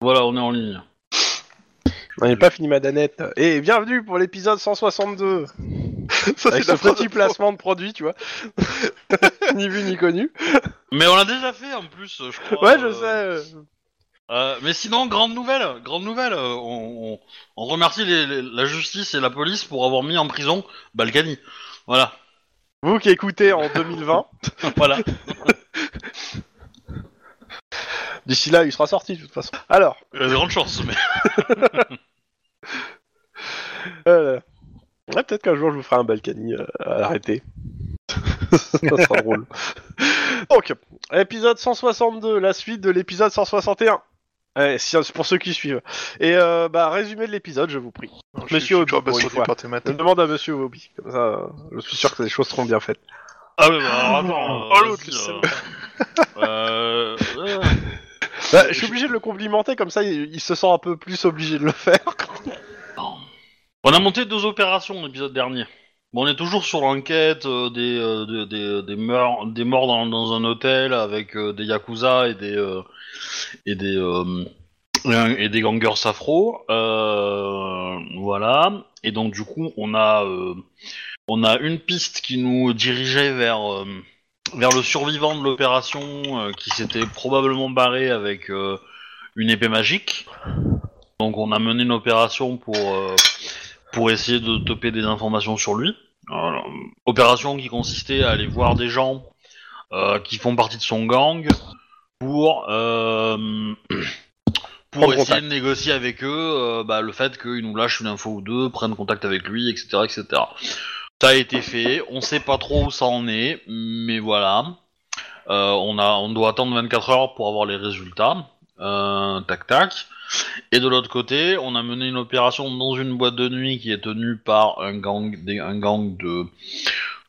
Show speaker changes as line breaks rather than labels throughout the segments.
Voilà, on est en ligne.
On n'est pas fini ma danette. Et bienvenue pour l'épisode 162.
Ça,
Avec
c'est
ce
la phrase
petit
de-
placement de produit, tu vois. ni vu ni connu.
Mais on l'a déjà fait en plus, je crois.
Ouais, je
euh,
sais. euh,
Euh, mais sinon, grande nouvelle, grande nouvelle. euh, on, on- on remercie les- les- la justice et la police pour avoir mis en prison Balkany. Voilà,
Vous qui écoutez en 2020,
voilà.
d'ici là, il sera sorti de toute façon. Alors,
Euh, grande chance. Mais...
euh, ouais, peut-être qu'un jour je vous ferai un balcani euh, à l'arrêter. ça sera drôle. Donc, épisode 162, la suite de l'épisode 161. Ouais, Eh, si- pour ceux qui suivent. Et euh, bah, résumé de l'épisode, je vous prie. Monsieur Audi,
Aubin,
pour une fois. Je demande à Monsieur Bobby, comme ça, euh, je suis sûr que les choses seront bien faites.
Ah, mais bah, alors, attends. euh,
Oh, l'autre,
vas-y,
le salaud.
euh, euh,
Bah, je suis obligé de le complimenter, comme ça, il, il se sent un peu plus obligé de le faire.
On a monté deux opérations l'épisode dernier. Bon, on est toujours sur l'enquête euh, des, euh, des, des, des meurs- des morts dans, dans un hôtel avec euh, des yakuza et des euh, et des euh, et un- et des gangers afro. Euh, voilà. Et donc du coup, on a euh, on a une piste qui nous dirigeait vers euh, vers le survivant de l'opération euh, qui s'était probablement barré avec euh, une épée magique. Donc on a mené une opération pour euh, pour essayer de toper des informations sur lui. Alors, opération qui consistait à aller voir des gens euh, qui font partie de son gang pour euh, pour
Prendre
essayer
contact.
de négocier avec eux euh, bah, le fait qu'ils nous lâchent une info ou deux, prennent contact avec lui, etc., etc. Ça a été fait. On sait pas trop où ça en est, mais voilà. Euh, on a on doit attendre 24 heures pour avoir les résultats. Euh, tac tac. Et de l'autre côté, on a mené une opération dans une boîte de nuit qui est tenue par un gang, des- un gang de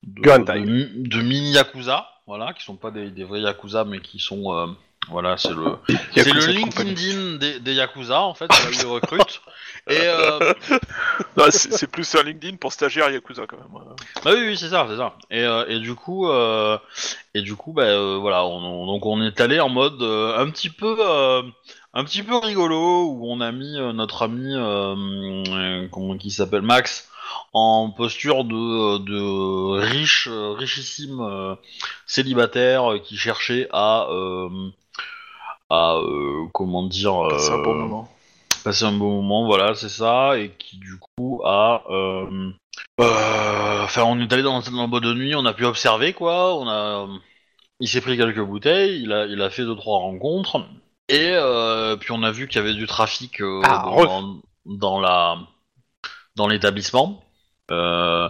de,
Gantai.
de mi- de mini yakuza, voilà, qui sont pas des, des vrais yakuza mais qui sont euh, voilà, c'est le c'est le LinkedIn des, des yakuza en fait, c'est là où ils recrutent. Et euh,
Non, c'est c'est plus un LinkedIn pour stagiaire Yakuza quand même. euh.
Bah oui, oui, c'est ça, c'est ça. Et, euh, et du coup, euh, et du coup, bah euh, voilà, on, on- donc on est allé en mode euh, un petit peu, euh, un petit peu rigolo où on a mis euh, notre ami, euh, euh, comment qui s'appelle Max, en posture de, euh, de riche, euh, richissime euh, célibataire euh, qui cherchait à, euh, à euh, comment dire,
C'est un bon
euh,
moment.
passer un bon moment, voilà, c'est ça, et qui du coup a. euh, euh, Enfin, on est allé dans, dans le bois de nuit, on a pu observer quoi, on a. euh, Il s'est pris quelques bouteilles, il a, il a fait deux trois rencontres, et euh, puis on a vu qu'il y avait du trafic euh,
Ah,
dans,
ref.
dans- dans la dans l'établissement. Euh,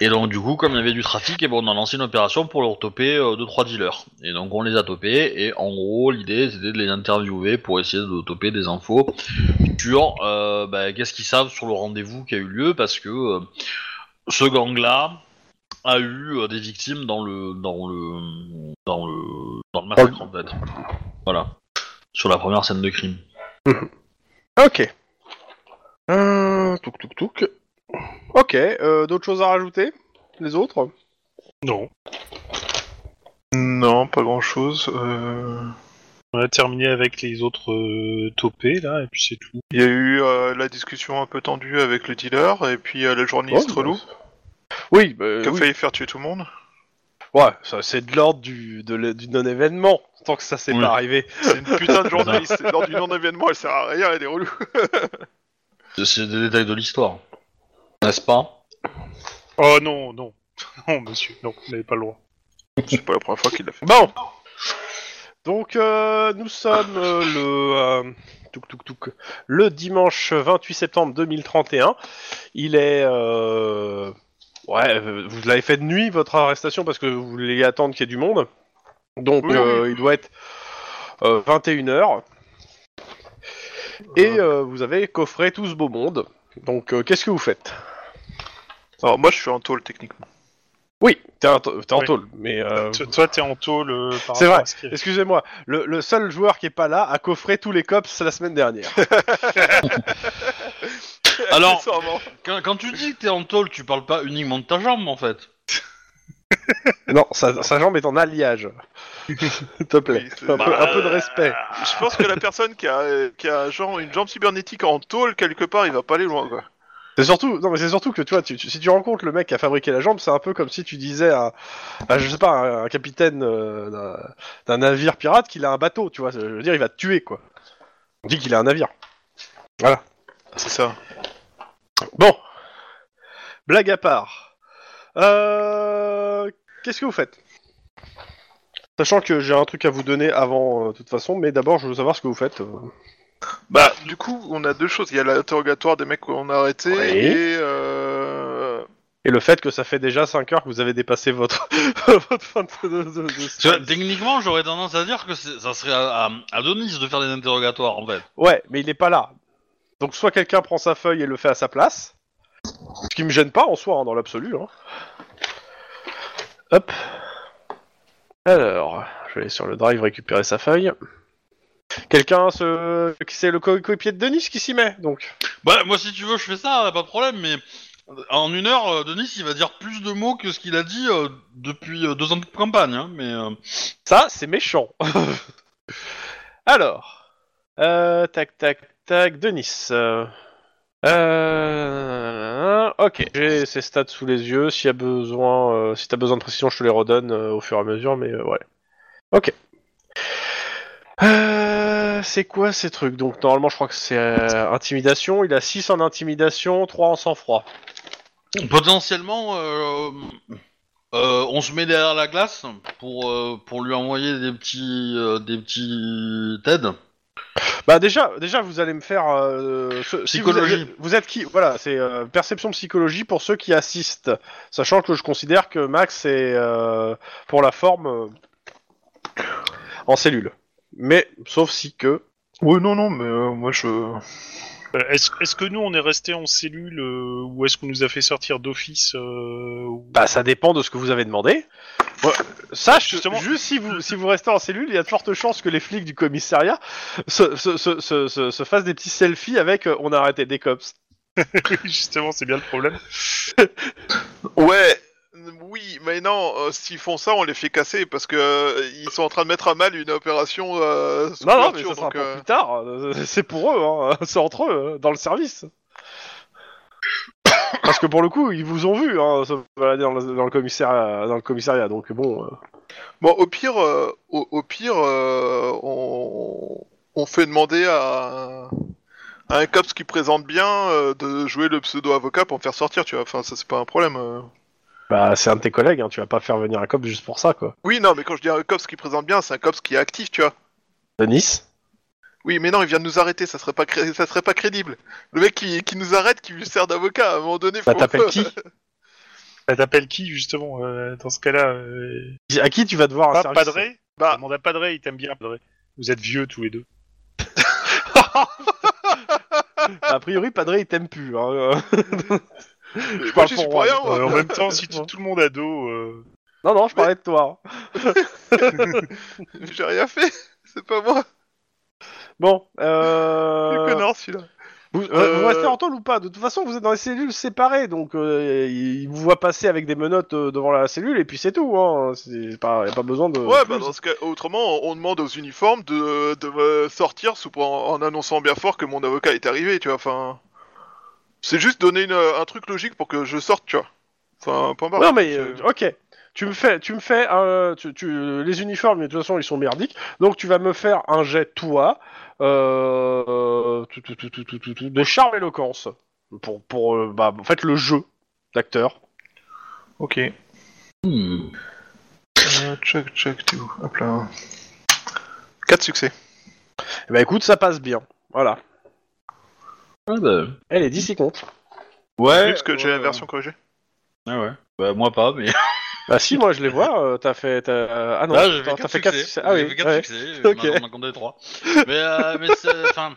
et donc du coup, comme il y avait du trafic, et bon, on a lancé une opération pour leur toper euh, deux trois dealers. Et donc on les a topés, et en gros l'idée c'était de les interviewer pour essayer de toper des infos sur euh, bah, qu'est-ce qu'ils savent sur le rendez-vous qui a eu lieu parce que euh, ce gang-là a eu euh, des victimes dans le dans le dans le dans le massacre en fait. Voilà. Sur la première scène de crime.
Ok. Euh, touk touk touk. Ok, euh, d'autres choses à rajouter Les autres
Non.
Non, pas grand chose. euh.
On a terminé avec les autres euh, topés, là, et puis c'est tout.
Oh,
Il y a eu euh, la discussion un peu tendue avec le dealer et puis euh, le journaliste
Ouais,
relou
Oui, bah,
qui a
oui.
failli faire tuer tout le monde.
Ouais, ça, c'est de l'ordre du, de le- du non-événement, tant que ça s'est
Oui.
pas arrivé.
C'est une putain de journaliste. Lors du non-événement, elle sert à rien, elle est relou.
C'est- C'est des détails de l'histoire. N'est-ce pas
Oh non, non. Non, monsieur, non, vous n'avez pas le droit.
C'est pas la première fois qu'il l'a fait.
Bon Donc, euh, nous sommes euh, le, euh, touk, touk, touk, le dimanche 28 septembre 2031. Il est... euh, Ouais, euh, vous l'avez fait de nuit, votre arrestation, parce que vous voulez attendre qu'il y ait du monde. Donc,
Oui,
euh, il doit être euh, 21h. Et euh, vous avez coffré tout ce beau monde. Donc, euh, qu'est-ce que vous faites
Alors moi, je suis en tôle techniquement.
Oui, t'es en tôle, t'es en
Oui.
tôle, mais... euh,
Toi, Toi, t'es en tôle euh, par
C'est
rapport
vrai.
à ce qui-
Excusez-moi, le, le seul joueur qui est pas là a coffré tous les cops la semaine dernière.
Alors,
Accessoirement.
quand, quand tu dis que t'es en tôle, tu parles pas uniquement de ta jambe en fait.
Non, sa, sa jambe est en alliage. S'il te plaît.
Oui, c'est-
Un, peu,
Bah,
un peu de respect.
Je pense que la personne qui a, euh, qui a genre une jambe cybernétique en tôle quelque part, il va pas aller loin quoi.
C'est surtout, non mais c'est surtout que tu vois, tu- tu- si tu rencontres le mec qui a fabriqué la jambe, c'est un peu comme si tu disais à, à, je sais pas, à un capitaine euh, d'un- d'un navire pirate qu'il a un bateau, tu vois. Je veux dire, il va te tuer quoi. On dit qu'il a un navire.
C'est ça.
Bon, blague à part. Euh, Qu'est-ce que vous faites Sachant que j'ai un truc à vous donner avant, euh, de toute façon, mais d'abord je veux savoir ce que vous faites. euh.
Bah, du coup, on a deux choses. Il y a l'interrogatoire des mecs qu'on a arrêtés
Oui.
et. Euh...
Et le fait que ça fait déjà 5 heures que vous avez dépassé votre, votre fin de, de, de- de-
Parce que, techniquement, j'aurais tendance à dire que c'est- ça serait à, à- à Denis de faire des interrogatoires, en fait.
Ouais, mais il est pas là. Donc soit quelqu'un prend sa feuille et le fait à sa place, ce qui me gêne pas en soi, hein, dans l'absolu. hein. Hop. Alors, je vais aller sur le drive récupérer sa feuille. Quelqu'un se... qui c'est le co- coéquipier de Denis qui s'y met, donc.
Bah, moi, si tu veux, je fais ça, hein, pas de problème, mais en une heure, euh, Denis, il va dire plus de mots que ce qu'il a dit euh, depuis euh, deux ans de campagne, hein, mais... euh,
Ça, c'est méchant. Alors, euh, tac, tac, tac, Denis. euh, euh, ok, j'ai ses stats sous les yeux. S'il y a besoin, euh, si t'as besoin de précision, je te les redonne euh, au fur et à mesure, mais euh, ouais. Ok. Euh, c'est quoi ces trucs Donc normalement, je crois que c'est euh, intimidation. Il a 6 en intimidation, 3 en sang-froid.
Potentiellement, euh, euh, on se met derrière la glace pour, euh, pour lui envoyer des petits, euh, des petits TED.
Bah déjà, déjà vous allez me faire euh, ce- si vous êtes-
Psychologie.
vous, êtes qui Voilà, c'est euh, perception psychologie pour ceux qui assistent, sachant que je considère que Max est euh, pour la forme euh, en cellule. Mais sauf si que
Oui, non, non, mais euh, moi je.
Euh, Est-ce est-ce que nous on est resté en cellule euh, ou est-ce qu'on nous a fait sortir d'office euh, ou-
bah ça dépend de ce que vous avez demandé. Ouais, sache que
Justement-
juste si vous si vous restez en cellule, il y a de fortes chances que les flics du commissariat se, se, se, se, se- se fassent des petits selfies avec euh, on a arrêté des cops.
Justement, c'est bien le problème.
Ouais, oui, mais non, euh, s'ils font ça, on les fait casser parce que euh, ils sont en train de mettre à mal une opération. Euh, sous
Non, non, mais
couverture,
ça sera
donc,
pour
euh,
plus tard. euh, C'est pour eux, hein. c'est entre eux, euh, dans le service. Parce que pour le coup, ils vous ont vu hein, se balader dans le, dans le commissariat, dans le commissariat. Donc bon, euh,
Bon, au pire, euh, au, au pire, euh, on, on fait demander à, à un cops qui présente bien euh, de jouer le pseudo avocat pour me faire sortir, tu vois. Enfin, ça c'est pas un problème. euh.
bah, c'est un de tes collègues. Hein, tu vas pas faire venir un cop juste pour ça, quoi.
Oui, non, mais quand je dis un cops qui présente bien, c'est un cops qui est actif, tu vois.
Denis.
Oui, mais non, il vient de nous arrêter, ça serait pas, cré- ça serait pas crédible. Le mec qui, qui nous arrête, qui lui sert d'avocat, à un moment donné,
Bah, t'appelles qui
Bah, T'appelles qui justement euh, dans ce cas-là euh,
À qui tu vas devoir un
pas,
service
Padré
Bah.
bah. Demande à Padré, il t'aime bien Padré. Vous êtes vieux tous les deux.
A priori, Padré, il t'aime plus. Hein, euh.
je
parle
je
pour moi,
suis pour rien,
attends.
moi.
Euh, en même temps, si tu- tout le monde a dos, euh,
Non, non, je parlais de toi. hein.
J'ai rien fait, c'est pas moi,
Bon,
le
euh...
connard celui-là.
Vous,
Euh,
vous restez en tôle ou pas De toute façon, vous êtes dans les cellules séparées, donc euh, ils vous voient passer avec des menottes euh, devant la cellule, et puis c'est tout. Hein. C'est pas, y a pas besoin de.
Ouais,
plus.
bah dans ce cas, autrement, on on demande aux uniformes de, de euh, sortir sous, en, en annonçant bien fort que mon avocat est arrivé, tu vois, enfin... C'est juste donner une- euh, un truc logique pour que je sorte, tu vois. Enfin, point barre.
Non mais euh,
C'est-
ok. Tu me fais, tu me fais, un- tu, tu- les uniformes de toute façon ils sont merdiques, donc tu vas me faire un jet toi euh, tout, tout, tout, tout, tout, tout, tout, de charme éloquence pour pour euh, bah en fait le jeu d'acteur.
Ok.
Hmm.
Euh, check, check, tu où Hop là. 4 succès.
Eh ben écoute ça passe bien, voilà.
Ouais, bah...
Elle est 10 il compte.
ouais,
Oui, parce que j'ai la version corrigée.
Ah ouais. Bah, moi pas, mais...
Bah si moi je les vois, euh, t'as fait, t'as- euh, ah non,
Là, j'ai fait
t'as- t'as
quatre
fait 4
succès.
succès. Ah
J'ai
oui.
fait quatre
ouais.
succès,
Ok.
on en a compté trois. Mais, euh, mais c'est... Enfin...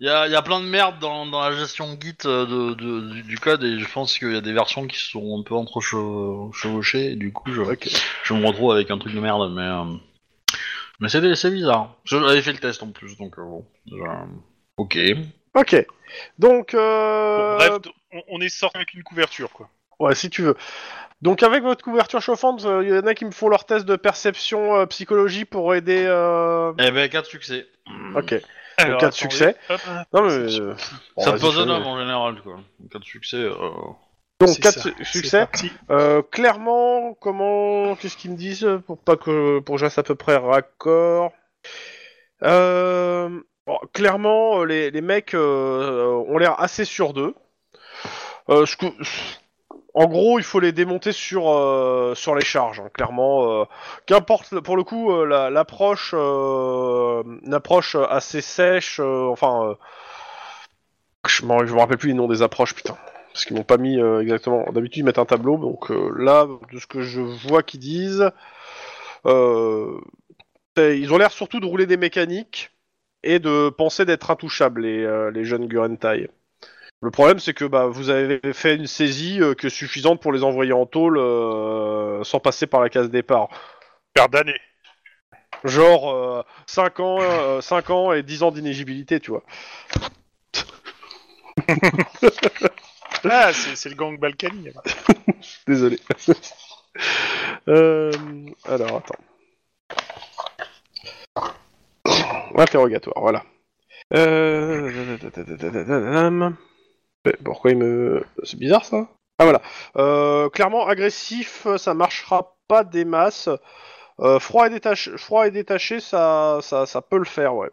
Il y a, y a plein de merde dans, dans la gestion Git euh, de, de- du, du code et je pense qu'il y a des versions qui sont un peu entre chev- chevauchées et du coup je, je me retrouve avec un truc de merde mais euh, mais c'est c'est bizarre. J'avais fait le test en plus donc euh, bon. déjà, ok. Eh
Ok. Donc
bon,
euh,
Euh, bref, on, on est sorti avec une couverture quoi.
Ouais, si tu veux. Donc avec votre couverture chauffante, il y en a qui me font leur test de perception euh, psychologie pour aider. euh,
Eh ben, 4 succès.
Ok. Donc, quatre succès. Non mais. euh, bon,
ça te
vas-y,
pose
fais-
un homme en général, quoi. 4 succès. euh,
Donc 4 succès. Euh, clairement, comment, qu'est-ce qu'ils me disent pour pas que, pour que je reste à peu près raccord. Euh, bon, clairement, les, les mecs euh, ont l'air assez sûrs d'eux. Euh, ce que- en gros, il faut les démonter sur euh, sur les charges. hein, clairement, euh, qu'importe pour le coup euh, la- l'approche, euh, une approche assez sèche. euh, enfin, euh, je m'en- je me rappelle plus les noms des approches, putain parce qu'ils m'ont pas mis euh, exactement. D'habitude, ils mettent un tableau, donc euh, là, de ce que je vois qu'ils disent, euh, c'est- ils ont l'air surtout de rouler des mécaniques et de penser d'être intouchables, les, euh, les jeunes Gurentai. Le problème, c'est que bah, vous avez fait une saisie euh, que suffisante pour les envoyer en tôle euh, sans passer par la case départ.
Père d'année.
Genre 5, ans, euh, cinq ans et 10 ans d'inéligibilité, tu vois.
Ah, c'est c'est le gang Balkany. alors.
Désolé. Euh, alors, attends. Interrogatoire, voilà. Euh... dadadadadadadadam. Mais Pourquoi il me... C'est bizarre, ça Ah, voilà. Euh, clairement, agressif, ça marchera pas des masses. Euh, froid, et détaché, froid et détaché, ça, ça, ça peut le faire, ouais.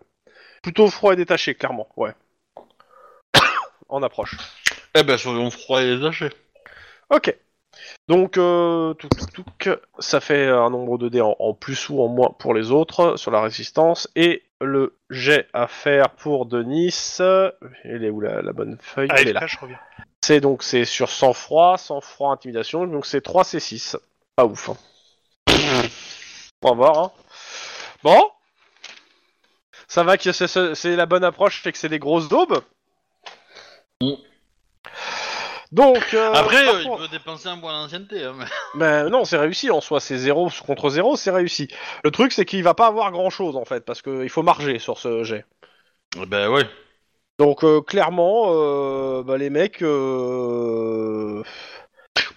Plutôt froid et détaché, clairement, ouais. en approche.
Eh ben, soyons froids et
Euh,
détachés.
Ok. Donc, euh, touc, touc, touc, ça fait un nombre de dés en, en plus ou en moins pour les autres sur la résistance. Et le jet à faire pour Denis. euh, Elle est où la, la bonne feuille
Ah,
Elle est
FK,
là.
je reviens.
C'est donc c'est sur sang-froid, sang-froid, intimidation. Donc c'est 3 C6. Pas ouf. hein. On va voir. Hein. Bon. Ça va que c'est- c'est c'est la bonne approche, fait que c'est des grosses daubes.
Mm.
Donc. euh,
Après,
par
euh, il
contre-
peut dépenser un point d'ancienneté. Hein, mais-
ben non, c'est réussi en soi, c'est 0 contre 0, c'est réussi. Le truc, c'est qu'il va pas avoir grand chose en fait, parce qu'il faut marger sur ce jet.
Eh ben, ouais.
Donc euh, clairement, euh, bah, les mecs. euh,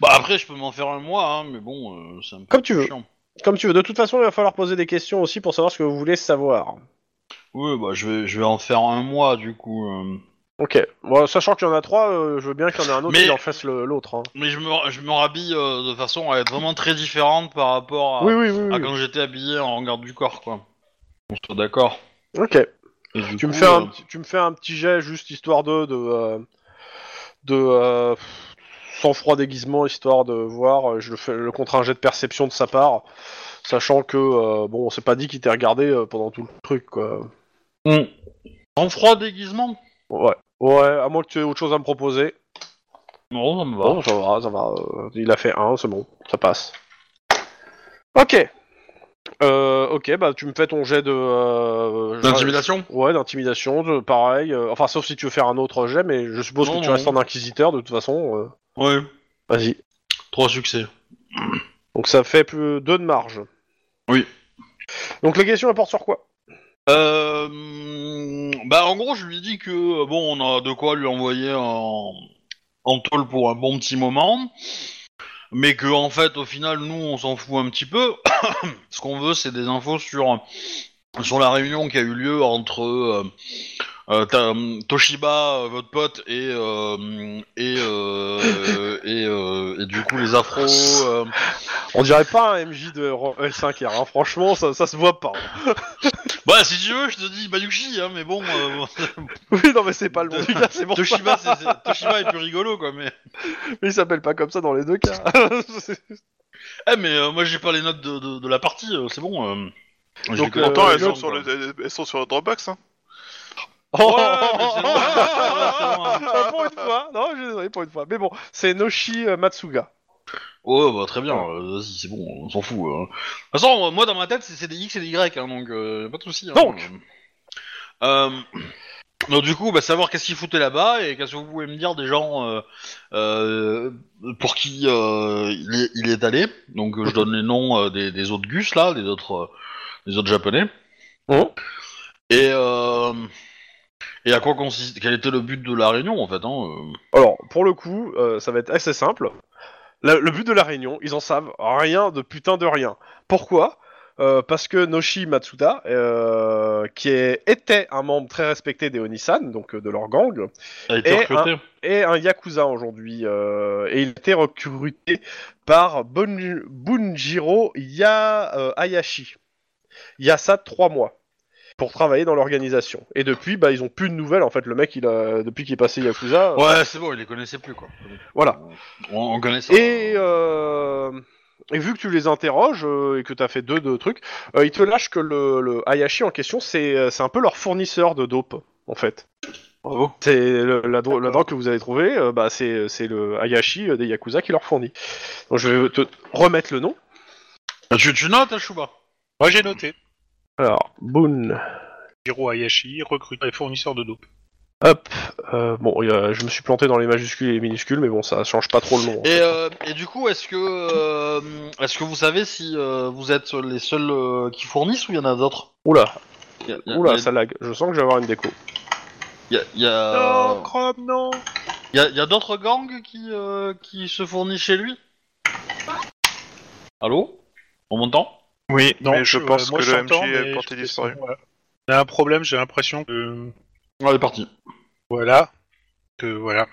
Bah, après, je peux m'en faire un mois, hein, mais bon, euh, c'est un peu
Comme tu veux.
chiant.
Comme tu veux, de toute façon, il va falloir poser des questions aussi pour savoir ce que vous voulez savoir.
Oui, bah, je vais, je vais en faire un mois, du coup. euh.
Ok, Bon, sachant qu'il y en a trois, euh, je veux bien qu'il y en ait un autre
Mais-
qui en fasse le- l'autre. hein.
Mais je me, je me rhabille euh, de façon à être vraiment très différente par rapport à,
Oui, oui, oui.
à
oui.
quand j'étais habillé en garde du corps, quoi. On soit d'accord.
Ok,
Et du
tu me,
coup,
fais un,
euh,
petit- tu me fais un petit jet juste histoire de. de. euh, de euh, sang-froid déguisement, histoire de voir. euh, Je le, fais, le contre un jet de perception de sa part, sachant que, euh, bon, on s'est pas dit qu'il t'ait regardé euh, pendant tout le truc, quoi.
on- En froid déguisement
Ouais. Ouais, à moins que tu aies autre chose à me proposer.
Non, ça me va.
Bon, ça va, ça va. euh, il a fait un, c'est bon, ça passe. Ok. Euh, ok, bah tu me fais ton jet de. euh,
Bah, L'intimidation
Ouais, d'intimidation, de- pareil. euh, enfin, sauf si tu veux faire un autre jet, mais je suppose
Non,
que tu
non.
restes en inquisiteur de toute façon. euh,
Ouais.
Vas-y.
Trois succès.
Donc ça fait plus deux de marge.
Oui.
Donc la question elle porte sur quoi
Euh, bah en gros je lui dis que euh, bon on a de quoi lui envoyer en, en tôle pour un bon petit moment, mais que en fait au final nous on s'en fout un petit peu. Ce qu'on veut c'est des infos sur sur la réunion qui a eu lieu entre euh, euh, ta- Toshiba euh, votre pote et euh, et euh, et, euh, et du coup les afros. euh,
On dirait pas un MJ de L5R, hein. franchement, ça, ça se voit pas.
Bah si tu veux je te dis Bayushi hein, mais bon. euh,
Oui, non, mais c'est pas le bon du cas, c'est bon.
Toshiba, c'est- c'est- Toshiba est plus rigolo, quoi, mais...
Il s'appelle pas comme ça dans les deux cas.
Eh, mais euh, moi, j'ai pas les notes de, de, de la partie, euh, c'est bon. euh. Je les
Donc,
connais
Pourtant,
pas,
elles,
les
sont
notes,
sur
quoi.
le, elles sont sur le Dropbox. Hein.
Ouais, mais c'est
Ah,
loin, c'est loin.
Enfin, Oh, Euh, pour une fois, non, je suis désolé, pour une fois. Mais bon, c'est Noshi euh, Matsuga.
Ouais, bah, très bien, euh, vas-y, c'est bon, on s'en fout. euh. De toute façon, moi, dans ma tête, c'est c'est des X et des Y, hein, donc euh, pas de soucis. hein.
Donc.
Euh, Donc, du coup, bah, savoir qu'est-ce qu'ils foutaient là-bas, et qu'est-ce que vous pouvez me dire des gens euh, euh, pour qui euh, il, est, il est allé. Donc, euh, je donne les noms euh, des, des autres gus, là, des autres, euh, des autres japonais. Hein Et, euh, et à quoi consiste Quel était le but de la réunion en fait hein euh
Alors, pour le coup, euh, ça va être assez simple. la- le but de la réunion, ils en savent rien de putain de rien. Pourquoi Euh, Parce que Noshi Matsuda, euh, qui est- était un membre très respecté des Onisan, donc euh, de leur gang,
a été
Et euh,
recruté.
est un yakuza aujourd'hui euh, et il était recruté par Bun- Bunjiro Ya euh, Hayashi. Il y a ça trois mois pour travailler dans l'organisation. Et depuis, bah ils ont plus de nouvelles en fait. Le mec, il a depuis qu'il est passé yakuza. euh,
Ouais, c'est bon, il les connaissait plus quoi.
Voilà.
On, on connaissait.
Et, euh, et vu que tu les interroges euh, et que tu as fait deux, deux trucs, euh, ils te lâchent que le, le Hayashi en question, c'est euh, c'est un peu leur fournisseur de dope, en fait.
Bravo.
C'est le- la, dro- la drogue que vous avez trouvée, euh, bah, c'est c'est le Hayashi euh, des Yakuza qui leur fournit. Donc je vais te remettre le nom.
Ah, Tu, tu notes, hein, Ashuba
Moi j'ai noté.
Alors, Boon.
Hiro Hayashi, recruteur et fournisseur de dope.
Hop. Euh, bon, il y a- je me suis planté dans les majuscules et les minuscules, mais bon, ça change pas trop le nom.
Et, euh, et du coup, est-ce que euh, est-ce que vous savez si euh, vous êtes les seuls euh, qui fournissent ou il y en a d'autres
Oula,
Y a- y a-
oula,
y a-
ça lag. Je sens que je vais avoir une déco.
y a- y a-
Non, Chrome, non
y a- y a d'autres gangs qui euh, qui se fournissent chez lui Allô On m'entend
Oui,
Non,
mais je
euh,
pense
moi,
que le MJ
j'entends,
est
mais
porté
je-
disparu.
voilà. On a un problème, j'ai l'impression que.
Ouais, il est parti.
Voilà. Que voilà.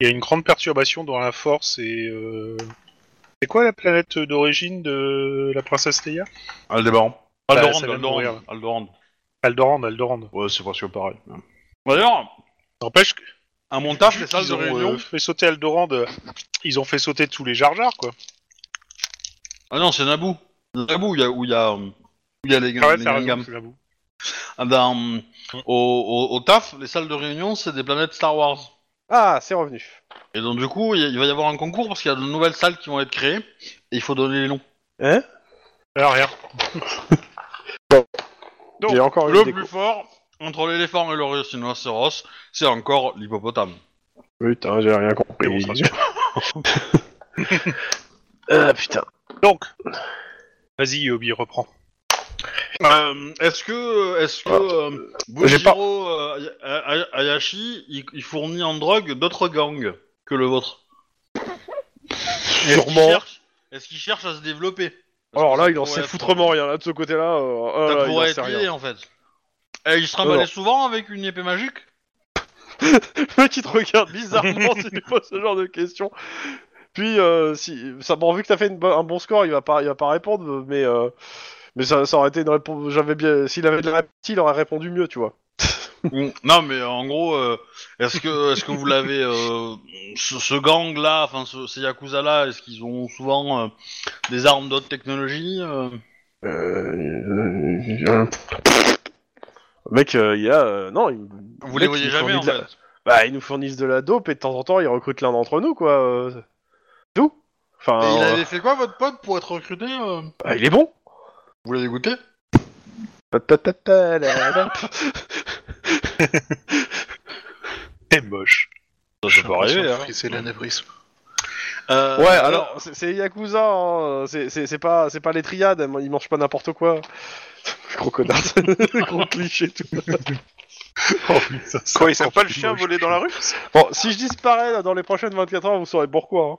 Il y a une grande perturbation dans la force et. euh, C'est quoi la planète d'origine de la princesse Leia
Aldebaran.
Bah,
Aldebaran,
ça vient de
Aldebaran,
mourir.
Aldebaran.
Aldorand, Aldorand.
Ouais, c'est presque pareil. D'ailleurs,
N'empêche que.
un montage, les
qu'ils
salles de
ont, euh,
réunion.
fait sauter Aldorand, euh, ils ont fait sauter tous les Jar Jar, quoi.
Ah non, c'est Naboo. Naboo, où il y a, où il y a, euh, où il y a les,
Ah ouais,
les
t'as raison,
Gungams.
je l'avoue.
Ah, dans, euh, au, au- au taf, les salles de réunion, c'est des planètes Star Wars.
Ah, c'est revenu.
Et donc du coup, il y a- il va y avoir un concours parce qu'il y a de nouvelles salles qui vont être créées et il faut donner les noms.
Ah, rien.
Donc,
Il y a encore une
Le
déco.
plus fort entre l'éléphant et le rhinocéros, c'est encore l'hippopotame.
Putain, j'ai rien compris. Ah putain.
Donc. Vas-y, Yobi, reprends.
Euh, est-ce que, est-ce que euh,
Ah. j'ai pas-
Bujiro, euh, Hay- Hay- Hayashi, il, il fournit en drogue d'autres gangs que le vôtre Est-ce qu'il
Sûrement.
cherche- Est-ce qu'il cherche à se développer Parce
Alors
que
là,
ça
il en sait
pourrait être-
foutrement rien. Là, de ce côté-là, euh, ah
Ça
là, il en
pourrait
sait
être
rien.
lié en fait. Et il se
Non,
trimballait
non.
souvent avec une épée magique
Le mec, il te regarde bizarrement si tu poses ce genre de questions. Puis, euh, si, ça, bon, vu que t'as fait une bo- un bon score, il va pas, il va pas répondre, mais, euh, mais ça, ça aurait été une réponse. J'avais bien, s'il avait de la répartie, il aurait répondu mieux, tu vois.
Mm. Non, mais euh, en gros, euh, est-ce que est-ce que vous l'avez euh, ce, ce gang là, enfin ce, ces yakuza là, est-ce qu'ils ont souvent euh, des armes d'autres technologies euh
Le mec, euh, il a, euh, non, il,
Vous les
le mec,
voyez
il nous
jamais
fournit
en
de la-
fait.
Bah, ils nous fournissent de la dope et de temps en temps, ils recrutent l'un d'entre nous, quoi. euh, c'est tout. Enfin,
Ah,
Et il
euh,
avait fait quoi votre pote pour être recruté euh
bah, il est bon.
Vous l'avez goûté
Patapatapalala.
C'est moche.
Ça
J'ai l'impression de friser l'anévrisme.
Euh,
Ouais, alors c'est- c'est Yakuza, hein, c'est- c'est c'est pas, c'est pas les triades, elles- ils mangent pas n'importe quoi. Gros connard, gros cliché tout.
Oh, putain, c'est
Quoi, ils savent
encore
pas le
plus
chien
moche.
voler dans la rue
Bon, si je disparais là, dans les prochaines 24 heures, vous saurez pourquoi.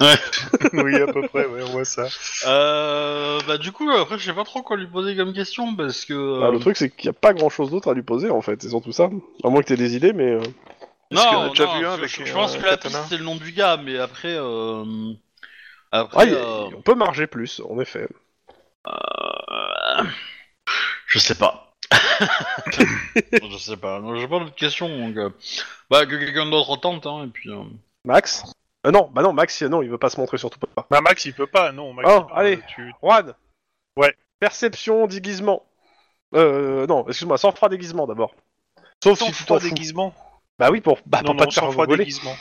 hein.
Oui, à peu près, ouais, on voit ça.
euh, bah du coup après je sais pas trop quoi lui poser comme question parce que euh,
Bah,
Ah, le truc, c'est qu'il y a pas grand chose d'autre à lui poser en fait, c'est surtout ça. À moins que t'aies des idées, mais. euh,
non,
Parce qu'on a déjà
non,
vu un
je-
avec,
je, je pense
euh,
que la
Katana.
piste c'est le nom du gars, mais après euh,
Ah,
après
il-
euh,
on peut marger plus, en effet.
Je sais pas. je sais pas. Non, J'ai pas d'autres questions. Donc, euh, Bah, que quelqu'un d'autre tente, hein, et puis... euh,
Max Euh, Non, bah non, Max, non, il veut pas se montrer, surtout pas.
Bah, Max, il peut pas, non. Max,
Oh,
il peut pas,
allez.
tu-
Juan
Ouais.
Perception, déguisement. Euh, non, excuse-moi, sans froid déguisement d'abord. Sauf
Sans
si tu t'en
froid
fous.
déguisement.
Bah oui, pour, bah,
non,
pour pas
non,
te faire
sans froid
voler.
déguisement.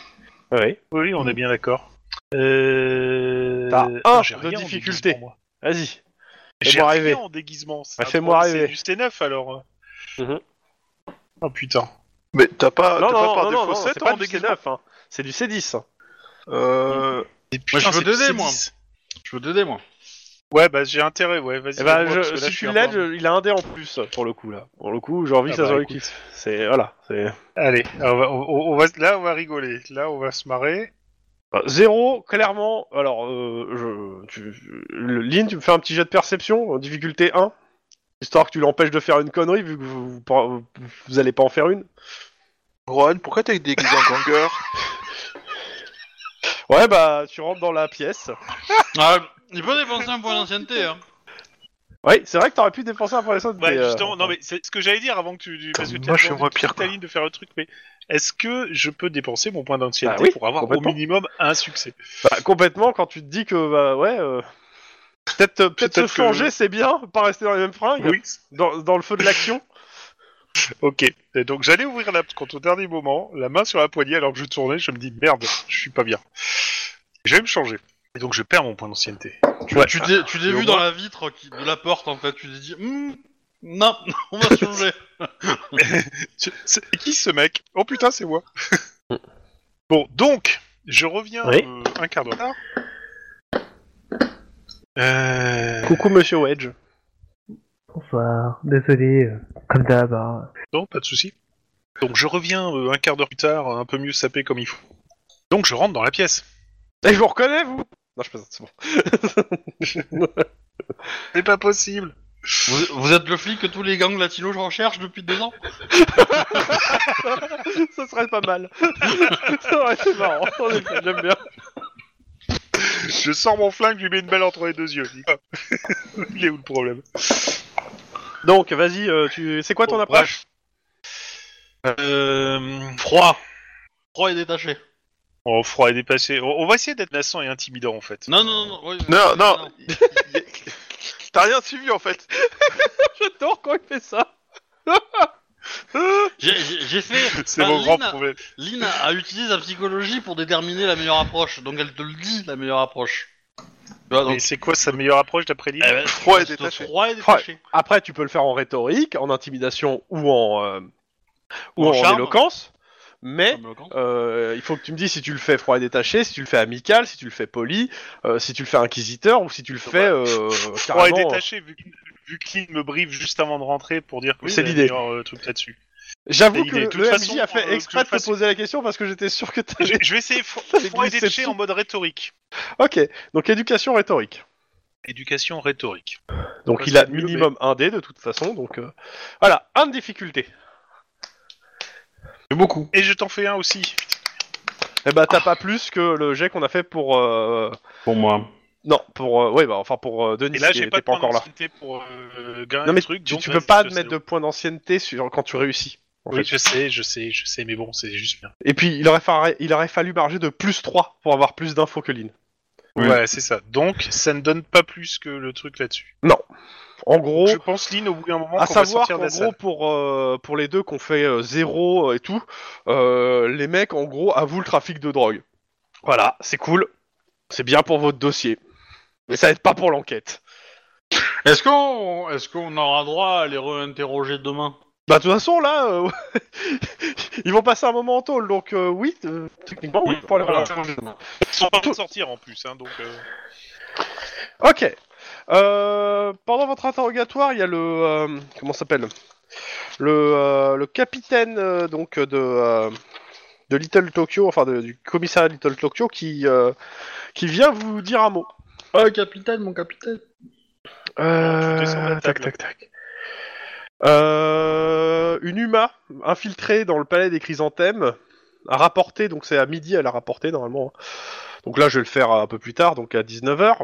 Mm.
Ouais.
Oui, on est bien d'accord. Euh...
T'as
non,
un
j'ai
de
rien en
difficulté.
déguisement, moi.
Vas-y.
J'ai
Fais-moi
rien
rêver.
en déguisement. c'est
Ah,
un
fais-moi
pro-
rêver.
C'est du C9 alors. euh.
Mhm.
Oh putain.
Mais t'as
Ah,
pas, t'as pas par défaut
c'est
7
pas
en
du
déguisement
C9, hein. c'est du C10.
Euh,
Et
Moi, je
putain,
peux
c'est du
t'aider,
C10.
moi. Je peux t'aider, moi.
Ouais, bah j'ai intérêt, ouais, vas-y.
Eh ben,
aide-moi,
je-
parce que là,
si
je suis
tu
un
l'aides,
peu-
je- il a un dé en plus pour le coup là. Pour le coup, j'ai envie
Ah
que ça
bah,
soit le
écoute.
quitte. C'est voilà. c'est-
Allez, on va- on- on va- là on va rigoler, là on va se marrer.
Bah, zéro, clairement. Alors, euh, je, tu, le- Lynn, tu me fais un petit jet de perception, euh, difficulté 1, histoire que tu l'empêches de faire une connerie, vu que vous, vous, vous- vous allez pas en faire une.
Rohan, pourquoi t'as déguisé en ganger
Ouais, bah, tu rentres dans la pièce.
Ah, il peut dépenser un point d'ancienneté. Hein.
Oui, c'est vrai que t'aurais pu dépenser un point d'essence.
Ouais,
mais, euh,
Bah, justement, non, mais c'est ce que j'allais dire avant que tu. tu- Parce que
Comme
tu
moi,
as
je suis
demandé
moins
toute
pire,
ta
quoi.
ligne de faire le truc, mais est-ce que je peux dépenser mon point d'ancienneté
Ah oui,
pour avoir au
complètement.
minimum un succès
bah, complètement, quand tu te dis que, bah, ouais, euh, peut-être peut
Peut-être
se
que-
changer, c'est bien, pas rester dans les mêmes fringues, dans, dans le feu de l'action.
Ok. Et donc j'allais ouvrir la quand au dernier moment, la main sur la poignée alors que je tournais, je me dis merde, je suis pas bien. Je vais me changer. Et donc je perds mon point d'ancienneté.
Ouais.
Tu t'es tu t'es
Mais au
vu dans
moins-
la vitre qui- de la porte en fait, tu t'es dit Hmm, non, on va changer.
C'est c'est qui ce mec Oh putain, c'est moi. bon, donc je reviens
Mm. Oui.
euh, un quart d'heure. tard. Euh...
Coucou, monsieur Wedge.
Bonsoir, désolé, euh, comme d'hab. hein.
Non, pas de souci. Donc je reviens euh, un quart d'heure plus tard, un peu mieux sapé comme il faut. Donc je rentre dans la pièce.
Et je vous reconnais, vous Non, je plaisante, c'est bon.
C'est pas possible.
Vous, vous êtes le flic que tous les gangs latinos recherchent depuis deux ans
Ça serait pas mal. Ça aurait été marrant, en effet, j'aime bien.
Je sors mon flingue, je lui mets une balle entre les deux yeux. Je dis, Ah. il est où le problème
Donc, vas-y, euh, tu... c'est quoi ton
Bon,
approche
Euh...
Froid. Froid et détaché.
Oh, froid et dépassé. On on va essayer d'être lassant et intimidant en fait.
Non, non, non. oui,
Non, non. T'as rien suivi en fait.
J'adore quand il bah, fait ça.
J'ai- J'ai j'ai fait.
C'est
Enfin,
mon grand
Lina-
problème.
Lynn a, a utilisé sa psychologie pour déterminer la meilleure approche, donc elle te le dit, la meilleure approche. Tu vois, donc-
Mais c'est quoi sa meilleure approche d'après
Eh
Lille
ben,
Froid et
c'est
détaché.
Froid et détaché.
Après, tu peux le faire en rhétorique, en intimidation ou en, euh, ou
Ou en
en,
charme.
éloquence. Mais
Comme le camp.
euh, il faut que tu me dises si tu le fais froid et détaché, si tu le fais amical, si tu le fais poli, euh, si tu le fais inquisiteur ou si tu le fais euh, carrément.
Froid et détaché, vu, que- vu que Lynn me brief juste avant de rentrer pour dire
Oui,
que oui,
c'est
il y a
l'idée.
un meilleur, euh, truc là-dessus.
J'avoue
C'est
que
l'idée.
le
De toute
MJ
façon,
a
euh,
fait
que
exprès
je
de te
fasse-
poser la question parce que j'étais sûr que
je,
t'allais.
je vais essayer fro-
T'avais
froid et
glissé
détaché
dessus.
en mode rhétorique.
ok, donc éducation rhétorique.
Éducation rhétorique.
Donc
Ouais,
il a
c'est mieux,
minimum un dé de toute façon, donc euh, voilà, un de difficulté. C'est beaucoup.
Et je t'en fais un aussi.
Eh bah t'as pas plus que le jet qu'on a fait pour euh,
Pour moi.
non pour euh, ouais bah enfin pour euh, Denis
Et là,
qui
j'ai
était
pas, de
pas
point
encore là.
d'ancienneté pour euh, gagner
Non
le
mais
truc.
tu,
donc
tu
vas-y,
peux pas
je sais.
mettre de points d'ancienneté sur quand tu réussis. en
Oui,
fait.
je sais, je sais, je sais, mais bon, c'est juste bien.
Et puis il aurait fallu il aurait fallu marger de plus 3 pour avoir plus d'infos que Lynn.
Oui.
Voilà, c'est ça. Donc, ça ne donne pas plus que le truc là-dessus.
En gros,
Je pense, Lynn, au bout d'un moment,
Oh. à
qu'on va
savoir
sortir de
qu'en
la
gros
salle.
pour euh, pour les deux qu'on fait euh, zéro euh, et tout, euh, les mecs en gros avouent le trafic de drogue. Voilà, c'est cool, c'est bien pour votre dossier, mais ça aide pas pour l'enquête.
Est-ce qu'on est-ce qu'on aura droit à les réinterroger demain
Bah de toute façon là, euh, ils vont passer un moment en tôle, donc euh, oui, euh, techniquement oui. Pour les
Voilà.
relancer.
Ils sont pas en train de sortir en plus, hein, donc. euh,
Ok. Euh, pendant votre interrogatoire, il y a le euh, comment ça s'appelle le, euh, le capitaine euh, donc euh, de euh, de Little Tokyo, enfin de- du commissariat de Little Tokyo qui euh, qui vient vous dire un mot.
Oh, capitaine, mon capitaine.
Euh,
descends de la
tac
table.
tac tac. Euh, une Uma infiltrée dans le palais des chrysanthèmes a rapporté, donc c'est à midi, elle a rapporté normalement. hein. Donc là, je vais le faire un peu plus tard, donc à 19h.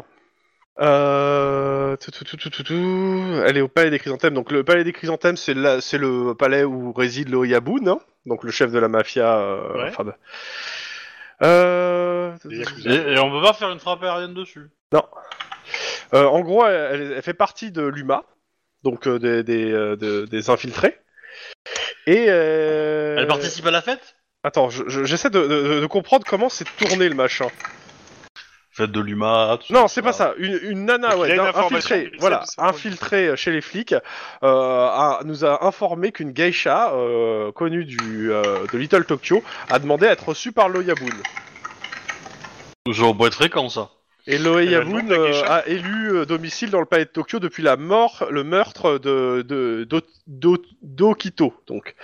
Euh, tout, tout, tout, tout, tout, tout. Elle est au palais des chrysanthèmes. Donc le palais des chrysanthèmes, c'est là, c'est le palais où réside le Oyabun, hein, donc le chef de la mafia. euh,
Ouais.
enfin, de- Euh,
des Yakuza.
Et, et on peut pas faire une frappe aérienne dessus.
Euh, en gros, elle, elle- elle fait partie de l'UMA, donc euh, des, des, euh, de- des infiltrés. Et euh,
Elle participe à la fête
Attends, je- je- j'essaie de, de- de comprendre comment c'est tourné le machin.
Fête de l'UMA. tout
Non, c'est pas ça. Une, une nana,
Ah. Donc, il
ouais,
a une
d'un-
information
infiltrée,
du
voilà,
service secret.
infiltrée chez les flics, euh, a- nous a informé qu'une geisha euh, connue du euh, de Little Tokyo a demandé à être reçue par l'Oyabun.
Ça va être fréquent ça.
Et
Euh,
Loeyabun
le nom de la
euh,
geisha
a élu euh, domicile dans le palais de Tokyo depuis la mort, le meurtre de, de, d'O- d'O- d'Okito. Donc.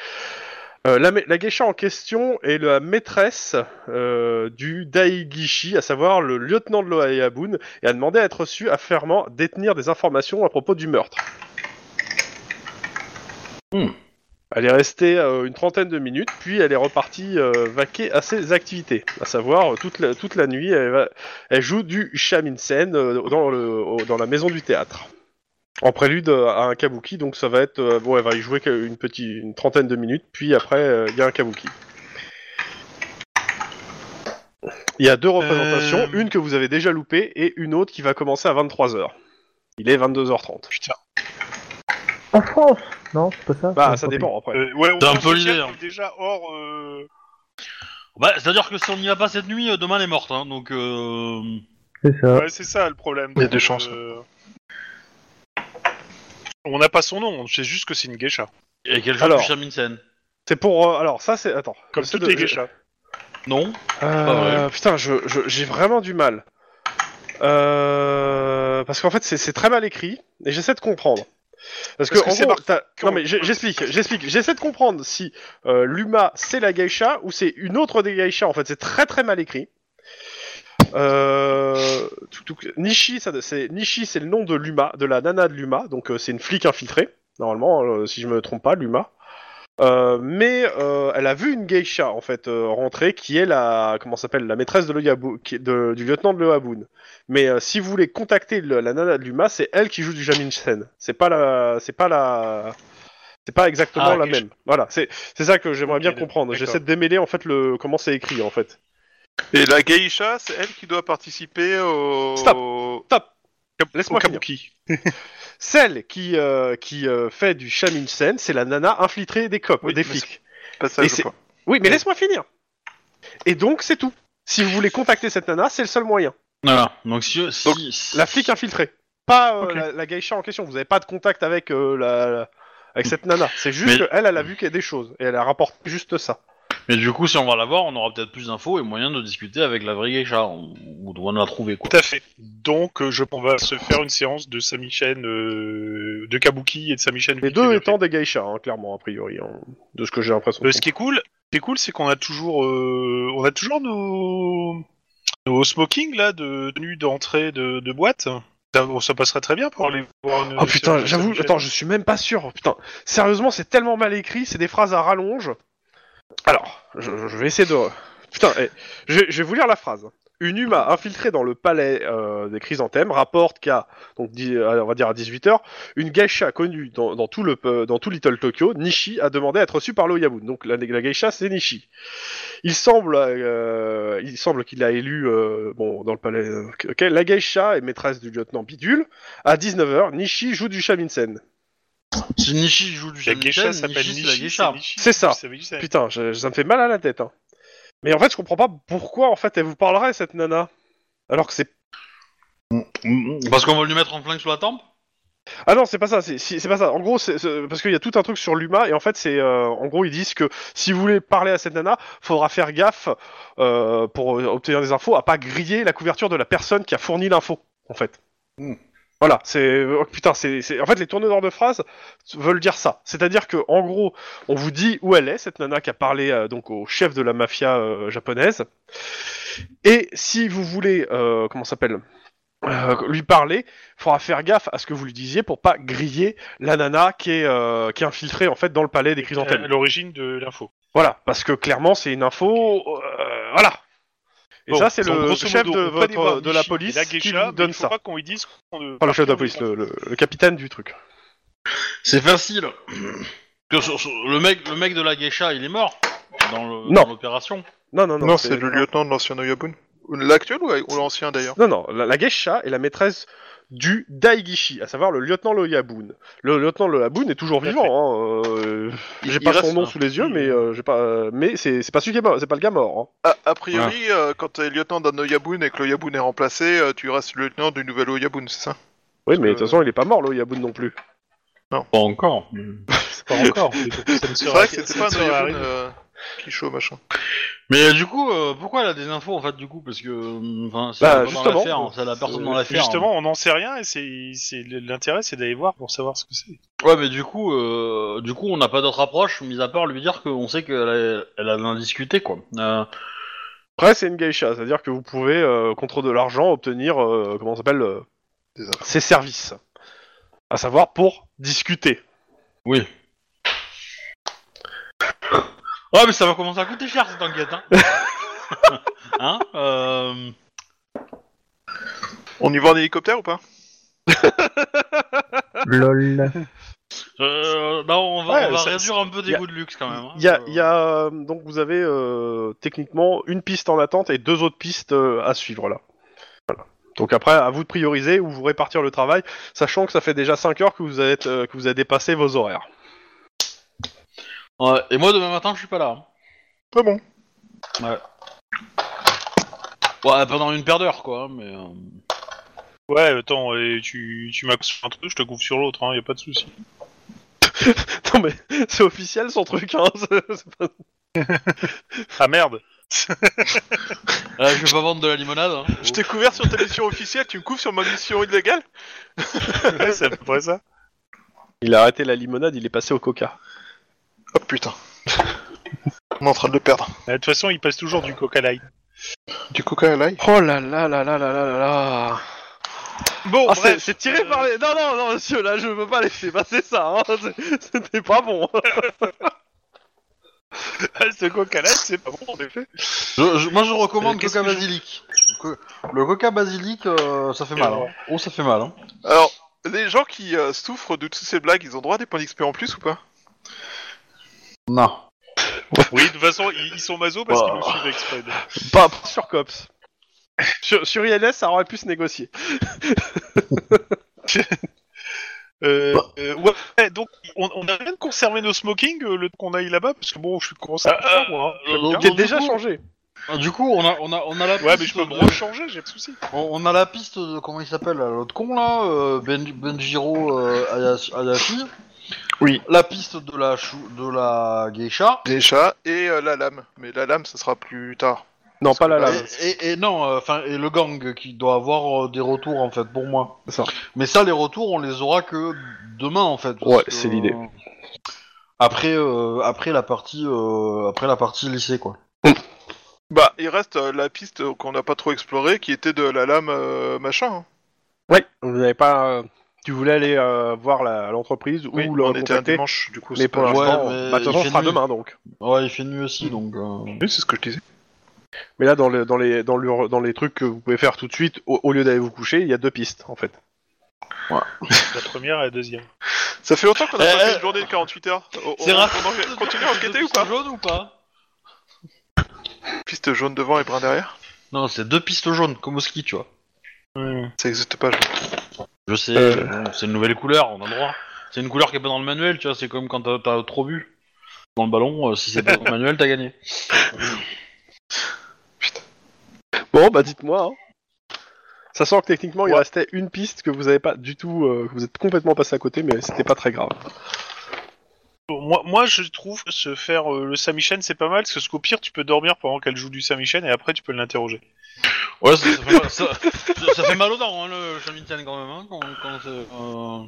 Euh, la, mé- la geisha en question est la maîtresse euh, du Daigishi, à savoir le lieutenant de l'Oyabun, et a demandé à être reçue affirmant détenir des informations à propos du meurtre.
Hmm.
Elle est restée euh, une trentaine de minutes, puis elle est repartie euh, vaquer à ses activités, à savoir euh, toute la, toute la nuit, elle, va- elle joue du shamisen euh, dans, le, au- dans la maison du théâtre. En prélude euh, à un kabuki, donc ça va être euh, bon, elle va y jouer que- une petite une trentaine de minutes, puis après euh, il y a un kabuki. Il y a deux représentations,
Euh.
une que vous avez déjà loupée et une autre qui va commencer à 23h. Il est 22h30.
Putain.
En France Non, c'est pas ça
Bah
Non,
ça
tant pis.
dépend après.
Euh, ouais, on
C'est un
pense
peu
que
l'idée,
Pierre
hein.
est Déjà hors. euh,
Bah, c'est-à-dire que si on n'y va pas cette nuit, euh, demain elle est morte, hein, donc... Euh...
C'est ça.
Ouais, c'est ça le problème.
Il y a
Donc,
des chances.
euh, On n'a pas son nom, on sait juste que c'est une geisha.
Et quel jour
Alors.
du Shamisen
C'est pour euh, alors ça c'est attends
Comme
c'est
toutes
de-
les geishas.
Non
Euh, putain, je- je- j'ai vraiment du mal. Euh, parce qu'en fait, c'est c'est très mal écrit et j'essaie de comprendre. Parce que,
Parce que
en
c'est
gros,
marqué-
t'as- non mais j'ai- j'explique, j'explique. J'essaie de comprendre si euh, Luma c'est la geisha ou c'est une autre des geishas. En fait, c'est très très mal écrit. Euh, tout- tout- Nishi, ça, c'est Nishi, c'est le nom de Luma, de la nana de Luma. Donc euh, c'est une flic infiltrée normalement, euh, si je me trompe pas, Luma. Euh, mais euh, elle a vu une geisha en fait euh, rentrer qui est la comment ça s'appelle la maîtresse de l'Oyabu- qui est de- du lieutenant de l'Oyaboun. Mais euh, si vous voulez contacter le- la nana de Luma, c'est elle qui joue du Jamin Sen. C'est pas la c'est pas la c'est pas exactement
Ah,
la
geisha.
même. Voilà, c'est c'est ça que j'aimerais
Ok,
bien comprendre.
d'accord.
J'essaie de démêler en fait le comment c'est écrit en fait.
Et la geisha, c'est elle qui doit participer au.
Stop. Top. Laisse-moi
Au
finir.
Kabuki.
Celle qui euh, qui euh, fait du Jamin Sen, c'est la nana infiltrée des cops,
Oui,
des
mais c'est-
flics. Et
Passage
c'est-
ou pas
Oui, mais laisse-moi finir. Et donc, c'est tout. Si vous voulez contacter cette nana, c'est le seul moyen.
Voilà, donc si... si-
Donc,
si-
La flic infiltrée. Pas euh,
Ok.
la, la geisha en question. Vous n'avez pas de contact avec, euh, la, la- avec cette nana. C'est juste
Mais-
qu'elle, elle a vu qu'il y a des choses. Et elle a rapporté juste ça.
Mais du coup, si on va la voir, on aura peut-être plus d'infos et moyen de discuter avec la vraie geisha, ou ou de on la trouver, quoi.
Tout à fait. Donc, euh, je, on va se faire une séance de Samichen, euh, de Kabuki et de Samichen.
Les deux étant des geishas, hein, clairement, a priori. hein, de ce que j'ai l'impression. de
Euh, ce qui est cool, ce qui est cool, c'est qu'on a toujours, euh, on a toujours nos, nos smoking là de tenue d'entrée de, de boîte. Ça, ça passerait très bien pour aller voir. une
Oh putain,
séance de
j'avoue,
Samichen.
attends, je suis même pas sûr. Putain, sérieusement, c'est tellement mal écrit, c'est des phrases à rallonge. Alors, je, je vais essayer de. Putain, eh, je, je vais vous lire la phrase. Une humain infiltrée dans le palais euh, des chrysanthèmes rapporte qu'à, donc, dix- euh, on va dire à 18h, une geisha connue dans, dans tout le, pe- dans tout Little Tokyo, Nishi, a demandé à être reçue par l'Oyabun. Donc la, la geisha, c'est Nishi. Il semble, euh, il semble qu'il a élu, euh, bon, dans le palais, euh, ok, la geisha est maîtresse du lieutenant Bidule. À 19h, Nishi joue du Shamisen.
Si Nishi joue du
La geisha
Shamisen,
s'appelle
Nishi, c'est la
Nishi.
geisha.
Nishi,
C'est ça.
veut dire-
Putain, je- ça me fait mal à la tête. Hein. Mais en fait, je comprends pas pourquoi en fait elle vous parlerait cette nana. Alors que c'est
Parce qu'on va lui mettre en flingue sous la tempe
ah non c'est pas ça c'est si- c'est pas ça en gros c'est c'est- parce qu'il y a tout un truc sur l'humain et en fait c'est euh, en gros ils disent que si vous voulez parler à cette nana faudra faire gaffe euh, pour euh, obtenir des infos à pas griller la couverture de la personne qui a fourni l'info en fait
Mm.
voilà c'est oh, putain c'est c'est- en fait les tourneurs de phrases veulent dire ça c'est à dire que en gros on vous dit où elle est cette nana qui a parlé euh, donc au chef de la mafia euh, japonaise et si vous voulez euh, comment ça s'appelle euh, lui parler, faudra faire gaffe à ce que vous lui disiez pour pas griller la nana qui est, euh, qui est infiltrée en fait dans le palais des
à
chrysanthèmes.
l'origine de l'info.
Voilà, parce que clairement c'est une info, euh, voilà. Et
Bon,
ça c'est
donc,
le
grosso
chef
modo,
de,
on peut aller voir
votre, de la
Nishi et
police
la
qui
geisha,
vous
mais
donne
il faut
ça.
pas qu'on lui dise qu'on ne-
Enfin le chef de la
partir
police, le, le- le capitaine du truc.
C'est facile. Que sur- sur- le, mec, le mec de la geisha, il est mort dans le-
Non.
dans l'opération.
Non non non.
Non, c'est le lieutenant de l'ancien Oyabun. L'actuel ou ou l'ancien d'ailleurs
Non non, la, la geisha est la maîtresse du Daigishi, à savoir le lieutenant Loyabun. Le lieutenant Loyabun est toujours
Tout à
vivant. Hein, euh, j'ai
il
pas
reste
son nom
un-
sous les yeux, mais euh, j'ai pas. Mais c'est c'est pas celui qui est mort, c'est pas le gars mort. hein.
A, a priori, euh, quand t'es lieutenant d'un Oyabun et que l'Oyabun est remplacé, euh, tu restes lieutenant du nouvel Oyabun, c'est ça
Oui, mais de toute
que-
façon, il est pas mort, le Yaboun non plus.
Pas encore.
Pas encore.
C'est vrai que c'était pas un Oyabun euh, Quichot, machin.
Mais euh, du coup, euh, pourquoi elle a des infos en fait du coup Parce que euh, enfin, c'est
Bah,
pas dans
justement.
l'affaire, c'est hein. la personne dans
Euh,
l'affaire.
Justement, on n'en sait rien et c'est c'est- l'intérêt, c'est d'aller voir pour savoir ce que c'est.
Ouais, mais du coup, euh, du coup, on n'a pas d'autre approche, mis à part lui dire qu'on sait qu'elle a, elle a en discuté quoi. Euh,
Après, c'est une geisha, c'est-à-dire que vous pouvez, euh, contre de l'argent, obtenir, euh, comment ça s'appelle, euh,
Des infos.
ses services. À savoir pour discuter.
oui. Ouais, mais ça va commencer à coûter cher cette enquête, hein. hein euh,
On y va en hélicoptère ou pas
Lol.
euh, non, on va,
Ouais,
on va
ça-
réduire un peu des
y a-
goûts de luxe quand même. hein.
Il y a,
Euh,
il y a, euh, donc vous avez euh, techniquement une piste en attente et deux autres pistes euh, à suivre là. Voilà. Donc après, à vous de prioriser ou vous répartir le travail, sachant que ça fait déjà 5 heures que vous êtes, euh, que vous avez dépassé vos horaires.
ouais, et moi demain matin, je suis pas là. hein.
Pas bon.
Ouais, pendant une paire d'heures quoi, mais. euh,
Ouais, attends, et tu, tu m'as sur un truc, je te couvre sur l'autre, hein, y a pas de souci.
non mais c'est officiel son truc. Hein, c'est- c'est pas-
Ah merde
euh, je vais pas vendre de la limonade. hein.
Je t'ai couvert sur ta mission officielle, tu me couvres sur ma mission illégale
Ouais, C'est à peu près ça.
Il a arrêté la limonade, il est passé au coca.
Oh putain. On est en train de le perdre.
Euh, De toute façon, il passe toujours du coca light.
Du coca à l'ail
Oh là là là là là là là là.
Bon,
Ah, c'est- c'est tiré par les. Non non non monsieur là je veux pas laisser passer ça. hein, c'est- C'était pas bon.
ce coca light, c'est pas bon en effet.
Je- je- moi je recommande
Euh, qu'est-ce
Coca
que je-
Basilic. Co- Le Coca Basilic, euh, ça fait mal. hein. Oh, ça fait mal. Hein.
Alors, les gens qui euh, souffrent de toutes ces blagues, ils ont droit à des points d'XP en plus ou pas
Non.
Oui, de toute façon, ils, ils sont maso parce qu'ils nous suivent exprès. donc.
Pas pas sur Cops. Sur, sur INS, ça aurait pu se négocier.
Euh, euh, ouais, donc, on, on a rien de conserver nos smoking euh, le temps qu'on aille là-bas, parce que bon, je commence à.
Ah,
moi, hein.
euh,
J'aime bien.
donc-
Qui est
du
déjà
coup-
changé.
Ah, Du coup, on a, on a, on a la piste.
Ouais, mais je peux
de-
me rechanger, j'ai pas de souci.
on, on a la piste de comment il s'appelle là, l'autre con là, euh, ben, Benjiro euh, Hayashi- Hayashi.
Oui.
La piste de la chou- de la geisha.
Déjà, et euh, la lame. Mais la lame, ça sera plus tard.
Non, pas la
Ah,
et,
lame.
et- et non, euh, enfin et le gang qui doit avoir euh, des retours en fait pour moi.
C'est ça.
Mais ça, les retours, on les aura que demain en fait. parce
Ouais,
que,
c'est l'idée.
euh, Après, euh, après la partie, euh, après la partie lycée quoi.
Bah, il reste euh, la piste qu'on n'a pas trop explorée, qui était de la lame euh, machin. hein.
Ouais, vous n'avez pas. euh, tu voulais aller euh, voir la- l'entreprise
Oui,
ou
on
le
était un
recontacter,
dimanche, du coup.
mais
c'est
pour
pas-
Ouais,
l'instant,
mais
bah, de
il
toute façon,
fait
ce sera
nuit.
demain donc.
Ouais, il fait nuit aussi donc. euh,
Oui, c'est ce que je disais.
Mais là, dans, le, dans, les, dans, le- dans les trucs que vous pouvez faire tout de suite, au, au lieu d'aller vous coucher, il y a deux pistes en fait.
La première et la deuxième.
Ça fait longtemps qu'on a
Eh,
pas fait
eh.
une journée de 48 heures. On-
C'est
on-
rare.
on en- Continue à enquêter
Deux
ou pas
pistes jaunes ou pas
Piste jaune devant et brun derrière
Non, c'est deux pistes jaunes, comme au ski, tu vois.
Ça existe pas, jaune.
Je sais,
Euh.
bon, c'est une nouvelle couleur, on a le droit. C'est une couleur qui est pas dans le manuel, tu vois, c'est comme quand t'as- t'as trop bu. Dans le ballon, euh, si c'est pas dans le manuel, t'as gagné.
Bon, bah dites-moi. hein. Ça sent que techniquement, il
Ouais.
restait une piste que vous avez pas du tout. euh, que vous êtes complètement passé à côté, mais c'était pas très grave.
Bon, Moi, moi, je trouve que se faire euh, le Samichen, c'est pas mal, parce qu'au pire, tu peux dormir pendant qu'elle joue du Samichen et après, tu peux l'interroger.
Ouais, ça, ça fait, mal- ça- ça- ça fait mal aux dents, hein, le chamitian quand même, hein, quand, quand c'est. euh,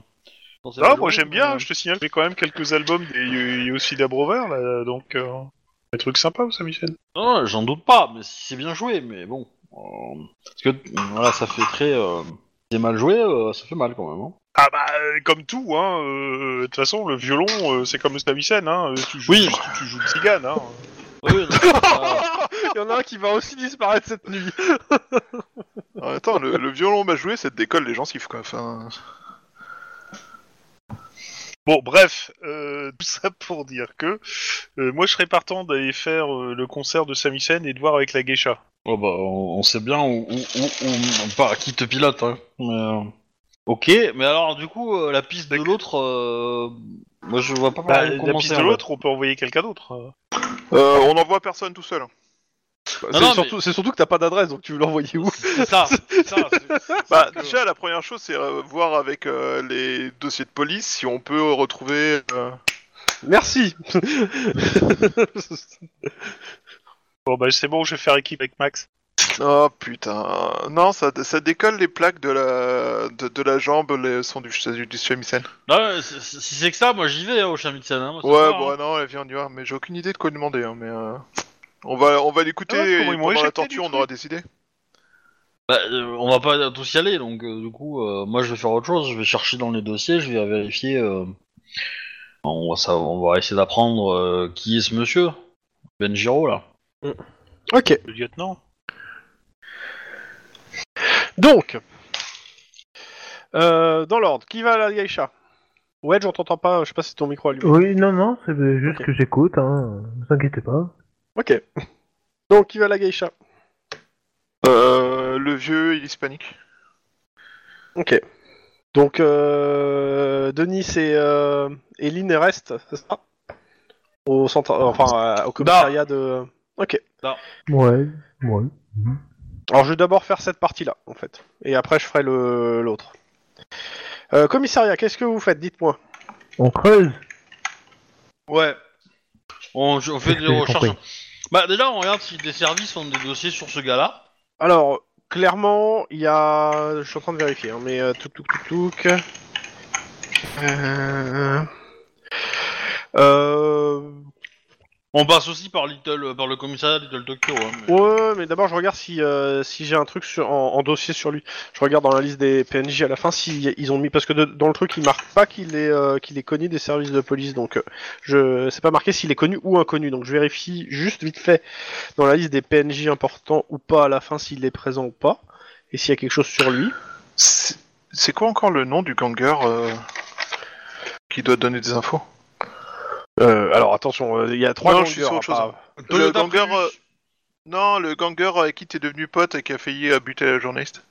quand c'est
Ah,
pas
moi,
jaune,
j'aime bien,
euh,
je te signale, j'ai quand même quelques albums des Yo- Yoshida Brover, là, donc. euh, Des trucs sympas au Samichen.
Non, non, j'en doute pas, mais si c'est bien joué, mais bon. euh, parce que, euh, voilà, ça fait très. euh, c'est mal joué, euh, ça fait mal quand même. hein.
Ah bah, euh, comme tout, hein. euh, De toute façon, le violon, euh, c'est comme le Samichen, hein. euh, Tu joues,
Oui.
juste- tu, joues de cigane, hein.
Oui, non, c'est pas-
Il y en a un qui va aussi disparaître cette nuit.
Alors, Euh, Attends, le, le violon m'a joué, cette décolle, les gens sifflent quoi. Enfin,
Bon, bref, euh, tout ça pour dire que euh, moi, je serais partant d'aller faire euh, le concert de Samichen et de voir avec la geisha.
Oh bah, on, on sait bien où, où- où- où- pas qui te pilote. Hein. Mais, euh, Ok, mais alors du coup, euh, la piste de l'autre, euh, moi je vois pas par
Bah,
où
la
commencer,
piste de
en fait.
l'autre, on peut envoyer quelqu'un d'autre.
euh, on n'envoie personne tout seul. hein.
non,
Bah, C'est
mais-
surtout, c'est surtout que t'as pas d'adresse, donc tu veux l'envoyer où
C'est ça, c'est ça. c'est- c'est
Bah,
que-
déjà, la première chose, c'est euh, voir avec euh, les dossiers de police si on peut retrouver. euh,
Merci
Bon, bah c'est bon, je vais faire équipe avec Max.
Oh putain. Non, ça, ça décolle les plaques de la, de, de la jambe, les sont du, du, du chemisen.
Là, si si c'est que ça, moi j'y vais hein, au Shamixen. Hein, moi, c'est
Ouais,
pas,
bon,
hein.
non, elle vient on y va, mais j'ai aucune idée de quoi lui demander, hein, mais euh, On va, on va l'écouter
Ah ouais,
et
comment ils m'ont
pendant la
éjecté
tortue,
du
on aura des idées.
Bah, euh, on va pas tous y aller, donc euh, du coup, euh, moi je vais faire autre chose. Je vais chercher dans les dossiers, je vais vérifier. euh, On, va savoir- on va essayer d'apprendre euh, qui est ce monsieur, Benjiro là.
Ok.
Le lieutenant
Donc, euh, dans l'ordre, qui va à la geisha Wedge, on t'entend pas, je sais pas si ton micro allume.
Oui, non, non, c'est juste
Ok.
que j'écoute, hein. Ne vous inquiétez pas.
Ok. Donc, qui va à la geisha
Euh, le vieux, il est hispanique.
Ok. Donc, euh, Denis et, euh, et Lynn et reste, c'est ça Au centre, enfin, euh, au commissariat de. Ok.
Ouais, ouais.
Alors, je vais d'abord faire cette partie-là, en fait. Et après, je ferai le- l'autre. Euh, commissariat, qu'est-ce que vous faites Dites-moi.
On creuse.
Ouais. On, on fait
J'ai
des recherches.
compris.
Bah, déjà, on regarde si des services ont des dossiers sur ce gars-là.
Alors, clairement, il y a. Je suis en train de vérifier, hein, mais. tout, tout, tout, tout. Euh.
On passe aussi par Little, euh, par le commissariat Little Tokyo. hein, mais-
Ouais, mais d'abord je regarde si, euh, si j'ai un truc sur, en, en dossier sur lui. Je regarde dans la liste des PNJ à la fin si ils ont mis parce que de- dans le truc il marque pas qu'il est euh, qu'il est connu des services de police donc euh, je c'est pas marqué s'il est connu ou inconnu donc je vérifie juste vite fait dans la liste des PNJ importants ou pas à la fin s'il est présent ou pas et s'il y a quelque chose sur lui.
C'est c'est quoi encore le nom du ganger euh, qui doit donner des infos
Euh, alors attention, euh, il y a trois
Non, je suis
gangers,
sur autre
hein,
Le
Toyota
ganger,
Prius.
euh, Non, le ganger euh, avec qui t'es devenu pote et qui a failli euh, buter la journaliste.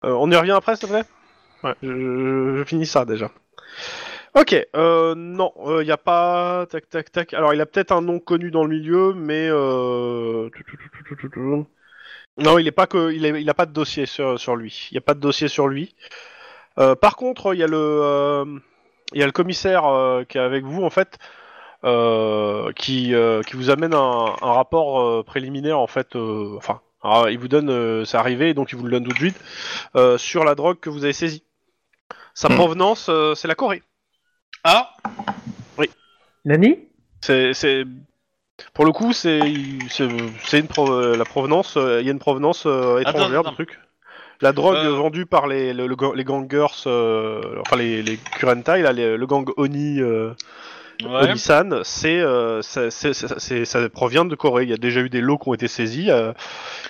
pas- Euh, on y revient après s'il te plaît.
Ouais.
Je, je finis ça déjà. Ok, euh, non, il n'y a pas. Tac, tac, tac. Alors, il a peut-être un nom connu dans le milieu, mais. euh, tout, tout, tout, tout, tout, tout, tout. Non, il est pas que, il, est- il a pas de dossier sur, sur lui. Il n'y a pas de dossier sur lui. Euh, par contre, il y a le, euh, il y a le commissaire euh, qui est avec vous en fait, euh, qui, euh, qui vous amène un, un rapport euh, préliminaire en fait. euh, enfin, alors, il vous donne, euh, c'est arrivé, donc il vous le donne tout de suite euh, sur la drogue que vous avez saisie. Sa provenance, euh, c'est la Corée.
Ah,
Nani
C'est, c'est- pour le coup, c'est, c'est, c'est une pro- euh, la provenance. euh, Il y a une provenance euh,
Attends,
étrangère
attends.
du truc. La drogue
Euh.
vendue par les, le- le ga- les gangers, euh, enfin les, les Kurentai, là, les- le gang Oni, euh,
ouais.
Oni-san, c'est, euh, ça- c'est- c'est- c'est- ça provient de Corée. Il y a déjà eu des lots qui ont été saisis euh,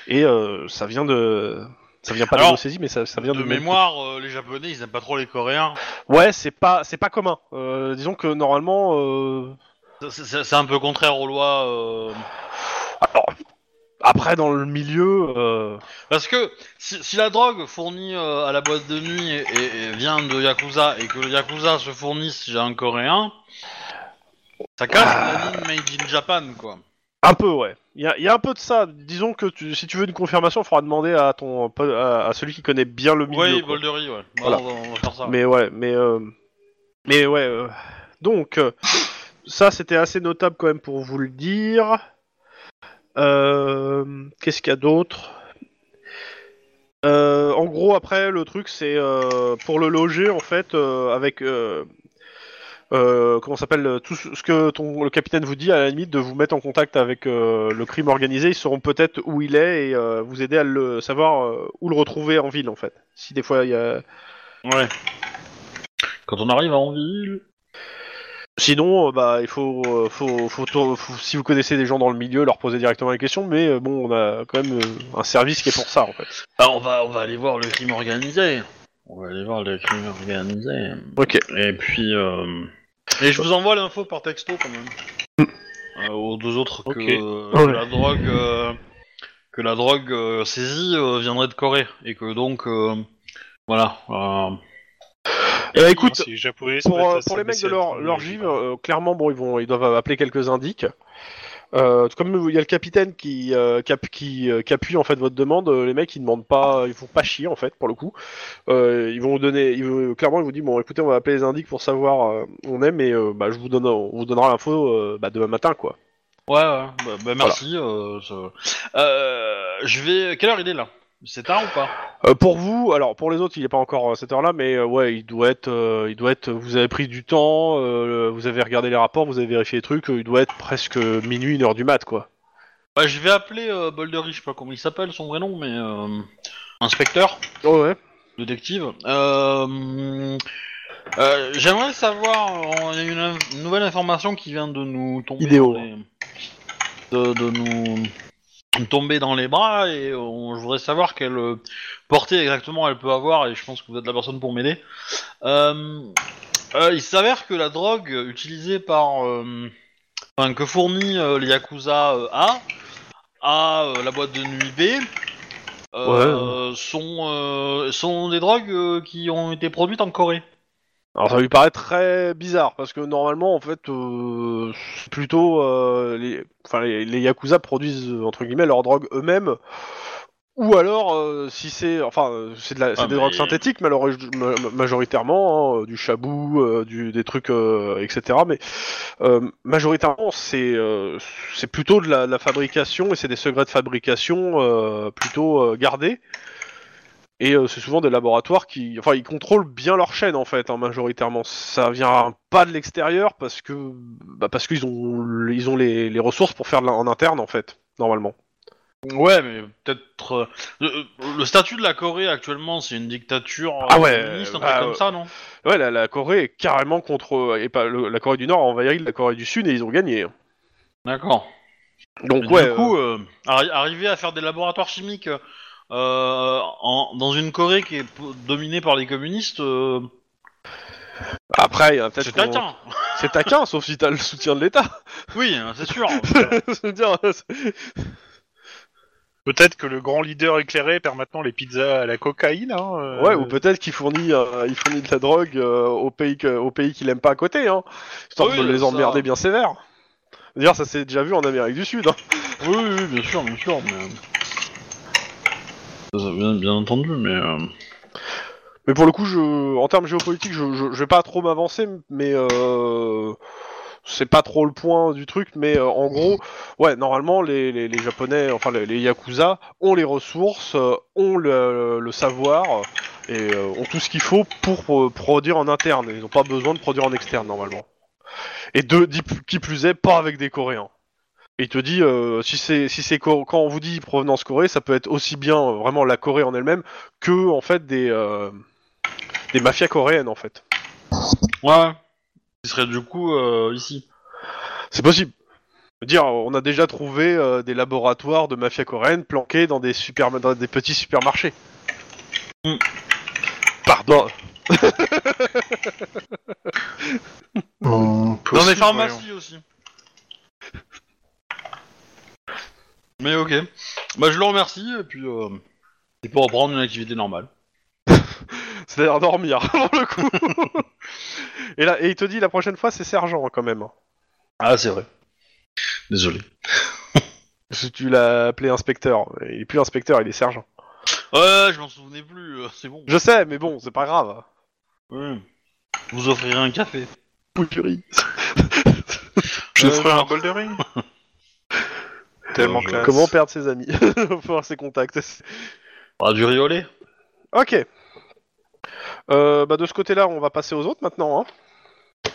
et euh, ça vient de, ça vient pas
Alors,
de lots saisis, mais ça, ça vient
de
du même
mémoire, euh, les Japonais, ils aiment pas trop les Coréens.
Ouais, c'est pas c'est pas commun. Euh, disons que normalement, euh,
Ça, C'est c'est- c'est un peu contraire aux lois. euh,
alors après dans le milieu, euh,
Parce que si, si la drogue fournie euh, à la boîte de nuit et, et vient de Yakuza et que le Yakuza se fournisse chez un Coréen, ça casse
Ah.
la ligne Made in Japan, quoi.
un peu ouais. Il y a, il y a un peu de ça. Disons que tu- si tu veux une confirmation, il faudra demander à ton po- à, à celui qui connaît bien le milieu.
Ouais,
quoi.
Boldery, ouais. Bah,
Voilà.
on, va, on va faire ça.
Mais ouais, mais euh, mais ouais. euh, Donc euh, ça c'était assez notable quand même pour vous le dire. Euh, Qu'est-ce qu'il y a d'autre Euh, En gros après le truc c'est euh, pour le loger en fait euh, avec euh, euh, comment ça s'appelle euh, tout ce ce que ton, le capitaine vous dit à la limite de vous mettre en contact avec euh, le crime organisé ils sauront peut-être où il est et euh, vous aider à le savoir euh, où le retrouver en ville en fait si des fois il y a
Ouais. Quand on arrive à Anville.
Sinon, euh, bah, il faut, euh, faut, faut, tour- faut- si vous connaissez des gens dans le milieu, leur poser directement la question. Mais euh, bon, on a quand même euh, un service qui est pour ça, en fait.
Bah, on va, on va aller voir le crime organisé. On va aller voir le crime organisé.
Ok.
Et puis. euh, Et je vous envoie l'info par texto quand même. Euh, aux deux autres que,
Ok.
que
Ouais.
la drogue. euh, Que la drogue euh, saisie euh, viendrait de Corée. Et que donc. euh, Voilà. euh,
Euh, écoute,
si les japonais se
pour,
mettent à
euh, pour les mecs de
s'abaisser à
leur,
tout,
leur
euh,
gym, euh, clairement, bon, ils vont, ils doivent appeler quelques indiques. Euh, comme il y a le capitaine qui, euh, qui, app- qui, euh, qui appuie en fait votre demande, euh, les mecs ils demandent pas, ils font pas chier en fait pour le coup. Euh, ils vont vous donner, ils vous- clairement ils vous disent bon écoutez on va appeler les indiques pour savoir euh, où on est, mais euh, bah, je vous donne, on vous donnera l'info euh, bah, demain matin quoi.
Ouais, ouais. Bah, bah, merci. euh, je... Euh, je vais. Quelle heure il est là C'est tard ou pas
Euh, pour vous, alors pour les autres, il n'est pas encore à cette heure-là, mais euh, ouais, il doit être, euh, il doit être. Vous avez pris du temps, euh, vous avez regardé les rapports, vous avez vérifié les trucs. euh, il doit être presque minuit, une heure du mat, quoi.
Bah, je vais appeler euh, Boldery, je sais pas comment il s'appelle, son vrai nom, mais. euh, inspecteur,
ouais.
détective. Euh, euh, J'aimerais savoir, on a une, inf- une nouvelle information qui vient de nous tomber.
Idéo.
dans les- De, de nous nous tomber dans les bras et on, je voudrais savoir quelle euh, portée exactement elle peut avoir et je pense que vous êtes la personne pour m'aider. Euh, euh, il s'avère que la drogue utilisée par. euh, enfin, que fournit euh, les Yakuza euh, A à euh, la boîte de nuit B euh, sont, euh, sont des drogues euh, qui ont été produites en Corée.
Alors ça lui paraît très bizarre parce que normalement, en fait, euh, c'est plutôt, euh, les, enfin, les, les yakuza produisent euh, entre guillemets leurs drogues eux-mêmes. Ou alors, euh, si c'est, enfin, euh, c'est de la- c'est
Ah,
des
mais-
drogues synthétiques malheureusement, ma- majoritairement, hein, euh, du chabou, euh, du, des trucs, euh, etc. Mais euh, majoritairement, c'est, euh, c'est plutôt de la, de la fabrication et c'est des secrets de fabrication euh, plutôt euh, gardés. Et euh, c'est souvent des laboratoires qui, enfin, ils contrôlent bien leur chaîne en fait, hein, majoritairement. Ça vient pas de l'extérieur parce que, bah, parce qu'ils ont, ils ont les, les ressources pour faire de l'in- en interne en fait, normalement.
Ouais, mais peut-être. euh, le, le statut de la Corée actuellement, c'est une dictature euh,
Ah ouais,
communiste, un
bah,
truc
euh,
comme ça, non
Ouais, la, la Corée est carrément contre, euh, et pas le- la Corée du Nord a envahi la Corée du Sud et ils ont gagné.
D'accord.
Donc
Mais
ouais,
du coup, euh, arri- arriver à faire des laboratoires chimiques euh, en- dans une Corée qui est po- dominée par les communistes, euh,
euh, après, il y a peut-être
c'est
qu'on-
taquin.
c'est taquin, sauf si t'as le soutien de l'État.
Oui, hein, c'est sûr.
Je veux dire, c'est-
Peut-être que le grand leader éclairé perd maintenant les pizzas à la cocaïne. Hein, euh,
ouais, ou peut-être qu'il fournit, euh, il fournit de la drogue euh, aux pays, que- aux pays qu'il aime pas à côté, hein, histoire
Ah Oui,
de les
ça-
emmerder bien sévère. D'ailleurs, ça s'est déjà vu en Amérique du Sud. hein.
oui, oui, oui, bien sûr, bien sûr. Mais... euh, Ça, ça, bien, bien entendu, mais. euh,
Mais pour le coup, je, en termes géopolitiques, je, je, je vais pas trop m'avancer, mais euh, c'est pas trop le point du truc. Mais euh, en gros, ouais, normalement, les, les, les Japonais, enfin les, les Yakuza, ont les ressources, euh, ont le, le savoir et euh, ont tout ce qu'il faut pour, euh, produire en interne. Ils ont pas besoin de produire en externe normalement. Et de, dit- qui plus est, pas avec des Coréens. Et il te dit euh, si c'est si c'est cor- quand on vous dit provenance Corée, ça peut être aussi bien euh, vraiment la Corée en elle-même que en fait des euh, des mafias coréennes en fait.
Ouais, ouais. Qui serait du coup euh, ici.
C'est possible. Je veux Dire, on a déjà trouvé euh, des laboratoires de mafia coréenne planqués dans des super, dans des petits supermarchés.
Mm.
Pardon.
Dans
Hum, possible,
les pharmacies aussi. Mais ok. Bah je le remercie et puis euh, il peut reprendre une activité normale.
C'est-à-dire dormir pour le coup. et là, et il te dit la prochaine fois c'est sergent quand même.
Ah c'est vrai. Désolé.
Parce que tu l'as appelé inspecteur. Il est plus inspecteur, il est sergent.
Ouais, je m'en souvenais plus. euh, C'est bon.
Je sais, mais bon, c'est pas grave.
Oui. Vous offrirez un café.
Pouillerie.
Je
Euh,
ferai
non.
un bol de riz. Tellement
Euh,
classe.
Comment perdre ses amis Faut avoir ses contacts.
Ah du riolet.
Ok. Euh, bah de ce côté-là, on va passer aux autres maintenant. hein.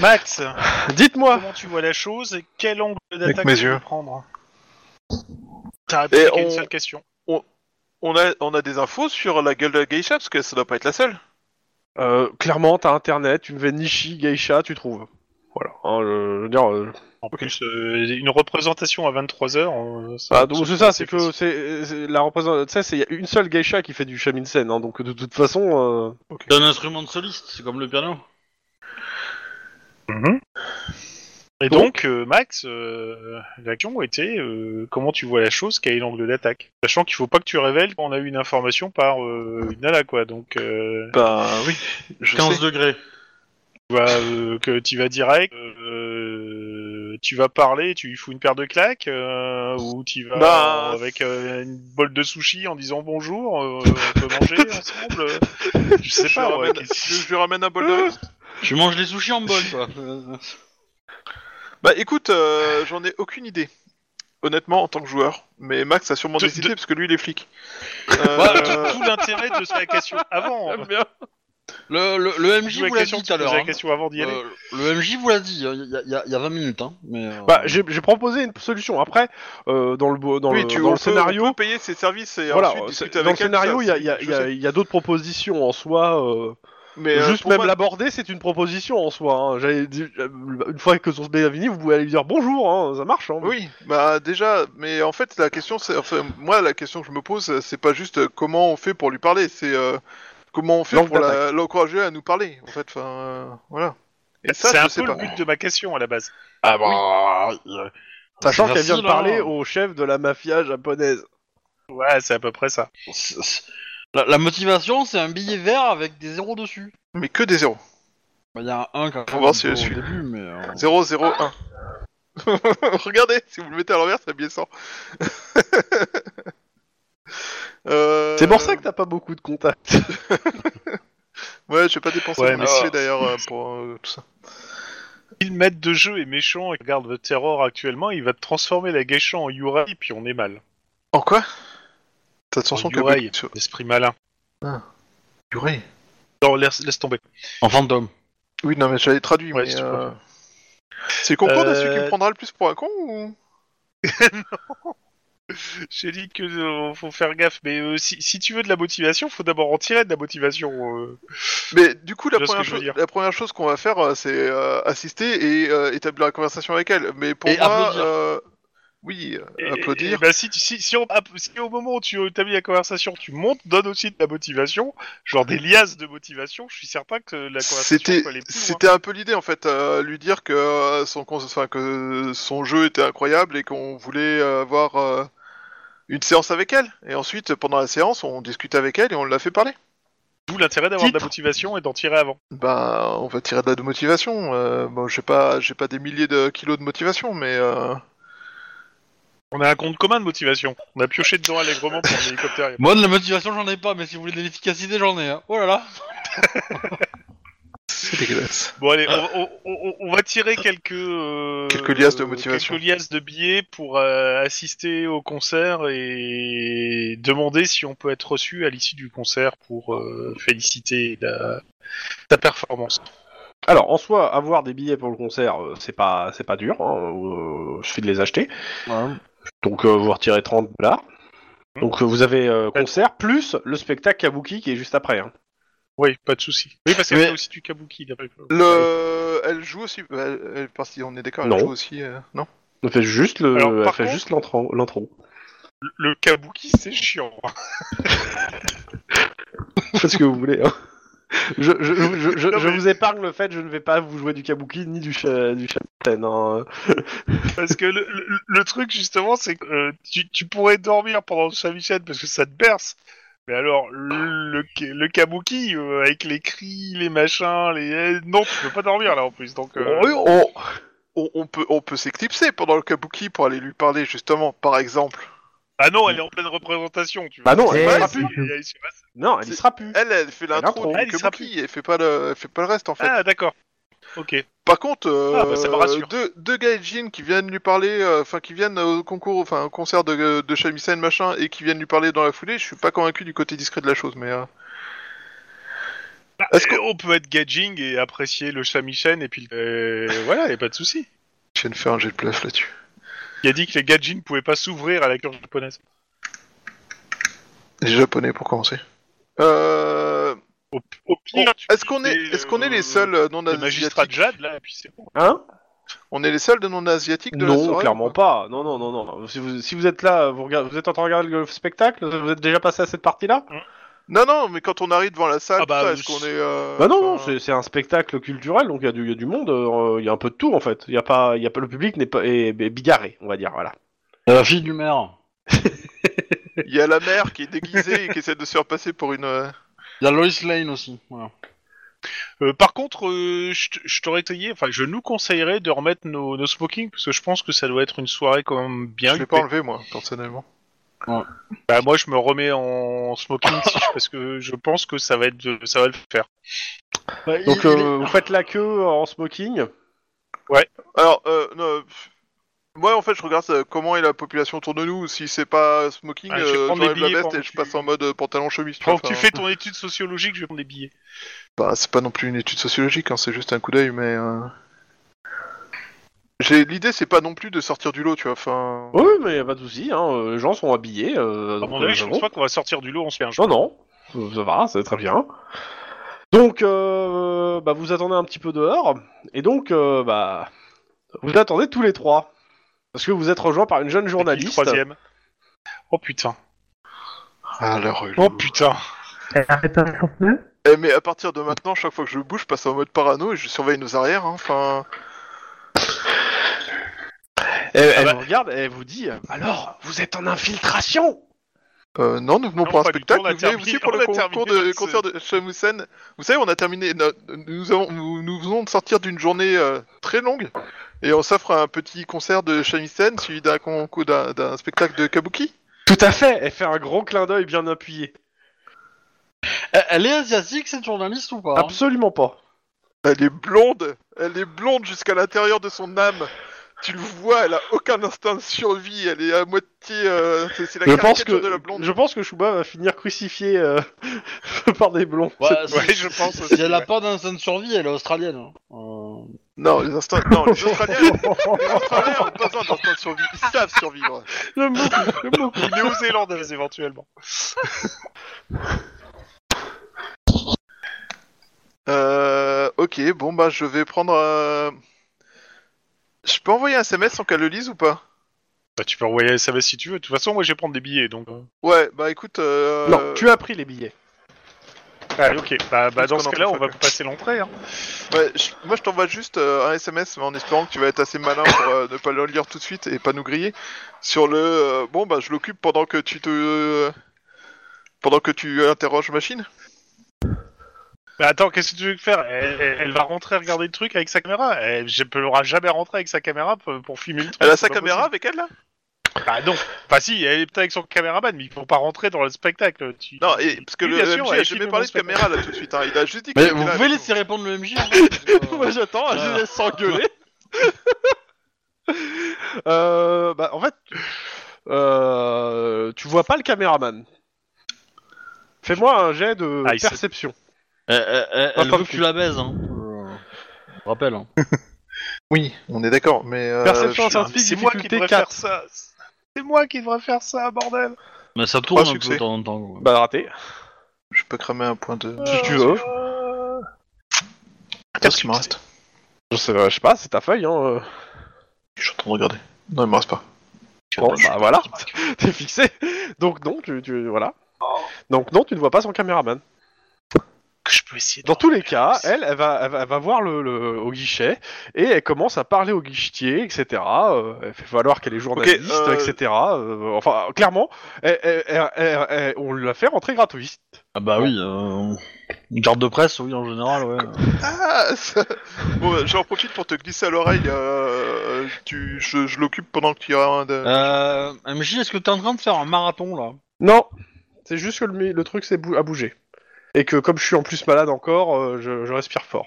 Max,
Ah. Dites-moi.
comment tu vois la chose et quel angle d'attaque
mes
tu veux
yeux.
prendre hein T'as répondu
Et
qu'à
on-
une seule question.
On a, on a des infos sur la gueule de la geisha, parce que ça doit pas être la seule.
Euh, clairement, t'as internet, tu me fais Nishi, Geisha, tu trouves. Voilà. Hein, je, je veux dire, euh,
En plus, euh, une représentation à euh, 23h.
ah, donc, c'est ça, c'est que c'est c'est la représentation. Tu sais, c'est- il y a une seule Geisha qui fait du shamisen, hein, donc de toute façon. euh,
C'est un instrument de soliste. C'est comme le piano.
Mhm. Et donc, euh, Max, euh, l'action était euh, comment tu vois la chose, quel est l'angle d'attaque Sachant qu'il faut pas que tu révèles qu'on a eu une information par euh, une nana, quoi. Donc, euh,
Bah oui, je
15 degrés.
tu vas, euh, que tu vas direct, euh, tu vas parler, tu lui fous une paire de claques, euh, ou tu vas
Bah,
euh, avec euh, une bolle de sushi en disant bonjour, euh, on peut manger ensemble euh, Je sais
Je,
pas,
Ah.
ouais.
ramène, je, je lui ramène un bol de riz.
Tu manges les sushis en bol, toi.
Bah écoute, euh, j'en ai aucune idée. Honnêtement, en tant que joueur. Mais Max a sûrement
De-
des
de-
idées parce que lui, il est flic.
Voilà,
Euh,
tout tout l'intérêt de la question avant.
Le, le, le MJ
D'où la
vous l'a
question
dit
de
tout à
se
l'heure.
poser
hein.
La question avant d'y aller.
Euh, le MJ vous l'a dit, hein, il y, a- il y a- il y a 20 minutes. Hein, mais, euh,
Bah, j'ai j'ai proposé une solution. Après, euh, dans le, bo- dans
oui,
le,
tu
dans
on
le
peut-
scénario,
on peut payer ses services et
voilà,
ensuite
c'est-
discuter
dans le
avec elle,
scénario,
ça,
il y a,
c'est-
il y a-
je
il y a-
sais.
il y a d'autres propositions en soi. euh,
Mais, euh,
juste
pour
même
moi-
l'aborder, c'est une proposition en soi. hein. J'allais dire- euh, une fois que son SB est fini, vous pouvez aller lui dire bonjour, hein, ça marche. hein.
Oui, bah déjà, mais en fait la question, c'est, enfin, moi la question que je me pose, c'est pas juste euh, comment on fait pour lui parler, c'est euh, comment on fait
Langue
pour la- l'encourager à nous parler, en fait, enfin, euh, voilà. Et ça,
Bah, C'est
je
un
sais
peu le
pas.
but de ma question à la base.
ah bah, euh,
Sachant
c'est
qu'elle vient de
facile, hein.
parler au chef de la mafia japonaise.
Ouais, c'est à peu près ça.
c'est- c'est- La, la motivation, c'est un billet vert avec des zéros dessus.
Mais que des zéros.
Bah, Il y a un qui a
Faut voir si je
au
suis.
début, mais. euh,
0, 0, 1. Regardez, si vous le mettez à l'envers, ça bien sort. Euh,
C'est pour ça que t'as pas beaucoup de contacts.
Ouais, j'ai pas dépensé
Ouais,
mon
mais
essai
c'est-
d'ailleurs euh, pour euh, tout ça.
Si le maître de jeu est méchant et garde le terror actuellement, il va transformer la geisha en Yurai, puis on est mal.
En quoi T'as de
En
que...
Yurai, l'esprit malin.
Durée.
Non, laisse, laisse tomber.
En fantôme.
Oui, non, mais j'avais traduit,
Ouais,
mais...
c'est
euh, C'est le concours de celui qui
Euh,
me prendra le plus pour un con ou...
J'ai dit que euh, faut faire gaffe, mais euh, si, si tu veux de la motivation, faut d'abord en tirer de la motivation. euh.
Mais du coup, la
Tu vois ce
première,
que je veux
chose-
dire.
la première chose qu'on va faire, euh, c'est euh, assister et euh, établir la conversation avec elle. Mais pour
Et
moi,
applaudir.
euh, oui, euh,
Et-
applaudir.
et- et bah, si, tu- si, si, on- ah, si au moment où tu établis la conversation, tu montes, donne aussi de la motivation, genre des liasses de motivation, je suis certain que la conversation
C'était,
peut aller plus loin.
c'était un peu l'idée en fait, euh, lui dire que euh, son, cons- enfin, que son jeu était incroyable et qu'on voulait euh, avoir euh, une séance avec elle. Et ensuite, pendant la séance, on discute avec elle et on la fait parler.
D'où l'intérêt d'avoir de la
Titre.
motivation et d'en tirer avant.
Bah, on va tirer de la motivation. Euh, bon, j'ai pas, j'ai pas des milliers de kilos de motivation, mais euh,
On a un compte commun de motivation. On a pioché dedans allègrement pour un hélicoptère.
Moi, de la motivation, j'en ai pas, mais si vous voulez de l'efficacité, j'en ai. hein. Oh là là.
c'est dégueulasse.
Bon allez, on, on- on- on va tirer quelques euh,
Quelques liasses de motivation.
quelques liasses de billets pour euh, assister au concert et demander si on peut être reçu à l'issue du concert pour euh, féliciter la, ta performance.
Alors, en soi, avoir des billets pour le concert, euh, c'est pas, c'est pas dur. Hein, euh, il suffit de les acheter. Donc, euh, vous retirez 30 dollars.
Mmh.
Donc, euh, vous avez euh, concert plus le spectacle Kabuki qui est juste après. hein.
Oui, pas de souci. Oui, parce qu'il y
Mais-
a aussi du kabuki. il y a pas-
Le, euh, elle joue aussi. Elle, elle- parce qu'on est d'accord,
Non.
elle joue aussi. euh, non.
On fait juste le,
Alors,
elle
par
fait
contre-
juste l'entran- l'intro.
Le, le kabuki, c'est chiant.
Faites ce que vous voulez. hein. Je, je, je, je- je-
Non,
je
mais-
vous épargne le fait, je ne vais pas vous jouer du Kabuki ni du, cha- du Chaptain. hein.
Parce que le, le- le truc, justement, c'est que euh, tu, tu pourrais dormir pendant Saint-Michel parce que ça te berce. Mais alors, le, le, le kabuki, euh, avec les cris, les machins, les... eh, Non, tu peux pas dormir, là, en plus. Donc, euh,
Oui, on,
Oh.
on- on peut, on peut s'éclipser pendant le kabuki pour aller lui parler justement, par exemple.
Ah non, elle est en pleine représentation. Tu
Bah
vois.
non, elle y
Eh,
sera
c'est
plus.
chaud.
Elle- elle- elle-
Non, elle y
C'est-
sera plus.
Elle, elle fait l'intro
l'intro.
du
Elle, il sera
kabuki, elle fait pas le, elle fait pas le reste en fait.
Ah, d'accord. Ok.
Par contre, euh,
Ah, bah, ça me rassure.
deux, deux gaijin qui viennent lui parler, euh, enfin qui viennent au concours, enfin au concert de, de Shamisen machin, et qui viennent lui parler dans la foulée, je suis pas convaincu du côté discret de la chose, mais. euh, Est-ce
Est-ce qu'on peut être gadging et apprécier le Shamisen et puis... le- Euh, voilà, y a pas de souci.
Je viens de faire un jet de bluff là-dessus.
Il a dit que les gadjins pouvaient pas s'ouvrir à la culture japonaise.
Les japonais pour commencer. Euh,
Au, au pire, Oh, tu
Est-ce qu'on est,
dis des,
est-ce qu'on est les
euh,
seuls euh, non
des magistrats de
asiatiques
Jade, là, et puis c'est bon.
Eh.
Hein
On est les seuls de non asiatiques de la
Non,
soirée,
clairement
ou
pas. Non, non, non, non. Si vous, si vous êtes là, vous, regardez, vous êtes en train de regarder le spectacle, vous êtes déjà passé à cette partie-là
Non, non, mais quand on arrive devant la salle,
Ah bah,
tout ça, est-ce
euh,
qu'on est. euh,
Bah non, non,
enfin,
c'est- c'est un spectacle culturel, donc il y, a du- il y a du monde, euh, il y a un peu de tout en fait. Il y a pas, il y a pas le public n'est pas est, est bigarré, on va dire, voilà.
La Euh, fille du maire.
Il y a la mère qui est déguisée et qui essaie de se faire passer pour une. euh,
Il y a Lois Lane aussi. Voilà.
Euh, par contre, euh, je te- je t'aurais conseillé, enfin, je nous conseillerais de remettre nos, nos smoking parce que je pense que ça doit être une soirée quand même bien.
Je l'ai pas
huppée.
enlevé, moi, personnellement.
Bah, moi, je me remets en smoking si je- parce que je pense que ça va être, ça va le faire.
Bah, il-
Donc
il
euh, vous faites la queue en smoking.
Alors, euh, non, fait, je regarde euh, comment est la population autour de nous. Si c'est pas smoking,
Ah, je vais
euh,
prendre les
j'enlève la
billets
veste
pendant
et
que
je
tu-
passe en mode euh, pantalon chemise.
Pendant que
vois,
tu
enfin,
fais ton étude sociologique, je vais prendre des billets.
Bah, c'est pas non plus une étude sociologique, hein, c'est juste un coup d'œil, mais. euh, J'ai l'idée, c'est pas non plus de sortir du lot, tu vois. Enfin.
Oui, mais y a pas de souci. Hein. euh, Les gens sont habillés. euh,
À
donc,
mon
euh,
avis, je
ça
pense
va.
pas qu'on va sortir du lot, on se fait un jeu.
Non, non, ça- ça va, c'est très bien. Donc, euh, bah, vous attendez un petit peu dehors, et donc, euh, bah, vous attendez tous les trois. Parce que vous êtes rejoints par une jeune journaliste.
Troisième. Oh putain.
Alors.
Oh putain.
Elle arrête un sans pneu
Eh, mais à partir de maintenant, chaque fois que je bouge, je passe en mode parano et je surveille nos arrières. hein, Enfin,
Elle, elle
Ah bah.
vous regarde et elle vous dit euh, Alors, vous êtes en infiltration
euh, non, nous venons
Non,
pour un
pas du
spectacle.
tout, on a
Nous venons
terminé-
aussi pour
on
le
a
concours
terminé
de
notre-
concert de Shamusen. Vous savez, on a terminé. no- Nous, avons, nous, nous venons de sortir d'une journée euh, très longue et on s'offre un petit concert de Shamusen suivi d'un concours d'un d'un spectacle de Kabuki.
Tout à fait Elle fait un gros clin d'œil bien appuyé.
Elle, elle est asiatique, cette journaliste ou pas
Oh.
hein
Absolument pas.
Elle est blonde, elle est blonde jusqu'à l'intérieur de son âme. Tu le vois, elle a aucun instinct de survie. Elle est à moitié. euh, c'est c'est la
Je pense,
caricature
que,
de la blonde.
je pense que Shuba va finir crucifié euh, par des blonds.
Ouais, si-
Ouais, je pense aussi,
Si elle a
ouais.
pas d'instinct de survie, elle est australienne. hein. Euh,
Non, les instincts. Non, les Australiens, les Australiens ont pas besoin d'instinct de survie. Ils savent survivre.
J'aime beaucoup, j'aime beaucoup.
Ou néo-zélandaise éventuellement.
Euh, ok, bon bah je vais prendre. euh, Je peux envoyer un SMS sans qu'elle le lise ou pas
Bah tu peux envoyer un SMS si tu veux. De toute façon, moi je vais prendre des billets donc. euh.
Ouais, bah écoute. euh,
Non, tu as pris les billets.
Ah ok. Bah, bah,
pense
dans ce
qu'on
cas-là,
en
on va
fait.
passer l'entrée. Hein.
ouais, je- Moi je t'envoie juste euh, un SMS mais en espérant que tu vas être assez malin pour euh, ne pas le lire tout de suite et pas nous griller. Sur le. euh, Bon bah je l'occupe pendant que tu te. Pendant que tu interroges machine
Bah attends, qu'est-ce que tu veux faire elle, elle- elle va rentrer regarder le truc avec sa caméra. Elle je peux l'aura jamais rentré avec sa caméra pour, pour filmer le truc.
Elle a
c'est
sa
pas
caméra avec elle là
possible. Bah non. Enfin si, elle est peut-être avec son caméraman, mais ils vont pas rentrer dans le spectacle. Tu...
Non, et... parce que
Oui,
le
bien sûr,
MJ
elle
a
filme
jamais
mon
parlé de
spectacle.
caméra là tout de suite. hein. Il a juste dit
Mais
qu'il
vous
était là
pouvez
avec
laisser répondre le MJ. hein,
Moi
Oh.
parce que, euh,
j'attends, je
Ah.
les laisse s'engueuler. euh, bah, en fait, euh, tu vois pas le caméraman. Fais-moi un jet de
Ah, il sait.
perception.
Elle, elle- elle- elle
Attends
veut
que
que
tu-
tu la baises. Hein. Euh, je rappelle. hein.
Oui, on est d'accord, mais. euh,
Perception
Putain, mais
scientifique,
c'est moi qui
difficulté
devrais
4.
faire ça. C'est moi qui devrais faire ça, bordel.
Mais ça tourne
Trois
un peu
succès.
de temps en temps. quoi.
Bah, raté.
Je peux cramer un point de.
Si tu veux.
Qu'est-ce qu'il me reste
Je sais, je sais pas, c'est ta feuille. Hein. euh.
Je suis en train de regarder. Non, il me reste pas.
Bon, bah voilà, t'es fixé. Donc, non, tu, tu- voilà. Donc, non, tu ne vois pas son caméraman.
Que je peux essayer. de-
Dans tous les cas, elle, elle va, elle va, elle va voir le, le- au guichet et elle commence à parler au guichetier, etc. euh, elle fait valoir qu'elle est journaliste,
euh,
etc. euh, enfin, clairement, elle- elle- elle- elle- elle- on la fait rentrer gratuite.
Ah bah oui, euh, une carte de presse, oui, en général, ouais.
Ah ça- Bon, bah, j'en profite pour te glisser à l'oreille. euh, tu... Je, je l'occupe pendant que tu iras. un de-
Euh, MJ, est-ce que t'es en train de faire un marathon, là
Non, c'est juste que le, le truc s'est bou- a bougé. Et que comme je suis en plus malade encore, euh, je, je respire fort.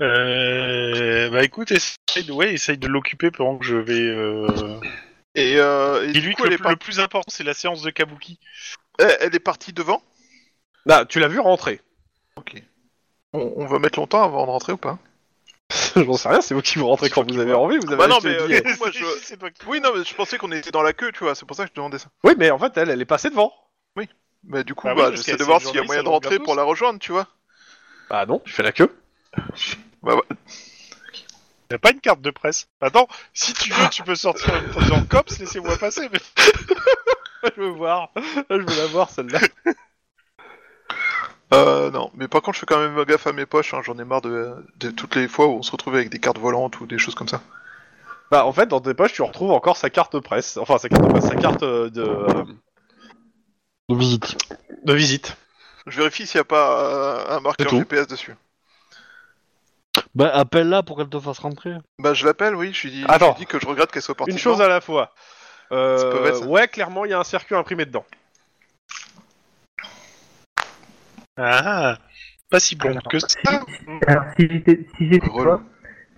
Euh, bah écoute, essaye de, ouais, essaye de l'occuper pendant que je vais. Euh...
Et, euh, et du
Dis-lui
coup,
que
elle
le,
est, par-
le plus important, c'est la séance de Kabuki.
elle- elle est partie devant.
Là, Bah, tu l'as vu rentrer.
On, on va mettre longtemps avant de rentrer ou pas
J'en sais rien, c'est vous qui vous rentrez quand vous avez envie. Vous avez
Bah non,
acheté
mais,
le
euh,
billet.
du coup, moi, je-
C'est toi qui-
Oui, non, mais je pensais qu'on était dans la queue, tu vois. C'est pour ça que je demandais ça.
Oui, mais en fait, elle, elle est passée devant.
Mais du coup,
Bah
bah,
oui, parce
j'essaie
qu'elle-
de
c'est
voir
une
s'il y a
journaliste,
moyen de
elle nous
rentrer
regarde
pour
tous.
la rejoindre, tu vois.
Bah non, tu fais la queue.
T'as pas une carte de presse. Attends, si tu veux, tu peux sortir en disant cops, laissez-moi passer. Mais...
je veux voir, je veux la voir celle-là.
Euh, non, mais par contre, je fais quand même gaffe à mes poches. hein, J'en ai marre de, de toutes les fois où on se retrouve avec des cartes volantes ou des choses comme ça.
Bah en fait dans tes poches tu retrouves encore sa carte presse, enfin sa carte presse, sa carte euh, de, euh,
De visite.
de visite.
Je vérifie s'il n'y a pas euh, un marqueur
tout.
GPS dessus.
Bah, appelle-la pour qu'elle te fasse rentrer.
Bah, je l'appelle, oui. Je lui dis, je
Attends.
lui dis que je regrette qu'elle soit partie.
Une chose
devant.
à la fois. Euh,
C'est pas bête, ça.
ouais clairement il y a un circuit imprimé dedans.
Ah, pas si bon que ça.
Alors si j'étais si j'étais
Relou.
toi,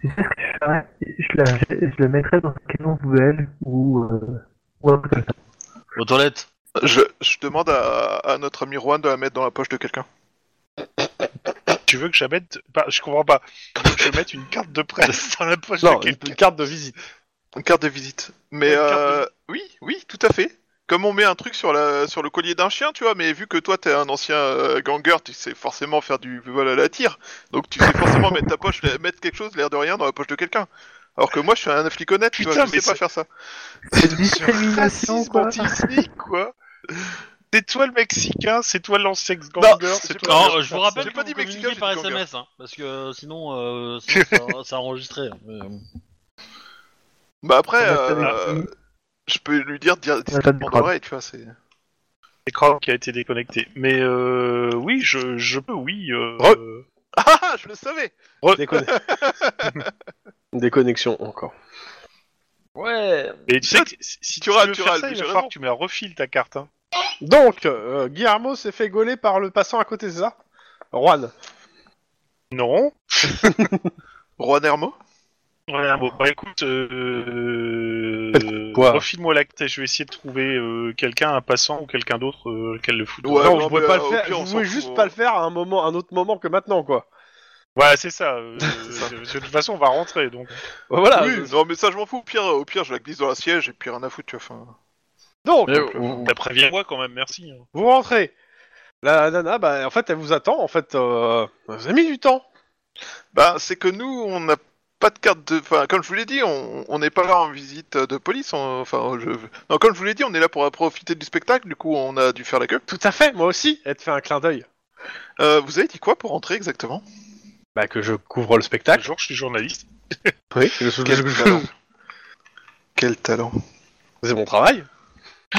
Tu sais ce que je ferais je, la- je- je le mettrais dans un canon poubelle ou, euh, ou un truc comme ça.
Aux toilettes.
Je, je demande à, à notre ami Juan de la mettre dans la poche de quelqu'un.
Tu veux que je la mette bah, Je comprends pas. Tu veux que je mette une carte de presse dans la poche
Non,
de
une,
quelqu'un
une carte de visite.
Une carte de visite. Mais
Une carte de
euh, oui, oui, tout à fait. Comme on met un truc sur, la, sur le collier d'un chien, tu vois, mais vu que toi t'es un ancien euh, ganger, tu sais forcément faire du vol à la tire, donc tu sais forcément mettre ta poche, mettre quelque chose, l'air de rien, dans la poche de quelqu'un. Alors que moi je suis un fliconette, tu vois,
Putain,
je
mais
sais pas
c'est-
faire ça.
C'est une discrimination,
Racisme
quoi.
anti-smic, quoi C'est toi le Mexicain, c'est toi l'ancien ganger, c'est
j'ai
toi...
Non,
pas-
Ah, je vous rappelle
j'ai
que
pas
vous
dit Mexicain,
communiquez
j'ai
par
dit Kanga.
SMS, hein, parce que euh, sinon, euh, sinon, ça- c'est enregistré. hein, mais, euh.
Bah après,
On a pas
euh,
des-
je peux lui dire dire
On a pas de
discrètement
crabe.
d'oreille, tu vois, c'est...
L'écran qui a été déconnecté. Mais euh, oui, je, je peux, oui. euh,
Ah, ah, je le savais
Déconne... Déconnexion encore.
Ouais.
Et tu sais que si si
Tu
tu,
auras-
veux
tu
faire
auras-
ça, il
j'ai
va falloir
raison.
que tu me la refiles ta carte. Hein.
Donc, euh, Guillermo s'est fait gauler par le passant à côté, c'est ça Juan.
Non
Juan Hermo
Ouais, bon, bah écoute, euh, euh,
Quoi
refile-moi l'acte, je vais essayer de trouver euh, quelqu'un, un passant ou quelqu'un d'autre euh, qu'elle le fout.
Ouais,
non,
non,
je voulais
mais,
pas
euh,
le
au
faire.
pire, on
je voulais
s'en
juste
fout,
pas
hein.
le faire à un moment, un autre moment que maintenant, quoi.
Voilà, c'est ça. euh,
ça.
de toute façon, on va rentrer, donc.
Bah, Voilà.
Oui, Ah, non mais ça je m'en fous, au pire, au pire je la glisse dans la siège et puis rien à foutre, tu vois, enfin...
Donc,
Bah, préviens-moi quand même, merci. hein.
vous rentrez. La nana, bah, en fait, elle vous attend. En fait, euh, vous avez mis du temps.
Bah, c'est que nous, on n'a pas de carte de... Enfin, comme je vous l'ai dit, on on n'est pas là en visite de police, on- enfin, je... Non, comme je vous l'ai dit, on est là pour profiter du spectacle, du coup, on a dû faire la queue.
Tout à fait, moi aussi. Elle te fait un clin d'œil.
Euh, vous avez dit quoi pour rentrer, exactement
Bah, que je couvre le spectacle.
Bonjour, je suis journaliste.
Oui,
Quel talent. Quel talent
C'est mon travail.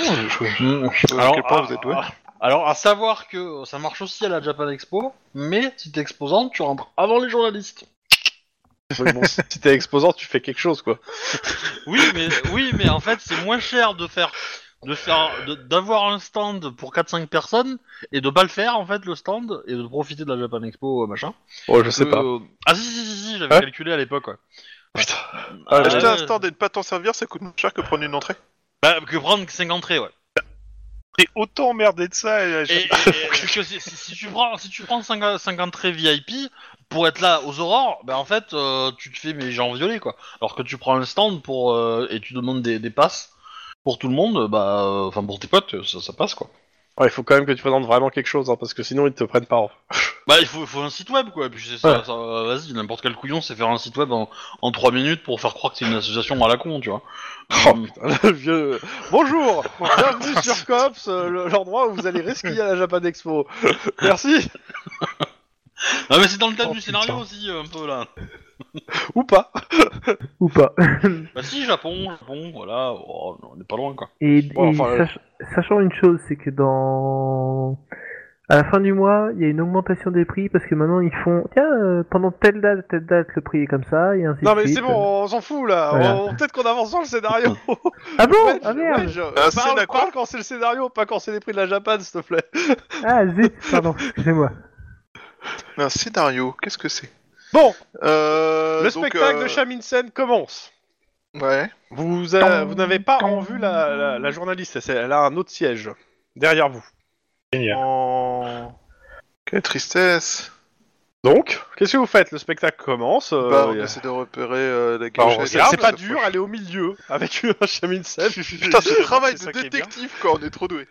Mm,
À quel point
ah,
vous êtes hein. doué
hein.
ah, alors, à savoir que euh, ça marche aussi à la Japan Expo, mais si t'es exposante, tu rentres avant les journalistes.
Oui, bon, si t'es exposant, tu fais quelque chose, quoi.
Oui, mais oui, mais en fait, c'est moins cher de faire de faire de- d'avoir un stand pour 4-5 personnes et de pas le faire en fait le stand et de profiter de la Japan Expo euh, machin.
Oh, je sais
Que-
pas.
Ah si si si, si, j'avais
Hein
calculé à l'époque ouais.
Putain.
Ah,
ouais.
Acheter
ouais.
Euh, un stand et ne pas t'en servir, ça coûte moins cher que prendre une entrée.
Bah, que prendre 5 entrées ouais.
T'es autant emmerdé de ça. et- euh,
Et, et- et- parce que si, si- si tu prends si tu prends 5, entrées VIP pour être là aux aurores, bah en fait euh, tu te fais mais gens violés quoi. Alors que tu prends un stand pour euh, et tu demandes des, des passes pour tout le monde, bah euh, enfin pour tes potes ça, ça passe quoi.
Ouais, il faut quand même que tu présentes vraiment quelque chose, hein, parce que sinon ils te prennent pas. en-
Bah il faut, il faut un site web quoi. Et puis c'est ça, ça- vas-y n'importe quel couillon sait faire un site web en, en 3 minutes pour faire croire que c'est une association à la con tu vois.
Oh
Euh,
putain, le vieux. Bonjour, bienvenue sur Cops, euh, le- l'endroit où vous allez resquiller à la Japan Expo. Merci,
Non mais c'est dans le thème
Oh,
du scénario
putain.
aussi euh, un peu là.
ou pas.
Ou pas.
Bah si Japon, Japon, voilà, oh, on est pas loin quoi.
Et,
Bon,
et
enfin, euh,
sach- sachant une chose, c'est que dans à la fin du mois, il y a une augmentation des prix parce que maintenant ils font tiens euh, pendant telle date, telle date, le prix est comme ça et ainsi
Non
de
mais
suite.
c'est bon, on s'en fout là.
Voilà.
On- Peut-être qu'on avance dans le scénario.
Ah bon
Ouais,
Ah
je-
merde
ouais, je- Bah,
Un scène
parle,
à quoi
parle quand c'est le scénario, pas quand c'est les prix de la Japan, s'il te plaît.
Ah zut Pardon, excusez-moi.
Mais un scénario, qu'est-ce que c'est
Bon,
euh,
le
donc,
spectacle
euh,
de Shaminsen commence.
Ouais.
Vous, euh, vous n'avez pas en vue la, la- la journaliste, c'est- elle a un autre siège derrière vous.
Génial.
Oh. Quelle tristesse
Donc, qu'est-ce que vous faites Le spectacle commence. euh,
Bah, on
y a-
essaie de repérer euh, la
Bah, on
gauche et la
regarde,
droite,
c'est pas
ça
dur,
approche.
elle est au milieu avec un Shaminsen.
Putain, ce travail
C'est
de
ça qui est
détective, quoi, on est trop doué.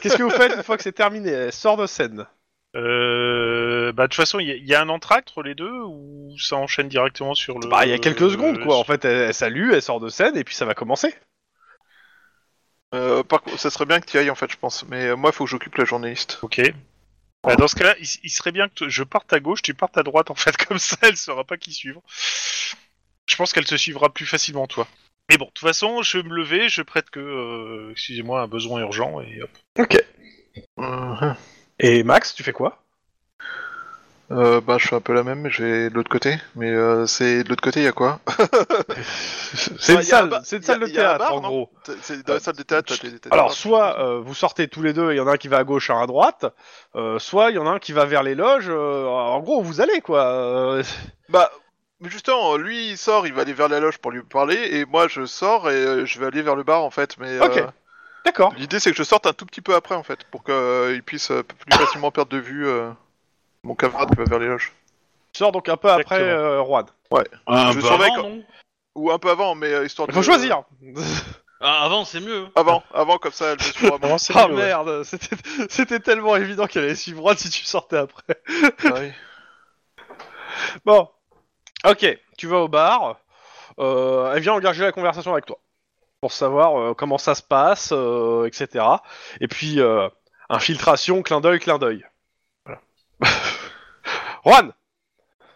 Qu'est-ce que vous faites une fois que c'est terminé Elle sort de scène.
Euh, bah, de toute façon, il y, a- il y a un entracte entre les deux ou ça enchaîne directement sur le.
Bah, il y a quelques secondes, quoi. En
sur-
fait, elle, elle salue, elle sort de scène, et puis ça va commencer.
Euh, par contre, ça serait bien que tu ailles, en fait, je pense. Mais euh, moi, faut que j'occupe la journaliste.
Ok. Bah, dans ce cas-là, il, il serait bien que tu- je parte à gauche, tu partes à droite, en fait, comme ça, elle saura pas qui suivre. Je pense qu'elle se suivra plus facilement, toi. Mais bon, de toute façon, je vais me lever, je prête que, euh, excusez-moi, un besoin urgent, et hop.
Mhm.
Et Max, tu fais quoi
Euh, bah, je suis un peu la même, mais je vais de l'autre côté. Mais euh, c'est de l'autre côté, il y a quoi
C'est
Bah, y a
une
un
salle,
bar-
c'est une
y a-
salle de
y a un
théâtre,
bar,
en
non
gros.
C'est- C'est dans la salle de théâtre, t'as des- t'as des
Alors,
bars.
soit euh, vous sortez tous les deux, il y en a un qui va à gauche, un à droite, euh, soit il y en a un qui va vers les loges. euh, en gros, vous allez, quoi. Euh,
Bah, mais justement, lui il sort, il va aller vers la loge pour lui parler, et moi je sors et euh, je vais aller vers le bar en fait. Mais
Ok.
euh,
D'accord.
l'idée c'est que je sorte un tout petit peu après en fait, pour qu'il puisse euh, plus facilement perdre de vue euh, mon camarade qui va vers les loges.
Tu sors donc un peu après
Exactement.
euh, Juan.
Un
Je
peu
surveille
avant,
quand-
non
Ou un peu avant, mais euh, histoire de.
Faut choisir
Ah, Avant, c'est mieux.
Avant, avant comme ça, elle me suivra moi.
Ah merde, c'était c'était tellement évident qu'elle allait suivre Juan si tu sortais après.
Ah oui.
Bon. Ok, tu vas au bar. Euh, elle vient engager la conversation avec toi. Pour savoir euh, comment ça se passe, euh, etc. Et puis, euh, infiltration, clin d'œil, clin d'œil. Voilà. Juan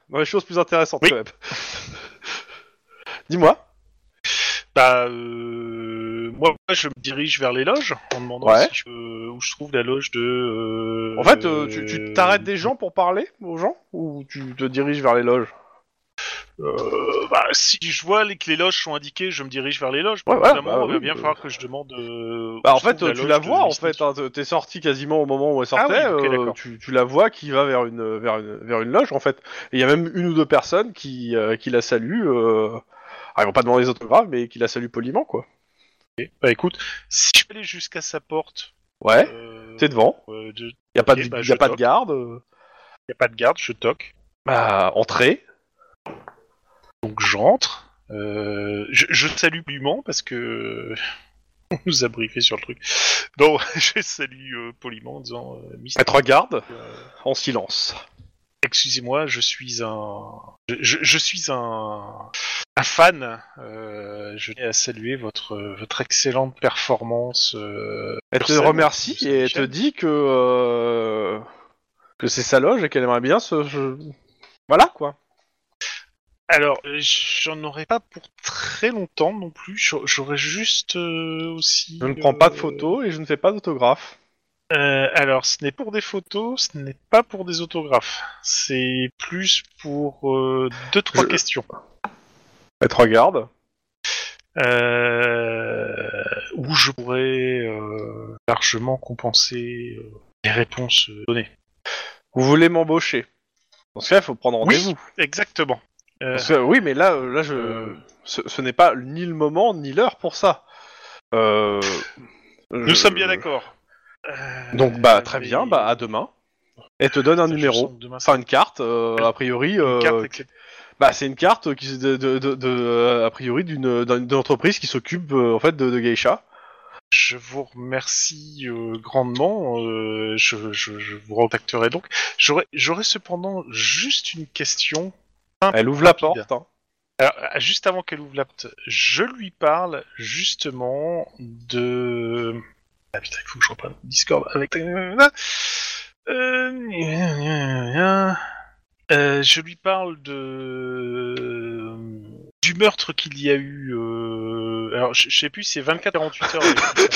Dans les choses plus intéressantes,
Oui.
quand même. Dis-moi.
Bah, euh, moi, je me dirige vers les loges en demandant
Ouais.
si je peux- où je trouve la loge de. euh,
En fait, euh, tu tu t'arrêtes des gens pour parler aux gens Ou tu te diriges vers les loges
Euh, bah, si je vois les- que les loges sont indiquées, je me dirige vers les loges.
Ouais, ouais,
Évidemment,
bah
il va
oui,
bien
bah.
falloir que je demande. euh,
Bah
où
en
se
fait,
trouve la
tu
loge
la
de
vois en
Mystique.
fait, hein, t'es- t'es sorti quasiment au moment où elle sortait,
Ah oui, ok,
euh,
d'accord.
tu, tu la vois qui va vers une, vers une, vers une loge en fait. Et il y a même une ou deux personnes qui, euh, qui la saluent, euh... ah, ils vont pas demander les autographes, mais qui la saluent poliment quoi.
Bah écoute, si je peux aller jusqu'à sa porte,
Ouais,
euh,
t'es devant,
euh, de- y
y a pas,
Ok,
de,
bah,
y
je
a pas de
toque.
garde, euh,
a pas de garde, je toque.
bah entrée,
Donc je rentre. Euh, je, je salue poliment parce que on nous a briefé sur le truc. Donc je salue euh, poliment en disant euh, Mystique,
elle te regarde
euh,
en silence.
excusez-moi, je suis un, je, je- je suis un, un fan. Euh, je tenais à saluer votre votre excellente performance. euh,
Elle te
Personne,
remercie
monsieur
et elle te
Michel.
dit que, euh, que c'est sa loge et qu'elle aimerait bien ce... ce- Voilà quoi.
Alors, euh, j'en aurais pas pour très longtemps non plus. J'a- J'aurais juste euh, aussi.
Je ne prends pas de
euh,
photos et je ne fais pas d'autographes.
euh, alors, ce n'est pour des photos, ce n'est pas pour des autographes. C'est plus pour euh, deux trois
Je-
questions.
Elle te regarde.
Euh, où je pourrais euh, largement compenser euh, les réponses euh, données.
Vous voulez m'embaucher Dans ce cas, il faut prendre
Oui.
rendez-vous.
Exactement. Euh,
Parce que, oui, mais là, euh, là, je,
Euh.
ce, ce n'est pas ni le moment ni l'heure pour ça. Euh,
nous sommes bien d'accord. Euh,
Donc, bah, très
mais-
bien. Bah, à demain. Elle te donne un
Je
numéro,
sens que demain, c'est
enfin une carte. euh, a priori,
une carte,
euh,
etc.
bah, c'est une carte qui de, de, de- de- euh, a priori d'une d'un- d'une entreprise qui s'occupe euh, en fait de, de geisha.
Je vous remercie euh, grandement. euh, je, je- je vous contacterai donc. J'aurais j'aurais cependant juste une question.
Elle ouvre la
Rapide.
porte. hein.
Alors, euh, juste avant qu'elle ouvre la porte, je lui parle justement de. Ah putain, il faut que je reprenne Discord avec. Euh, euh, je lui parle de. du meurtre qu'il y a eu. euh, Alors, je, je sais plus, c'est 24-48 heures. mais-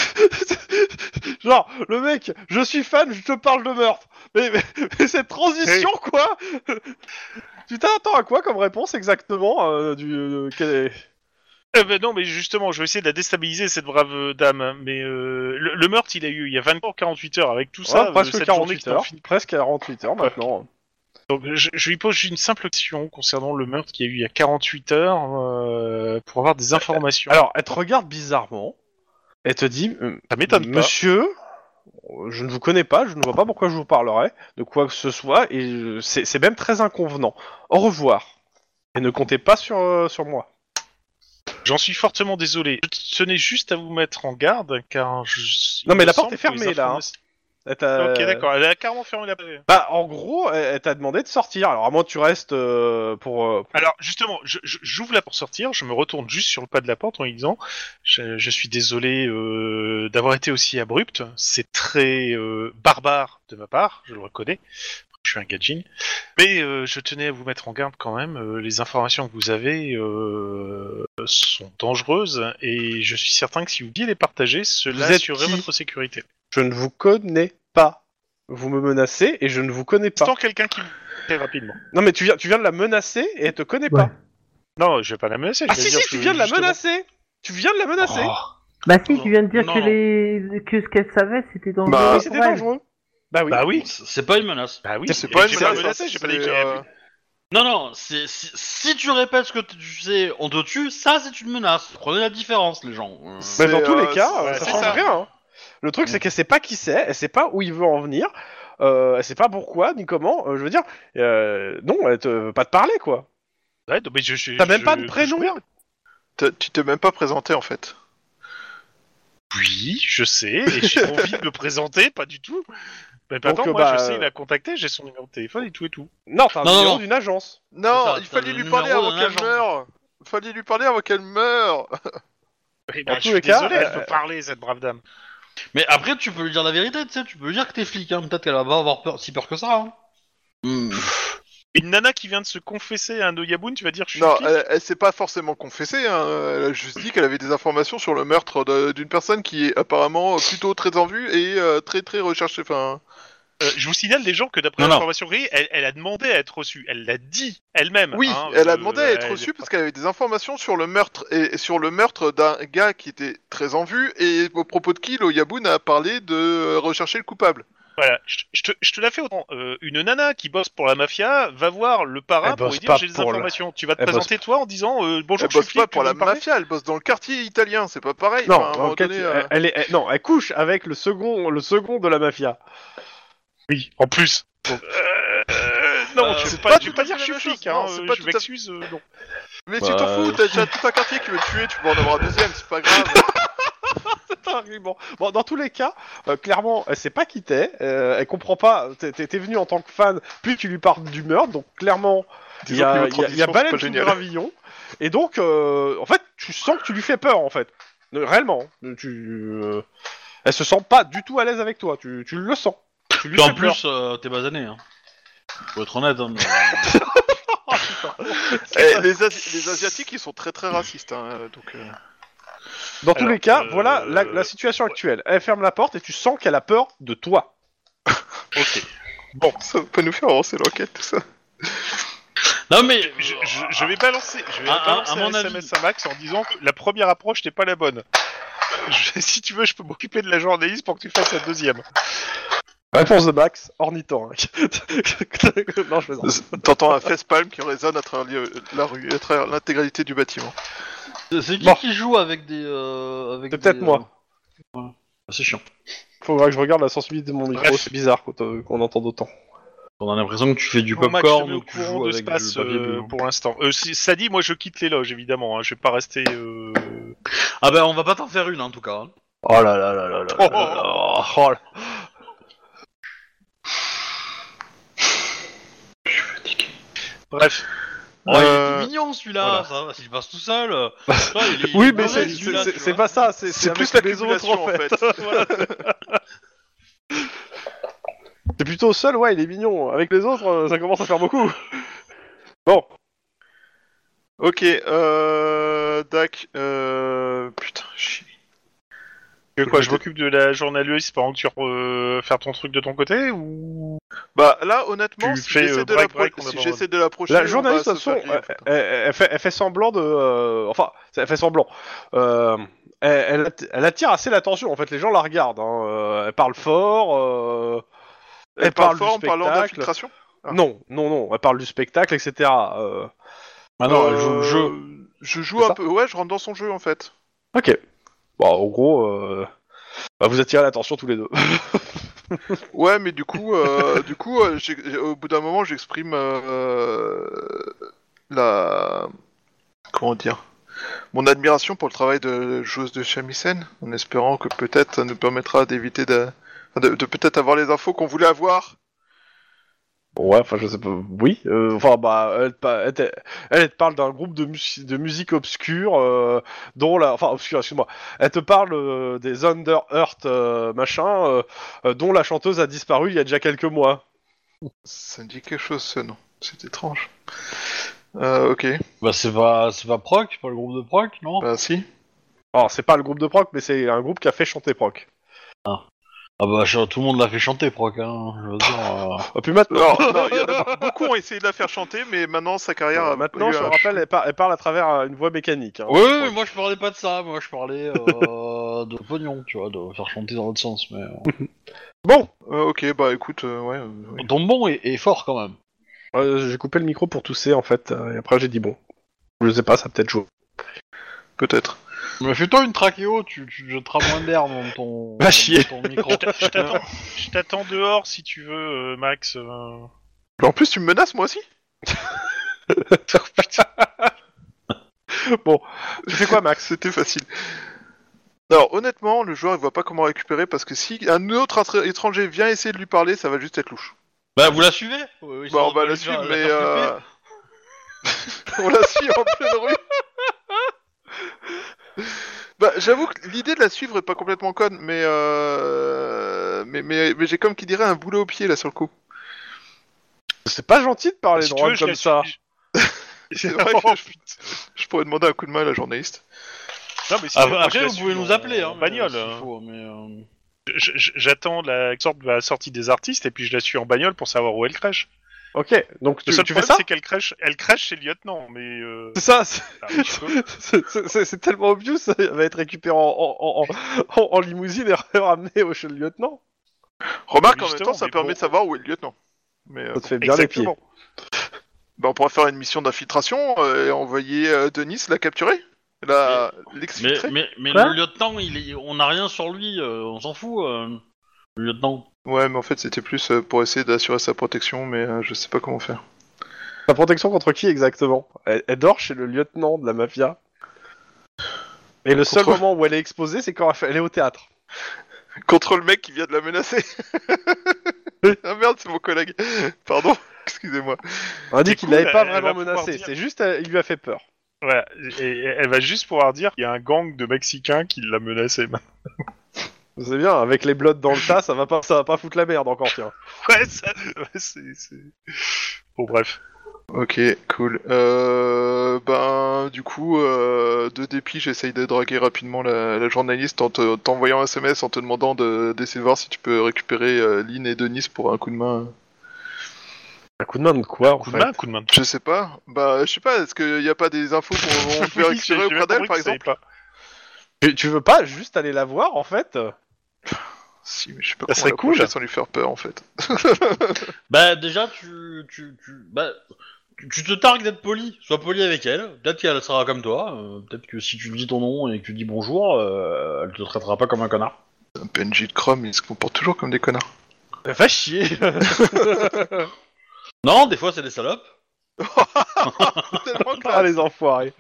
Genre, le mec, je suis fan, je te parle de meurtre. Mais, mais- mais cette transition, quoi Tu t'attends à quoi comme réponse exactement euh, du, euh, quel est-
Euh, ben non, mais justement, je vais essayer de la déstabiliser, cette brave euh, dame. hein, Mais euh, le, le meurtre, il a eu il y a 24-48 heures. Avec tout ça,
Ouais,
euh,
presque
cette journée qui
48
n'en
heures.
finit
Presque 48 heures maintenant.
euh. Donc je, je lui pose une simple question concernant le meurtre qu'il y a eu il y a 48 heures euh, pour avoir des informations.
Alors, elle te regarde bizarrement. Elle te dit euh,
ça m'étonne pas.
Monsieur, euh, je ne vous connais pas, je ne vois pas pourquoi je vous parlerai de quoi que ce soit, et euh, c'est c'est même très inconvenant. Au revoir. Et ne comptez pas sur, euh, sur moi.
J'en suis fortement désolé. Je tenais juste à vous mettre en garde car je...
Non,
il
mais
me
la porte
semble
est
que les
fermée, là, hein.
informations-
Elle t'a-
Ok, d'accord. Elle a carrément fermé la porte.
Bah, en gros, elle, elle t'a demandé de sortir. Alors, à moins que tu restes euh, pour. euh,
Alors justement, je- je- j'ouvre la porte pour sortir, je me retourne juste sur le pas de la porte en lui disant je, je suis désolé euh, d'avoir été aussi abrupte, c'est très euh, barbare de ma part, je le reconnais, je suis un gadjin, mais euh, je tenais à vous mettre en garde quand même, euh, les informations que vous avez euh, sont dangereuses et je suis certain que si vous vouliez les partager, cela
Vous êtes
assurerait
qui
votre sécurité.
Je ne vous connais pas. Vous me menacez et je ne vous connais pas.
Tant quelqu'un qui... Très rapidement.
Non, mais tu viens, tu viens de la menacer et elle te connaît
Ouais.
pas.
Non, je vais pas la menacer.
Ah,
je vais
si,
dire
si,
que,
tu viens de la
justement-
menacer Tu viens de la menacer
Oh.
Bah si, tu viens de dire
Non,
que
non.
les que ce qu'elle savait, c'était dangereux.
Bah,
Oui,
pour
c'était
elle.
dangereux. Bah oui.
Ah. Bah oui,
C'est c'est pas une menace.
bah oui,
C'est
c'est
pas
pas
une
la
menace,
menacer, j'ai pas dit que
c'est,
j'allais
euh,
appeler.
Non, non, c'est- si, si tu répètes ce que tu sais, on te tue, ça c'est une menace. Prenez la différence, les gens. Euh,
Mais
C'est,
Bah, dans tous
euh,
les cas,
c'est-
euh,
ouais,
ça
c'est
change
ça.
rien. hein. Le truc, c'est qu'elle sait pas qui c'est, elle sait pas où il veut en venir, euh, elle sait pas pourquoi ni comment. euh, je veux dire, euh, non, elle te veut pas te parler quoi.
Ouais, non, mais je, je-
T'as même
je-
pas de
je-
prénom.
T'as- Tu t'es même pas présenté en fait.
Oui, je sais, et j'ai envie de me présenter, pas du tout. Mais pas
Donc,
tant,
euh,
moi
bah,
je sais,
euh,
il a contacté, j'ai son numéro de téléphone et tout et tout.
Non, t'as un
Non, non,
numéro
non.
d'une agence.
C'est
Non,
ça,
il
t'as
fallait
le
lui
numéro
parler avant
d'un
qu'elle
agent.
meure. Fallait lui parler avant qu'elle meure.
Et
Dans
bah,
tous
je suis
les cas,
désolé, elle
euh,
peut parler, cette brave dame.
Mais après, tu peux lui dire la vérité, tu sais, tu peux lui dire que t'es flic, hein. peut-être qu'elle va pas avoir peur, si peur que ça. Hein.
Hmm.
Une nana qui vient de se confesser à un Doyaboun, tu vas dire je suis
Non, euh,
flic
elle, elle s'est pas forcément confessée. hein. Elle a juste dit qu'elle avait des informations sur le meurtre de- d'une personne qui est apparemment plutôt très en vue et euh, très très recherchée. Enfin,
Euh, Je vous signale les gens que d'après
Non, non.
l'information grise, elle, elle a demandé à être reçue. Elle l'a dit elle-même.
oui,
hein,
Ah, elle a
euh,
demandé à être
elle-
reçue parce qu'elle avait des informations sur le meurtre et et sur le meurtre d'un gars qui était très en vue et au propos de qui Loyaboun a parlé de euh, rechercher le coupable.
Voilà, je je te, je te la fais autant. Euh, une nana qui bosse pour la mafia va voir le para
Elle
pour
bosse
lui
pas
dire j'ai des
pour la-
informations. Tu vas te
Elle bosse
présenter toi en disant euh, bonjour,
elle
je suis
bosse
flic,
pas pour
tu veux
la
me parler
mafia, elle bosse dans le quartier italien, c'est pas pareil.
Non,
Enfin, à un
dans
moment
le cas-
donné, euh,
elle, elle est, elle- non, elle couche avec le second, le second de la mafia.
Oui, en plus. Euh, non,
Euh,
tu
c'est
veux pas,
pas
tu veux
tout
pas
à
dire que
fait
je
la
suis
même
flic,
chose,
hein,
non, c'est
euh,
pas
je
tout à-
m'excuse. euh, non.
eh,
Mais tu
Bah,
t'en fous,
euh,
t'as déjà tout un quartier qui veut te tuer, tu peux en avoir un deuxième, c'est pas grave.
Putain, argument. Bon, dans tous les cas, euh, clairement, elle sait pas qui t'es, euh, elle comprend pas. T'es- T'es t'es venu en tant que fan, puis tu lui parles du meurtre, donc clairement, il y
Disons que
a,
niveau
il y a- il y a
transition, c'est
baleine
pas
sous le
génial.
gravillon, et donc, euh, en fait, tu sens que tu lui fais peur, en fait, Euh, réellement. Euh, Tu, euh, elle se sent pas du tout à l'aise avec toi, tu, tu le sens. Tu lui
Puis en
fais peur.
plus, euh, t'es basané. Hein. Faut être honnête. Hein, mais-
Eh, les, Asi- les Asiatiques, ils sont très très racistes. hein, euh, donc, euh,
Dans tous
Alors,
les cas,
euh,
voilà la, la situation actuelle. Elle ferme la porte et tu sens qu'elle a peur de toi.
Bon, ça peut nous faire avancer l'enquête, tout ça.
Non mais,
Je, je- je vais balancer, je vais
À- à-
balancer
à
un
mon avis.
SMS à Max en disant que la première approche n'est pas la bonne. Je- si tu veux, je peux m'occuper de la journaliste pour que tu fasses la deuxième.
Réponse de Max, ornithorynque. non, je plaisante.
T'entends un facepalm qui résonne à travers li- la rue, à travers l'intégralité du bâtiment.
Ah,
c'est- c'est qui
Bon.
qui joue avec des... euh, avec
C'est peut-être
des, euh,
moi.
voilà. Ah, C'est chiant.
Faudra que je regarde la sensibilité de mon micro,
Bref.
c'est bizarre quand, euh, qu'on entende autant.
On a l'impression que tu fais du
Bon, Max, je te
popcorn
mets au
ou que tu
courant
joues
de ce
avec du
passe
papier
euh,
bulle.
pour l'instant. Euh, si- ça dit, moi je quitte les loges évidemment, hein, je vais pas rester. euh,
Ah ben, on va pas t'en faire une en tout cas. hein.
Oh là là là là là.
Oh,
là là. Oh là.
Bref,
Oh, il
Euh,
était mignon celui-là, ça va, s'il passe tout seul. euh, toi, il est- il
Bah, Oui,
est
mais
mauvais,
c'est-
celui-là,
c'est
tu
c'est
vois.
pas ça, c'est
C'est
c'est
plus
avec les autres
l'accumulation,
en
en
fait.
fait.
Voilà. C'est plutôt seul, ouais, il est mignon. Avec les autres, euh, ça commence à faire beaucoup. Bon,
Ok, euh. Dac, euh. Putain, chier.
je, quoi, je m'occupe de la journaliste pendant que tu euh, faire ton truc de ton côté ou
Bah là, honnêtement,
Tu
si
fais, euh,
j'essaie de
break,
l'appro-
break, on
si
abandonne.
j'essaie de l'approcher.
la
on
journaliste, de
va
toute
se faire
façon,
griller,
elle,
en fait.
elle- elle fait, elle fait semblant de. euh, enfin, elle fait semblant. Euh, elle, elle att- elle attire assez l'attention, en fait, les gens la regardent. hein. Euh, Elle parle fort. euh,
Elle
parle
parle
du
fort en parlant
spectacle.
d'infiltration Ah.
Non, non, non, elle parle du spectacle, etc. Euh,
Ah non, elle joue le jeu.
Euh, Je joue
C'est
un
ça
peu. Ouais, je rentre dans son jeu en fait.
Ok. Bah, en gros, euh, bah, vous attirez l'attention tous les deux.
Ouais, mais du coup, euh, du coup, euh, j'ai- j'ai- au bout d'un moment, j'exprime euh, la comment dire mon admiration pour le travail de joueuse de shamisen, en espérant que peut-être ça nous permettra d'éviter de, enfin, de, de peut-être avoir les infos qu'on voulait avoir.
Bon, ouais, enfin, je sais pas. Oui. euh, Enfin, bah, elle, te pa- elle te- elle te parle d'un groupe de, mus- de musique obscure, euh, dont la. Enfin, obscure, excuse-moi. Elle te parle euh, des Under Earth, euh, machin, euh, euh, dont la chanteuse a disparu il y a déjà quelques mois.
Ça me dit quelque chose ce nom. C'est étrange. Euh, ok.
Bah c'est pas, c'est pas Proc, pas le groupe de Proc, non
Bah si.
Alors, c'est pas le groupe de proc, mais c'est un groupe qui a fait chanter proc.
Ah bah je- tout le monde l'a fait chanter Proc, hein. Je veux dire, euh,
Ah, puis maintenant.
Alors, Oh, non, il y en a beaucoup ont essayé de la faire chanter, mais maintenant sa carrière. a-
maintenant,
lui
je
a-
le rappelle, elle, par- elle parle à travers euh, une voix mécanique. hein.
Oui, oui, moi je parlais pas de ça, moi je parlais euh, de pognon, tu vois, de faire chanter dans l'autre sens. Mais
Bon,
Euh, ok, bah écoute, euh, ouais. euh, oui.
ton bon est, est fort quand même.
Euh, j'ai coupé le micro pour tousser en fait, euh, et après j'ai dit bon. Je sais pas, ça a peut-être chaud.
Peut-être.
Mais fais-toi une trachéo, tu, tu jetteras moins d'air dans ton,
Va chier.
dans ton micro.
Je t'attends- je t'attends dehors si tu veux, euh, Max. euh.
Mais en plus, tu me menaces, moi aussi
Tu fais quoi, Max
C'était facile. Alors, honnêtement, le joueur, il voit pas comment récupérer parce que si un autre attra- étranger vient essayer de lui parler, ça va juste être louche.
Bah, vous la suivez Euh,
Bah,
histoire
on va
de
la
lui faire-
suivre,
la
mais.
faire flipper.
euh, on la suit en pleine rue. bah, j'avoue que l'idée de la suivre est pas complètement conne, mais. euh, Mais, mais, mais j'ai comme qui dirait un boulet au pied là sur le coup.
C'est pas gentil de parler
Si
de
tu veux,
Rome
je
comme
la-
ça.
C'est vrai que je, je pourrais demander un coup de main à la journaliste.
Non, mais si
Ah,
tu veux,
bah,
moi, je
après,
la
vous
suis
pouvez
en-
nous appeler. Hein,
en bagnole.
mais, euh,
hein.
s'il faut, mais, euh,
Je- je- J'attends la sorte de la sortie des artistes et puis je la suis en bagnole pour savoir où elle crèche.
Ok, donc
Le
tu,
seul
tu fais
problème,
ça
c'est qu'elle crèche, elle crèche chez le lieutenant, mais. euh,
C'est ça, c'est-
bah, oui, je peux.
c'est- c'est c'est- c'est tellement obvious, ça va être récupéré en, en- en- en- en limousine et ramené au chez le lieutenant.
Remarque, en même
Justement,
temps, ça
mais
permet
bon.
de savoir où est le lieutenant. Mais, euh,
Ça te fait bien
Exactement.
Bah, on pourrait faire une mission d'infiltration euh, et envoyer euh, Denis la capturer, la
mais,
l'exfiltrer.
mais, mais
Quoi
le lieutenant, il est... on n'a rien sur lui, euh, on s'en fout. euh, le lieutenant.
Ouais, mais en fait c'était plus euh, pour essayer d'assurer sa protection, mais euh, je sais pas comment faire.
les pieds. La protection contre qui exactement elle, elle dort chez le lieutenant de la mafia. Et le seul
Contre-
moment où elle est exposée, c'est quand elle fait- elle est au théâtre.
Contre le mec qui vient de la menacer. ah merde, c'est mon collègue. Pardon, excusez-moi.
On a dit
C'est
qu'il
cool,
l'avait pas
elle- elle va
vraiment
pouvoir
menacé,
dire-
c'est juste euh, il lui a fait peur.
Voilà. Et, et elle va juste pouvoir dire qu'il y a un gang de Mexicains qui l'a menacé.
C'est bien, avec les blottes dans le tas, ça va pas, ça va pas foutre la merde encore, tiens.
Ouais, ça... ouais, c'est. c'est- Bon, bref.
Ok, cool. Euh, ben du coup, euh, de dépit, j'essaye de draguer rapidement la, la journaliste en te- t'envoyant un SMS en te demandant de- d'essayer de voir si tu peux récupérer euh, Lynn et Denis pour un coup de main.
Un coup de main de quoi, en
Coup de
fait
main, coup de main.
Je sais pas. Bah, je sais pas. Est-ce qu'il n'y a pas des infos qu'on peut
Oui, j'ai-
récupérer
j'ai bien
auprès d'elle,
compris
par
que ça
exemple
allait pas.
tu, tu veux pas juste aller la voir, en fait
Bah,
Si, mais je sais pas
Ça
comment
serait cool.
l'approcher sans lui faire peur, en fait.
Bah, déjà, tu, tu, tu, bah, tu, tu te targues d'être poli. Sois poli avec elle. Peut-être qu'elle sera comme toi. euh, Peut-être que si tu lui dis ton nom et que tu dis bonjour, euh, elle te traitera pas comme un connard.
Un PNJ de Chrome, il se comporte toujours comme des connards.
Va chier
Non, des fois, c'est des salopes.
Tellement classe.
Ah, les enfoirés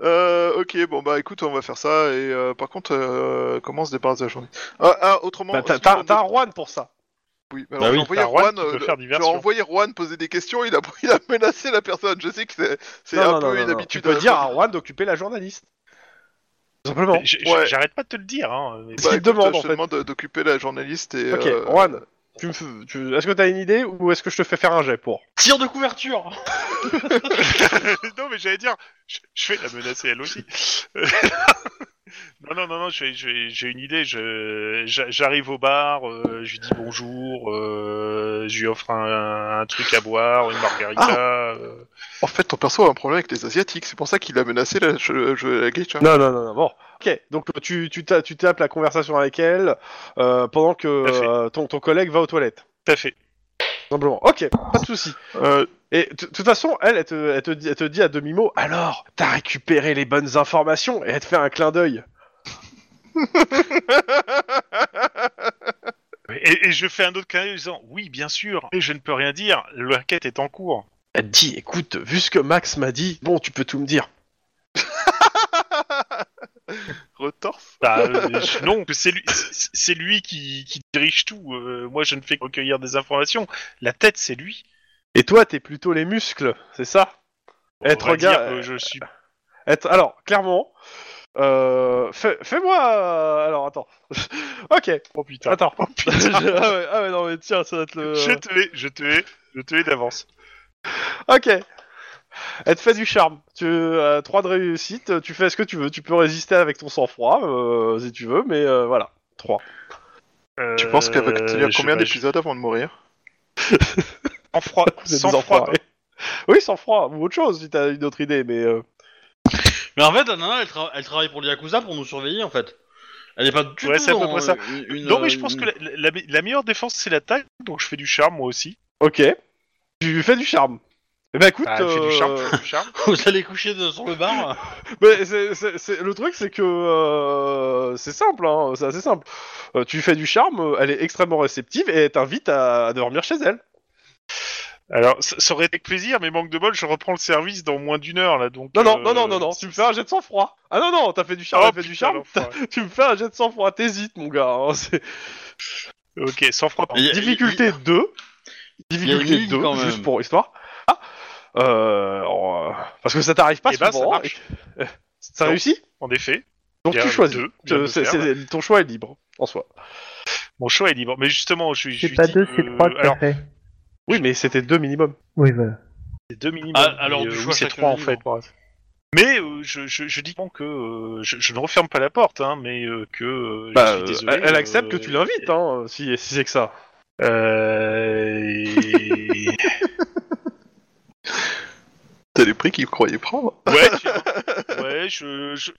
Euh, ok, bon bah écoute, on va faire ça. Et euh, par contre, euh, comment on se débarrasse de la journée Ah, ah, autrement.
Bah, T'as t'as-
sinon,
t'as un Juan pour ça
Oui,
Bah
alors,
oui,
j'ai envoyé
t'as Juan
Juan,
qui peut
euh,
faire
j'ai
diversion.
envoyé Juan poser des questions, il a, il a menacé la personne. Je sais que c'est- c'est un peu une
Tu
habitude.
peux
euh,
dire à Juan d'occuper la journaliste. Tout simplement.
J- j-
Ouais.
J'arrête pas de te le dire. Hein, mais-
ce
bah,
qu'il
écoute,
demande, en
Je te
fait.
demande d'occuper la journaliste et.
Ok,
euh,
Juan, tu me fais- tu- est-ce que t'as une idée ou est-ce que je te fais faire un jet pour
Tire de couverture
non, mais j'allais dire, je, je vais la menacer elle aussi. non, non, non, non, j'ai- j'ai j'ai une idée. je- j'a- J'arrive au bar, euh, je lui dis bonjour, euh, je lui offre un, un truc à boire, une margarita.
Ah.
euh.
En fait, ton perso a un problème avec les Asiatiques, c'est pour ça qu'il a menacé la, je, je- la hein. gay, tu vois.
Non, non, non, non, bon. Ok, donc euh, tu, tu, ta- tu tapes la conversation avec elle euh, pendant que
Tout à fait.
euh, ton, ton collègue va aux toilettes.
Tout à fait.
Tout Simplement. Ok, pas de souci.
Euh,
Et de toute façon, elle, elle te, elle te dit, elle te dit à demi-mot Alors, t'as récupéré les bonnes informations Et elle te fait un clin d'œil.
Et, et je fais un autre clin d'œil en disant oui, bien sûr, et je ne peux rien dire, l'enquête est en cours.
Elle te dit Écoute, vu ce que Max m'a dit, bon, tu peux tout me dire.
retorse
Bah, euh, je- non, que c'est lui, c'est- c'est lui qui, qui dirige tout. euh, moi, je ne fais que recueillir des informations. La tête, c'est lui.
Et toi, t'es plutôt les muscles, c'est ça
Eh,
Elle te
On va dire
regarde-
que je suis
Être- Alors, clairement, euh, fais- fais-moi. euh, Alors, attends. ok,
Oh putain.
attends. ah, ouais, ah ouais, non, mais tiens, ça va être le.
Je te hais, je te hais, je te hais d'avance.
Ok. Elle te fait du charme. Tu as 3 de réussite, tu fais ce que tu veux. Tu peux résister avec ton sang-froid, euh, si tu veux, mais euh, voilà. 3.
Tu penses qu'elle va
Euh,
tenir
je-
combien
bah, je-
d'épisodes avant de mourir
En froid, sans froid. quoi.
oui, sang-froid, ou autre chose, si t'as une autre idée, mais... euh,
Mais en fait, la nana, elle, tra- elle travaille pour le Yakuza pour nous surveiller, en fait. Elle est pas du
Ouais,
tout
c'est à peu
dans,
près ça.
euh, une-
Non, mais je pense
une-
que la, la- la- la meilleure défense, c'est l'attaque, donc je fais du charme moi aussi.
Ok. Tu fais du charme. Eh ben écoute,
Bah, je fais du charme,
euh,
je fais du charme.
Vous allez coucher de- sur le bar
Mais c'est- c'est- c'est- le truc, c'est que euh, c'est simple, hein, c'est assez simple. Euh, tu fais du charme, euh, elle est extrêmement réceptive et elle t'invite à, à dormir chez elle.
Alors, ça, ça aurait été avec plaisir, mais manque de bol, je reprends le service dans moins d'une heure là, donc.
Non, non,
euh,
non, non, non, non, tu me fais un jet de sang-froid. Ah non, non, t'as fait du charme,
Oh,
elle fait du
putain,
charme,
l'enfoiré.
tu me fais un jet de sang-froid, t'hésites, mon gars. hein, c'est-
Ok, sans hein. froid.
Il y a-
Difficulté 2.
y a une
Difficulté
ligne,
2,
quand même.
juste pour histoire. Ah, euh, alors, euh, parce que ça t'arrive pas
Eh ben, ça
souvent.
marche.
hein. ça réussit
En effet,
Donc
Il y a
tu choisis.
deux, je viens de
Euh,
le
c'est-
faire,
c'est- Ton choix est libre, en soi.
mon choix est libre. Mais justement, je suis.
C'est pas deux, c'est trois que t'as
Alors,
fait.
Oui, mais c'était deux minimum.
Oui, voilà.
c'est deux minimum.
Ah, alors,
mais,
du
euh,
choix
oui, c'est
chacun
trois en
libre.
fait. Mais euh, je, je, je dis bon que euh, je, je ne referme pas la porte, hein, mais euh, que euh,
Bah,
je suis
euh,
désolé.
elle, elle accepte que
euh,
tu l'invites, hein, si, si c'est que ça.
Euh... et-
T'as les prix qu'ils croyaient prendre
ouais, tu- ouais, je, je,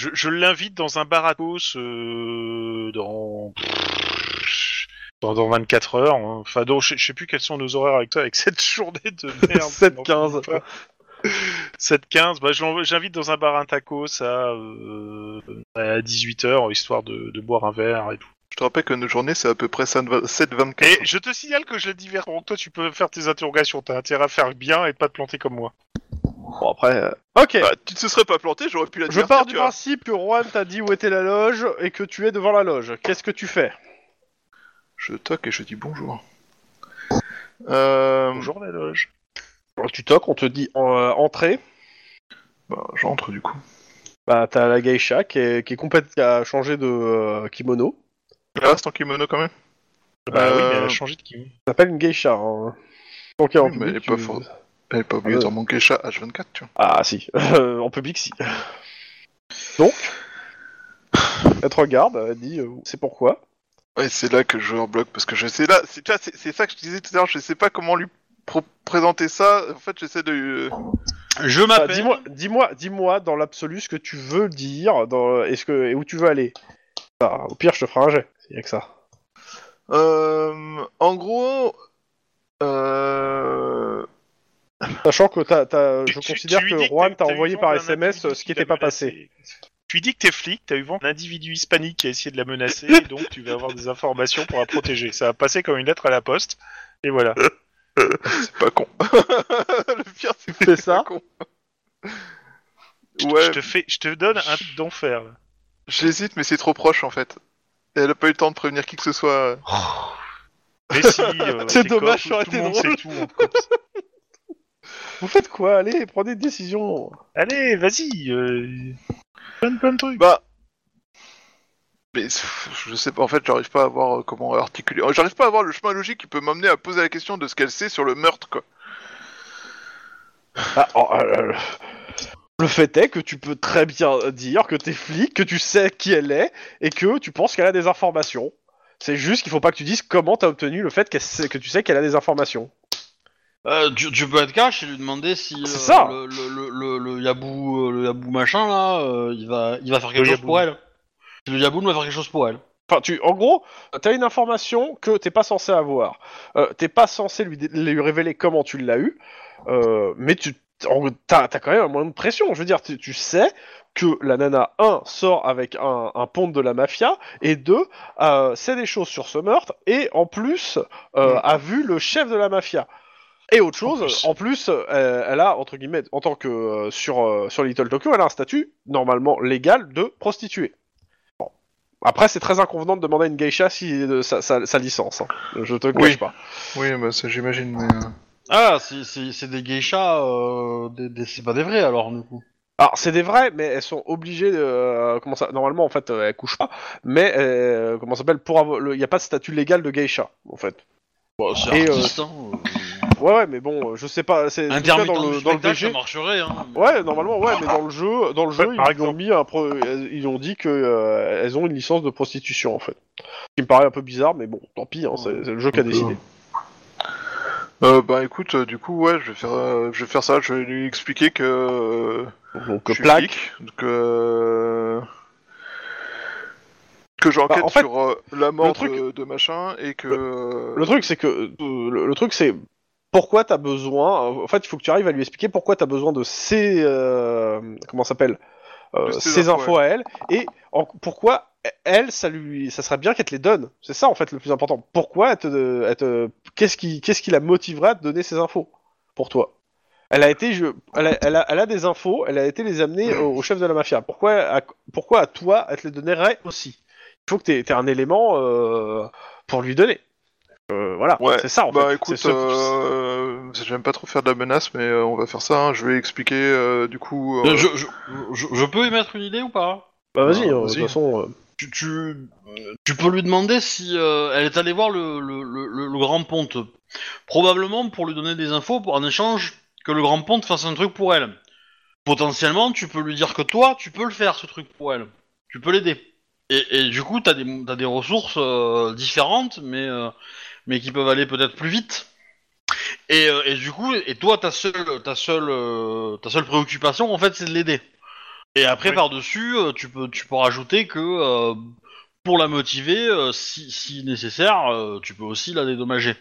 je, je l'invite dans un bar à tacos, euh, dans, dans dans 24 heures. hein. Enfin, donc, je, je sais plus quels sont nos horaires avec toi avec cette journée de merde.
7-15.
7-15, bah, je l'en- j'invite dans un bar à tacos à, euh, à 18h, histoire de, de boire un verre et tout.
Je te rappelle que nos journées, c'est à peu près 7-24.
Et je te signale que je le divers. Donc toi, tu peux faire tes interrogations. T'as intérêt à faire bien et pas te planter comme moi.
Bon, après. euh, Ok,
Bah, tu ne te serais pas planté, j'aurais pu la
je
dire.
pars du principe que Juan t'a dit où était la loge et que tu es devant la loge. Qu'est-ce que tu fais
Je toque et je dis bonjour. Euh,
Bonjour la loge.
Tu toques, on te dit euh, entrée.
bah, j'entre du coup.
Bah, t'as la geisha qui, est, qui, est complète, qui a changé de euh, kimono.
Elle reste en Ah, kimono quand même.
Bah oui, mais elle
Euh,
a changé de kimono.
Ça s'appelle une geisha. Hein. Donc, en
Oui, mais elle est
public,
pas
tu-
forte. Elle est pas obligatoirement geisha H24, tu vois.
Ah, si. Euh, en public, si. Donc, elle te regarde, elle dit euh, c'est pourquoi.
Ouais, c'est là que je rebloque parce que je sais là, c'est tu vois, c'est- c'est ça que je disais tout à l'heure, je sais pas comment lui pro- présenter ça. En fait, j'essaie de.
Je
Enfin,
Ah,
m'appelle.
Bah, dis-moi, dis-moi, dis-moi dans l'absolu ce que tu veux dire, dans, est-ce que et où tu veux aller. Ah, au pire, je te ferai un jet. Il y a que ça.
Euh, en gros, euh,
Sachant que t'as, t'as- je
Tu- tu-
considère
tu lui dis
que Juan
t'as-
t'a
t'as eu
envoyé
vent
par
d'un
SMS
individu
ce qui
t'a
n'était pas
menacé.
passé.
Tu lui dis que t'es flic, t'as eu vent d'un individu hispanique qui a essayé de la menacer, et donc tu vas avoir des informations pour la protéger. Ça va passer comme une lettre à la poste, et voilà.
c'est pas con. Le pire, c'est que
Fais
c'est
ça.
pas con.
Je-
Ouais,
Je te fais, je te donne un truc d'enfer. là.
j'hésite, mais c'est trop proche en fait. Et elle a pas eu le temps de prévenir qui que ce soit.
Mais si, euh,
C'est
t'es
dommage,
cop,
ça aurait
tout
été
le monde
drôle.
sait tout, hein. en cop.
Vous faites quoi Allez, prenez une décision.
Allez, vas-y. euh, Plein de plein de trucs.
Bah. Mais pff, je sais pas, en fait, j'arrive pas à voir euh, comment articuler. J'arrive pas à voir le chemin logique qui peut m'amener à poser la question de ce qu'elle sait sur le meurtre, quoi.
Ah, oh, euh, le fait est que tu peux très bien dire que t'es flic, que tu sais qui elle est et que tu penses qu'elle a des informations. C'est juste qu'il faut pas que tu dises comment t'as obtenu le fait qu'elle sait- que tu sais qu'elle a des informations.
Euh, tu, tu peux être cash et lui demander si euh,
C'est ça.
Le, le, le, le, le yabou, euh, le yabou machin là, euh, il, va, il va faire quelque
Le
chose
yabou.
pour elle. Si Le yabou va faire quelque chose pour elle.
Enfin, tu, en gros, t'as une information que t'es pas censé avoir. Euh, t'es pas censé lui, dé- lui révéler comment tu l'as eu, euh, mais tu en- t'as as quand même un moyen de pression. Je veux dire, tu, tu sais que la nana 1 sort avec un, un ponte de la mafia et 2 euh, sait des choses sur ce meurtre et en plus euh, a vu le chef de la mafia. Et autre chose, en plus,
plus.
euh, elle a entre guillemets, en tant que euh, sur euh, sur Little Tokyo, elle a un statut normalement légal de prostituée. Après, c'est très inconvenant de demander à une geisha si, de, sa, sa- sa licence. hein. Je te cache
Oui.
pas.
Oui, bah ça j'imagine, mais.
Ah, c'est- c'est c'est des geishas, euh, des- des- c'est pas des vrais alors du coup.
Alors, c'est des vrais, mais elles sont obligées de. euh, comment ça Normalement, en fait, euh, elles couchent pas. Mais euh, comment ça s'appelle Pour avoir, il n'y a pas de statut légal de geisha, en fait.
Bah, c'est
Et, euh,
artiste, hein,
Ouais, ouais, mais bon, euh, je sais pas. C'est en tout cas,
Intermittent
dans le,
du
dans le
spectacle,
DG,
ça marcherait. Hein.
Ouais, normalement, ouais, mais dans le jeu, dans le jeu,
Ouais,
ils
par
ont mis un pro- ils ont dit que euh, elles ont une licence de prostitution en fait. Ce qui me paraît un peu bizarre, mais bon, tant pis, hein, c'est c'est le jeu qui a décidé.
Euh, bah écoute, euh, du coup, ouais, je vais faire, euh, je vais faire ça, je vais lui expliquer que. euh,
Donc
je
euh,
suis
plaque,
flic, que. que j'enquête
Bah, en fait,
sur euh, la mort
le truc-
de, de machin et que.
Le truc, c'est que euh, le, le truc, c'est pourquoi t'as besoin. euh, En fait, il faut que tu arrives à lui expliquer pourquoi t'as besoin de ces euh, comment ça s'appelle euh,
De ces
ces
infos,
infos à elle et en- pourquoi elle, ça lui, ça serait bien qu'elle te les donne. C'est ça en fait le plus important. Pourquoi elle te, elle te- qu'est-ce qui, qu'est-ce qui la motivera à te donner ces infos pour toi Elle a été, je, elle, a, elle a- elle a des infos, elle a été les amener au, au chef de la mafia. Pourquoi, à, pourquoi à toi, elle te les donnerait aussi Il faut que t'aies aies un élément euh, pour lui donner. Euh, voilà,
Ouais,
c'est ça en
Bah
fait.
écoute,
C'est ce-
euh, j'aime pas trop faire de la menace, mais euh, on va faire ça. hein. Je vais expliquer euh, du coup. euh,
Euh, je, je, je, je peux émettre une idée ou pas
Bah vas-y,
bah,
euh, de
vas-y.
toute façon. euh,
tu, tu, euh, tu peux lui demander si euh, elle est allée voir le, le, le- le- le grand ponte. Probablement pour lui donner des infos pour, en échange que le grand ponte fasse un truc pour elle. Potentiellement, tu peux lui dire que toi, tu peux le faire ce truc pour elle. Tu peux l'aider. Et, et du coup, t'as des, t'as des ressources euh, différentes, mais, euh, mais qui peuvent aller peut-être plus vite. Et, euh, et du coup, et toi, ta seule, ta seule, euh, ta seule préoccupation, en fait, c'est de l'aider. Et après,
Oui.
par-dessus, euh, tu peux, tu peux rajouter que euh, pour la motiver, euh, si, si nécessaire, euh, tu peux aussi la dédommager.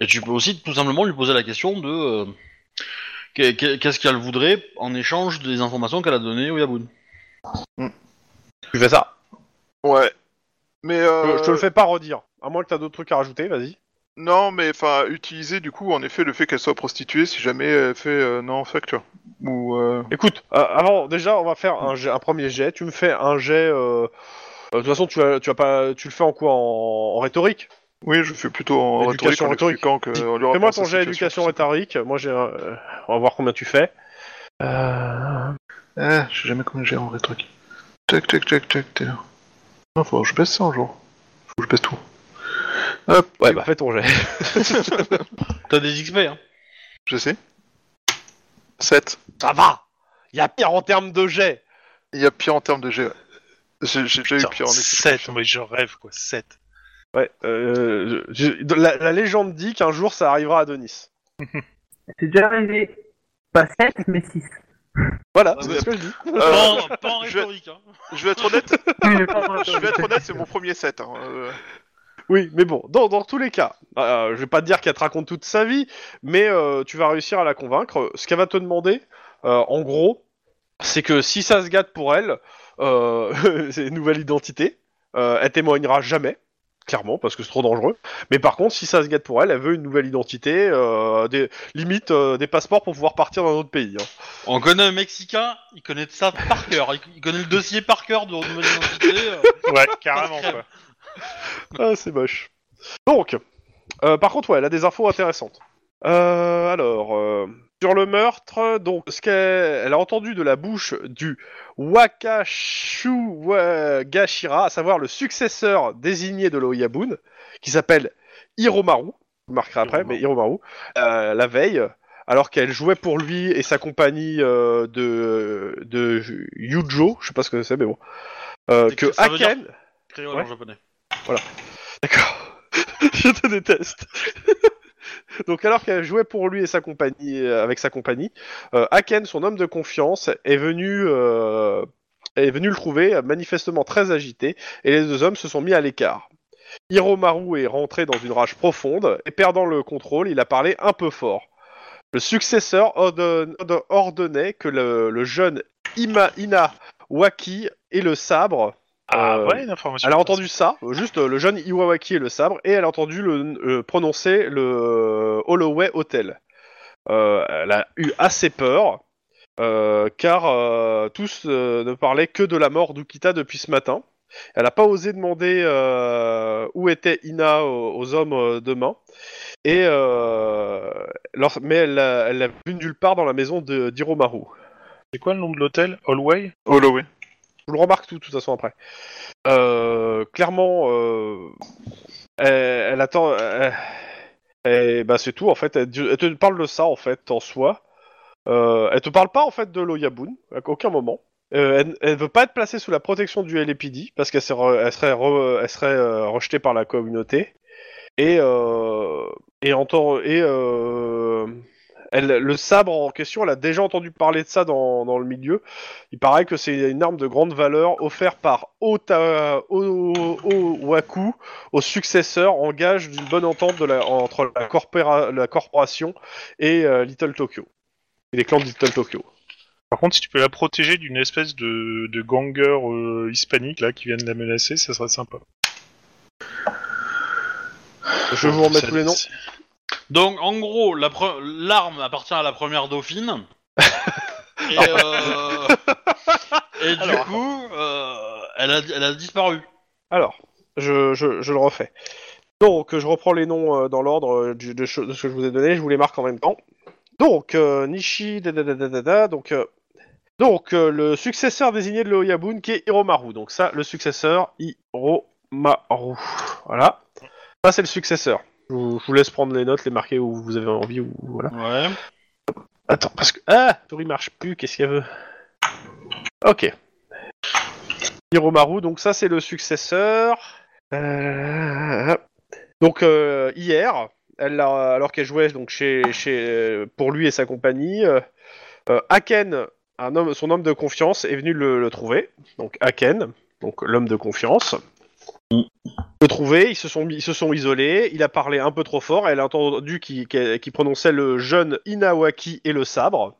Et tu peux aussi tout simplement lui poser la question de euh, qu'est- qu'est- qu'est-ce qu'elle voudrait en échange des informations qu'elle a données au Yaboun.
Tu fais ça.
Ouais. Mais euh,
Je- Je te le fais pas redire. À moins que t'as d'autres trucs à rajouter, vas-y.
non, mais enfin utiliser du coup en effet le fait qu'elle soit prostituée si jamais elle fait euh, non facture ou euh,
Écoute, euh, avant, déjà, on va faire un, jet- un premier jet. Tu me fais un jet. euh, euh, de toute façon, tu, vas- tu, vas pas, tu le fais en quoi en, en rhétorique
oui, je fais plutôt en rhétorique
Éducation
en
rhétorique.
expliquant que
Dis-
on lui
Fais-moi
raconte
ton
sa
jet
situation,
éducation rhétorique. Moi, j'ai. un- euh, on va voir combien tu fais.
tout ça. Eh, je sais jamais comment j'ai en rhétorique. Tac tac tac tac tac. Non, faut que je baisse ça un jour. Faut que je baisse tout. Hop,
Ouais, bah fais ton jet.
T'as des XP, hein
je sais. 7.
Ça va Il y a pire en termes de jet
Il y a pire en termes de G. J'ai j'ai déjà eu pire en effet.
7, mais je rêve quoi, 7.
Ouais, euh, je- je- la, la légende dit qu'un jour ça arrivera à Denis.
C'est déjà arrivé. Pas 7, mais 6.
Voilà,
Ah,
c'est
mais-
ce que je dis.
Euh,
pas, en- pas en
je-
rhétorique. Hein.
je vais être honnête, je vais
J'ai
être honnête, c'est mon premier 7. Hein. euh.
Oui, mais bon, dans, dans tous les cas, euh, je vais pas te dire qu'elle te raconte toute sa vie, mais euh, tu vas réussir à la convaincre. Ce qu'elle va te demander, euh, en gros, c'est que si ça se gâte pour elle, euh, c'est une nouvelle identité, euh, elle témoignera jamais, clairement, parce que c'est trop dangereux. Mais par contre, si ça se gâte pour elle, elle veut une nouvelle identité, euh, des, limite euh, des passeports pour pouvoir partir dans un autre pays. hein.
On connaît un Mexicain, il connaît ça par cœur. Il- Il connaît le dossier par cœur de nouvelle identité. euh.
Ouais, carrément quoi.
Ah, c'est moche. Donc, euh, par contre, ouais, elle a des infos intéressantes. Euh, alors, euh, sur le meurtre, donc, ce qu'elle elle a entendu de la bouche du Wakashuwagashira, à savoir le successeur désigné de l'Oyabun, qui s'appelle Hiromaru, vous le marquerez après,
Hiromaru.
mais Hiromaru, euh, la veille, alors qu'elle jouait pour lui et sa compagnie euh, de, de Yujo, je sais pas ce que c'est, mais bon, euh,
C'est
que
que ça veut dire-
Aken,
Créole
Ouais.
en japonais.
D'accord. Je te déteste. Donc alors qu'elle jouait pour lui et sa compagnie, euh, avec sa compagnie, euh, Aken, son homme de confiance, est venu, euh, est venu le trouver euh, manifestement très agité, et les deux hommes se sont mis à l'écart. Hiromaru est rentré dans une rage profonde, et perdant le contrôle, il a parlé un peu fort. Le successeur ordonne- ordonne- ordonnait que le, le jeune Ima, Ina Waki et le sabre
Ah
Euh,
ouais, une information.
elle a entendu ça, euh, juste euh, le jeune Iwawaki et le sabre, et elle a entendu le, euh, prononcer le euh, Holloway Hotel. Euh, elle a eu assez peur, euh, car euh, tous euh, ne parlaient que de la mort d'Ukita depuis ce matin. Elle n'a pas osé demander euh, où était Ina aux, aux hommes euh, demain. Et euh, lors- mais elle l'a elle l'a vue nulle part dans la maison de- d'Hiromaru.
C'est quoi le nom de l'hôtel Hallway
Holloway.
Je vous le remarque tout, de toute façon, après. Euh, clairement, euh, elle, elle attend. euh, elle- et bah, c'est tout, en fait. Elle, te- elle te parle de ça, en fait, en soi. Euh, elle te parle pas, en fait, de l'Oyabun, à aucun moment. Euh, elle, elle veut pas être placée sous la protection du LPD, parce qu'elle serait, re- elle serait, re- elle serait euh, rejetée par la communauté. Et, euh, et, en temps- et euh, Elle, le sabre en question, elle a déjà entendu parler de ça dans, dans le milieu. Il paraît que c'est une arme de grande valeur offerte par Ota, O- O- Owaku au successeur en gage d'une bonne entente de la- entre la, corpora- la corporation et euh, Little Tokyo. Et les clans de Little Tokyo.
Par contre, si tu peux la protéger d'une espèce de, de ganger euh, hispanique là qui vient de la menacer, ça serait sympa.
Je vous remets
Ça-
tous les noms.
Donc, en gros, la pre- l'arme appartient à la première dauphine. et, euh, et du
Alors,
coup, euh, elle, a, elle a disparu.
Alors, je, je- je le refais. Donc, je reprends les noms euh, dans l'ordre euh, du- de, cho- de ce que je vous ai donné, je vous les marque en même temps. Donc, euh, Nishi, da, da, da, da, da, da, donc, euh, donc euh, le successeur désigné de l'Oyabun qui est Hiromaru. Donc ça, le successeur, Hiromaru. Voilà. Ça, c'est le successeur. Je vous, je vous laisse prendre les notes, les marquer où vous avez envie. Ou, voilà.
Ouais.
Attends, parce que... Ah La souris marche plus, qu'est-ce qu'elle veut Ok. Hiromaru, donc ça c'est le successeur. Euh, Donc euh, hier, elle l'a- alors qu'elle jouait donc chez, chez euh, pour lui et sa compagnie, euh, euh, Aken, un homme, son homme de confiance, est venu le, le trouver. Donc Aken, donc l'homme de confiance, le trouver. Ils se sont mis- ils se sont isolés. Il a parlé un peu trop fort. Elle a entendu qu'il qu'il- qu'il prononçait le jeune Inawaki et le sabre.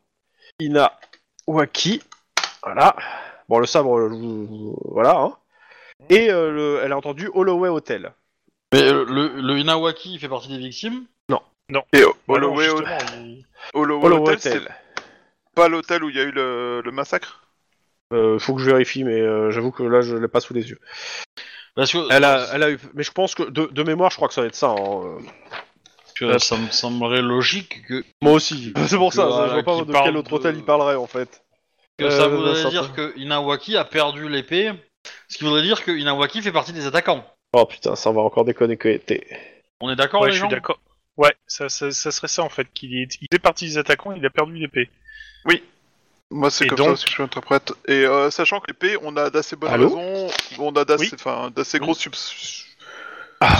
Inawaki, voilà. Bon, le sabre, je vous- voilà. hein. Et euh, le- elle a entendu Holloway Hotel.
Mais euh, le, le Inawaki il fait partie des victimes.
Et
Bah non,
Holloway
justement, il-
Holloway
Holloway
Hotel, c'est
Hotel.
pas l'hôtel où il y a eu le, le massacre
Euh, faut que je vérifie, mais euh, j'avoue que là, je l'ai pas sous les yeux.
Parce que,
Elle a, elle a eu, mais je pense que de, de mémoire, je crois que ça va être ça. hein, euh.
parce que ça me semblerait logique que,
Moi aussi. C'est pour ça.
Que,
ça,
euh,
je vois pas
qu'il
de
parle
quel autre
de-
hôtel il parlerait en fait.
que ça
Euh,
voudrait
ça
dire que Inawaki a perdu l'épée. Ce qui voudrait dire que Inawaki fait partie des attaquants.
Oh putain, ça on va encore déconner que t'es-
On est d'accord,
ouais,
les
je suis
gens
d'accord. Ouais, ça, ça, ça serait ça en fait. Qu'il est, il est parti des attaquants, il a perdu l'épée.
Moi, c'est
Et
comme
donc-
ça aussi que je l'interprète. Et euh, sachant que l'épée, on a d'assez bonnes
Allô
raisons, on a d'assez
Oui.
enfin, d'assez grosses subs-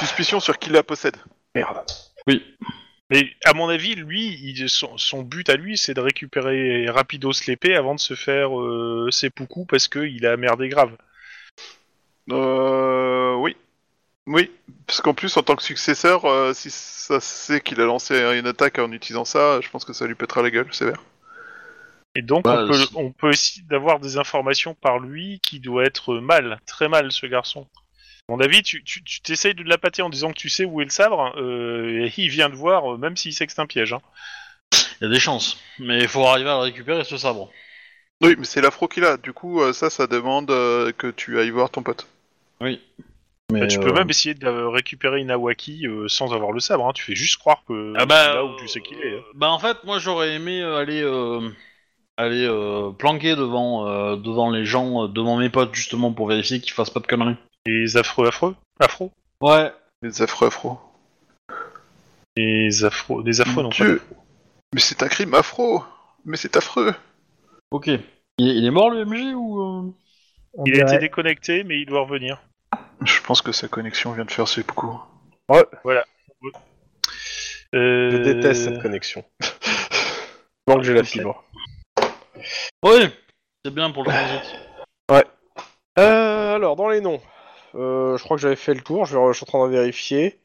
suspicions sur qui la possède.
Merde.
Mais à mon avis, lui, il- son, son but à lui, c'est de récupérer rapidos l'épée avant de se faire euh, seppuku parce qu'il a merdé grave.
Euh, oui. Oui, parce qu'en plus, en tant que successeur, euh, si ça sait qu'il a lancé une attaque en utilisant ça, je pense que ça lui pètera la gueule, sévère.
Et donc,
Bah,
on, peut,
c'est-
on peut aussi avoir des informations par lui qui doit être mal, très mal, ce garçon. À mon avis, tu tu- tu t'essayes de la pâter en disant que tu sais où est le sabre, euh, et il vient de voir, euh, même s'il sait que c'est un piège. hein.
Il y a des chances. Mais il faut arriver à récupérer ce sabre.
Oui, mais c'est l'afro qu'il a, du coup, euh, ça, ça demande euh, que tu ailles voir ton pote.
Mais,
Bah, tu
euh,
peux même essayer de euh, récupérer Inawaki euh, sans avoir le sabre, hein. tu fais juste croire que
Ah bah,
c'est là où tu sais qu'il est. hein.
euh, Bah en fait, moi j'aurais aimé euh, aller euh, aller euh, planquer devant euh, devant les gens, euh, devant mes potes justement pour vérifier qu'ils fassent pas de conneries.
Les affreux affreux Afro
Ouais.
Les affreux afro.
Les afro, les afro non
Dieu. Mais c'est un crime afro Mais c'est affreux
Ok. Il, est- il est mort le MJ ou euh
On
Il a
dirait-
été déconnecté, mais il doit revenir.
Je pense que sa connexion vient de faire ses beaucoup.
Je
Euh,
déteste cette connexion. Manque que j'ai la
Ok.
fibre.
Oui. C'est bien pour le transit.
Euh, alors, dans les noms, euh, je crois que j'avais fait le tour, je, vais- je suis en train de vérifier.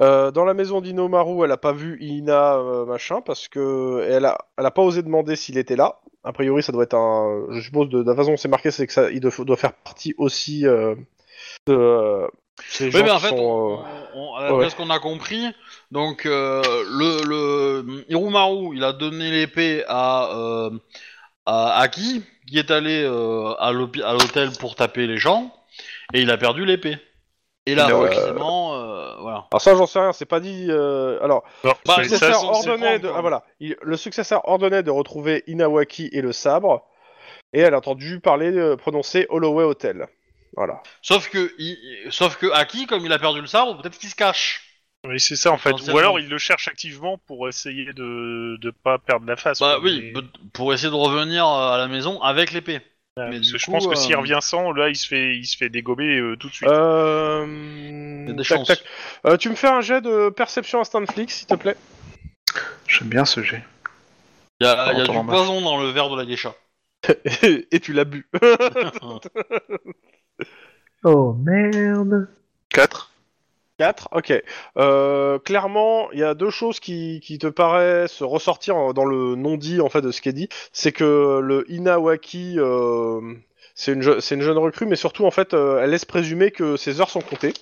Euh, dans la maison d'Inomaru, elle a pas vu Ina euh, machin parce que elle a, elle a pas osé demander s'il était là. A priori, ça doit être un. Je suppose, de, de la façon dont c'est marqué, c'est que ça il doit, doit faire partie aussi euh, de. euh, ces gens
Oui, mais en
qui
fait,
sont,
on-
euh,
on- on- d'après
ouais.
ce qu'on a compris, donc euh, le, le Hirumaru, il a donné l'épée à euh, à Aki, qui est allé euh, à l'hôpi- à l'hôtel pour taper les gens, et il a perdu l'épée. Et là,
Il a-
forcément, euh, voilà.
Alors ça, j'en sais rien, c'est pas dit. euh, Alors,
Non,
Bah,
c'est-
de
le
ça,
successeur
façon, c'est hein.
ordonnait
pas
de...
encore-
ah, voilà. Il- le successeur ordonnait de retrouver Inawaki et le sabre, et elle a entendu parler, euh, prononcer Holloway Hotel. Voilà.
Sauf que, il- sauf que Aki, comme il a perdu le sabre, peut-être qu'il se cache.
oui, c'est ça en fait.
Potentiellement.
Ou alors il le cherche activement pour essayer de ne pas perdre la face.
Bah
quoi,
oui,
mais-
peut- pour essayer de revenir euh, à la maison avec l'épée.
Ouais,
mais
parce
du
que je
coup,
pense
euh,
que s'il revient sans, là il se fait, il se fait dégommer euh, tout de suite.
Euh...
Il y a des
tac,
chances.
tac. Euh, tu me fais un jet de perception instant flic, s'il te plaît
J'aime bien ce jet.
Il y a,
Pendant
y a
ton
du
embarque.
poison dans le verre de la geisha.
et, tu l'as bu.
Oh merde.
4.
4, ok. Euh, clairement, il y a deux choses qui, qui te paraissent ressortir en- dans le non-dit en fait de ce qui est dit. C'est que le Inawaki, euh, c'est une, je- c'est une jeune recrue, mais surtout en fait, euh, elle laisse présumer que ses heures sont comptées.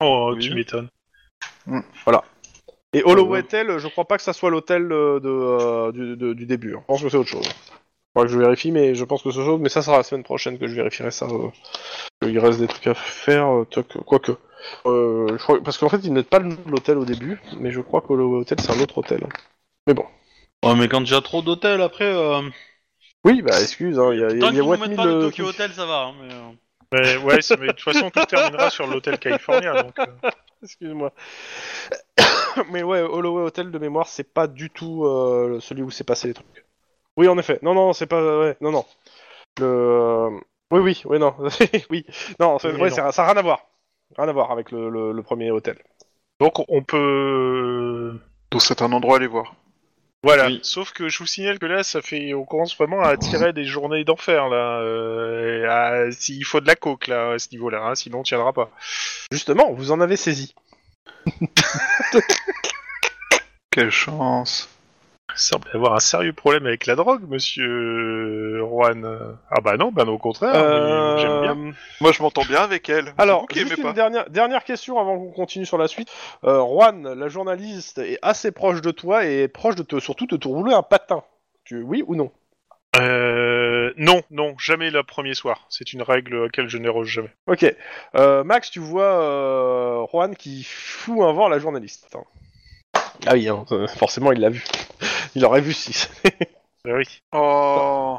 Oh,
Oui.
tu m'étonnes.
Et Hollowetel, je crois pas que ça soit l'hôtel euh, de, euh, du, de- du début. Je pense que c'est autre chose. Faudrait que je vérifie, mais je pense que c'est autre chose. Mais ça sera la semaine prochaine que je vérifierai ça. euh. Il reste des trucs à faire, euh, toc, quoique. Euh, je crois- parce qu'en fait, il n'est pas le nom de l'hôtel au début, mais je crois que Hollowetel, c'est un autre hôtel.
Ouais, mais quand tu as trop d'hôtels, après. Euh...
Oui, bah excuse, hein, il y a, il y a, euh,
Tant
il y
qu'ils
a
nous
What
mettent
Me
pas le
de-
Tokyo Hotel, ça va. hein, mais, euh,
Mais ouais, c'est- mais de toute façon, tout terminera sur l'hôtel California, donc... euh,
Excuse-moi. Mais ouais, Holloway Hotel de mémoire, c'est pas du tout euh, celui où s'est passé les trucs. Oui, en effet. Non, non, c'est pas. ouais, non, non. Le. euh, Oui, oui, oui, non. oui. Non, c'est-
Oui,
ouais,
non.
c'est- ça n'a rien à voir. Rien à voir avec le, le- le premier hôtel.
Donc on peut... euh,
Donc c'est un endroit à aller voir.
Voilà,
Oui.
sauf que je vous signale que là, ça fait, on commence vraiment à tirer des journées d'enfer là. Euh, à- si- Il faut de la coke là à ce niveau-là, hein, sinon on tiendra pas.
Justement, vous en avez saisi.
Quelle chance.
Il semble avoir un sérieux problème avec la drogue, Monsieur Juan. Ah bah non, bah non, au contraire.
Euh,
mais J'aime bien.
Moi je m'entends bien avec elle.
Alors,
Ok,
juste
mais
une
pas.
dernière, dernière question avant qu'on continue sur la suite. Euh, Juan, la journaliste, est assez proche de toi et est proche de te, surtout de te rouler un patin. Tu, oui ou non
Euh, non, non, jamais le premier soir. C'est une règle à laquelle je ne n'éroge jamais.
Ok. Euh, Max, tu vois euh, Juan qui fout un vent à la journaliste. hein. Attends. Ah oui, hein, euh, forcément, il l'a vu. Il aurait vu si. ça
Ah oui.
Oh,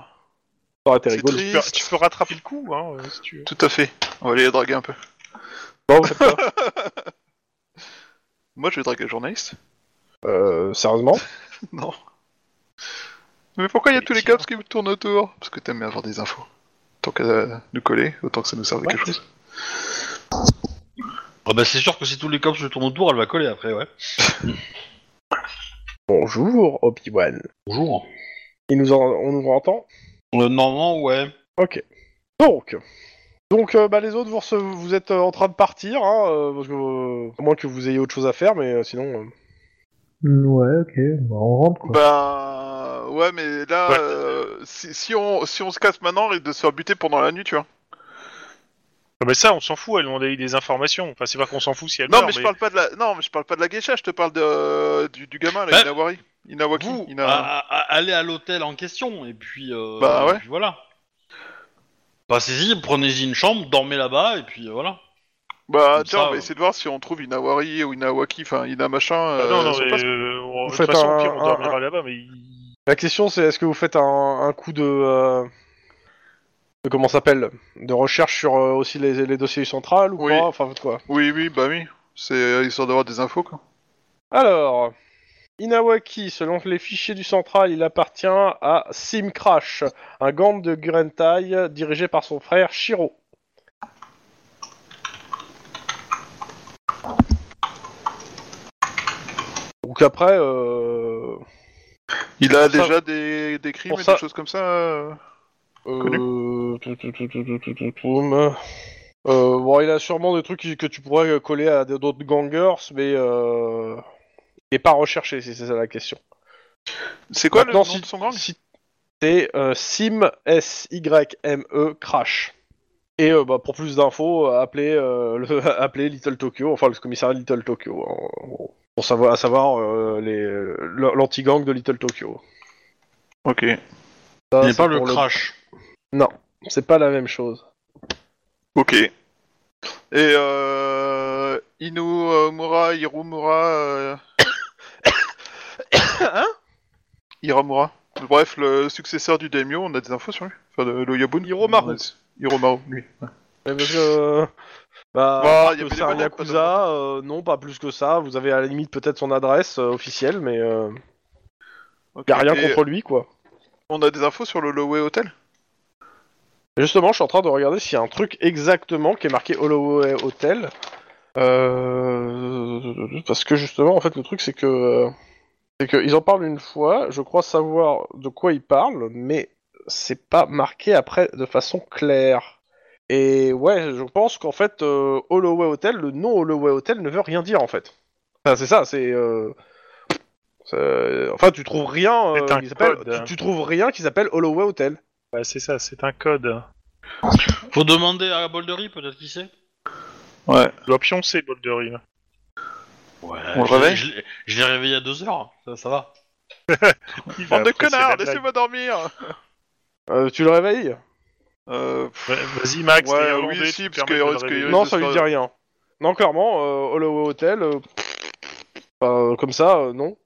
aurait été
c'est
rigolo.
Tu peux,
triste.
tu peux rattraper le coup, hein, euh, si tu veux.
Tout à fait. On va aller la draguer un peu.
Non, faites pas.
Moi je vais draguer le journaliste.
Euh, sérieusement
Non. Mais pourquoi il y a tous les cops qui me tournent autour Parce que t'aimes bien avoir des infos. Tant qu'à euh, nous coller, autant que ça nous serve à quelque chose.
Ah bah, c'est sûr que si tous les cops se tournent autour, elle va coller après, ouais.
Bonjour, Obi-Wan.
Bonjour.
Il nous en- on nous entend
Euh, normalement, ouais.
Ok. Donc. Donc, euh, bah, les autres, vous, rece- vous êtes euh, en train de partir, hein, euh, parce que, euh, à moins que vous ayez autre chose à faire, mais euh, sinon. euh,
Mm, Ouais, ok. Bah, on rentre quoi.
Bah ouais, mais là,
Ouais.
euh, si, si on, si on se casse maintenant, on risque de se faire buter pendant la nuit, tu vois.
Ah bah ça, on s'en fout. Elle nous a eu des informations. Enfin, c'est pas qu'on s'en fout si elle
Non,
meurt,
mais je parle pas de la, non, mais je parle pas de la geisha, je te parle de, euh, du, du gamin, là,
Bah,
Inawari. Inawaki.
Vous, ah,
Ina-
à- à- allez à l'hôtel en question, et puis. euh,
Bah, ouais.
et puis voilà. Passez-y, prenez-y une chambre, dormez là-bas, et puis euh, voilà.
Bah
Comme
tiens,
ça,
on va
ouais.
essayer de voir si on trouve Inawari ou Inawaki, enfin Ina machin.
Ah
Bah
euh,
non, non,
sur
mais
place.
euh, on-
Vous
de toute
faites
façon,
un-
au pire, on
un-
dormira
un-
là-bas, mais il-
La question, c'est est-ce que vous faites un, un coup de. euh, de comment ça s'appelle De recherche sur euh, aussi les, les dossiers centrales ou
Oui.
pas Enfin, faites quoi
Oui, oui, bah oui. C'est euh, histoire d'avoir des infos, quoi.
Alors, Inawaki, selon les fichiers du central, il appartient à Sim Crash, un gang de Gurentai dirigé par son frère Shiro. Donc après, euh,
Il a
Pour ça-
déjà des, des crimes
pour
et
ça-
des choses comme ça. euh, Connu.
euh, tout, tout, tout, tout, tout, tout, tout, tout, euh, euh, bon, il a sûrement des trucs qui- que tu pourrais coller à des- d'autres gangers, mais euh, il est pas recherché, si c'est ça la question.
C'est quoi le
Maintenant,
nom
si-
de son gang
si- C'est euh, Sim S Y M E Crash. Et euh, bah, pour plus d'infos, euh, appelez, euh, le- appelez Little Tokyo, enfin le commissariat de Little Tokyo, en- en gros. pour savoir, à savoir euh, les- le- l'anti-gang de Little Tokyo.
Ok.
Ça,
Il n'est
Ah, c'est
pas le
pour
crash.
C'est pas la même chose.
Ok. Et euh, Inu euh, Mura, Hirumura. euh,
Hein
Hiramura. Bref, le successeur du Daimyo, on a des infos sur lui. Enfin, de l'Oyabun.
Hiromaru.
On a des- Hiromaru, lui.
Mais parce que, euh, bah,
Bah,
parce
y a
que
pas
c'est un
d'événement,
Yakuza, euh, non, pas plus que ça. Vous avez à la limite peut-être son adresse euh, officielle, mais euh,
Ok.
y a rien
Et
contre lui, quoi.
On a des infos sur le Lowey Hotel
Et Justement, je suis en train de regarder s'il y a un truc exactement qui est marqué Holloway Hotel. Euh, Parce que justement, en fait, le truc, c'est que euh, C'est qu'ils en parlent une fois, je crois savoir de quoi ils parlent, mais c'est pas marqué après de façon claire. Et ouais, je pense qu'en fait, euh, Holloway Hotel, le nom Holloway Hotel ne veut rien dire en fait. Enfin, c'est ça, c'est. euh, c'est- Enfin, tu trouves rien.
C'est
euh,
un
qui s'appelle-
code.
tu- tu trouves rien qui s'appelle Holloway Hotel.
Bah, c'est ça, c'est un code.
Faut demander à la Bolderie, peut-être qui c'est
Ouais.
Tu dois pioncer, Boldery. là.
Ouais,
On le
je l'ai-
réveille
je l'ai- Je l'ai réveillé il y a deux heures, ça, ça va.
Il va
Bande de
apprécier la
connards,
blague.
laissez-moi dormir
Euh, tu le réveilles
euh, pff,
Ouais, Vas-y, Max,
Ouais,
t'es
oui,
irlandais,
si,
tu te
parce
permets
que-
de le
parce que-
réveiller.
Oui,
Non,
ce
ça lui
sera-
dit rien. Non, clairement, euh, Holloway Hotel, euh, enfin, comme ça, euh, non.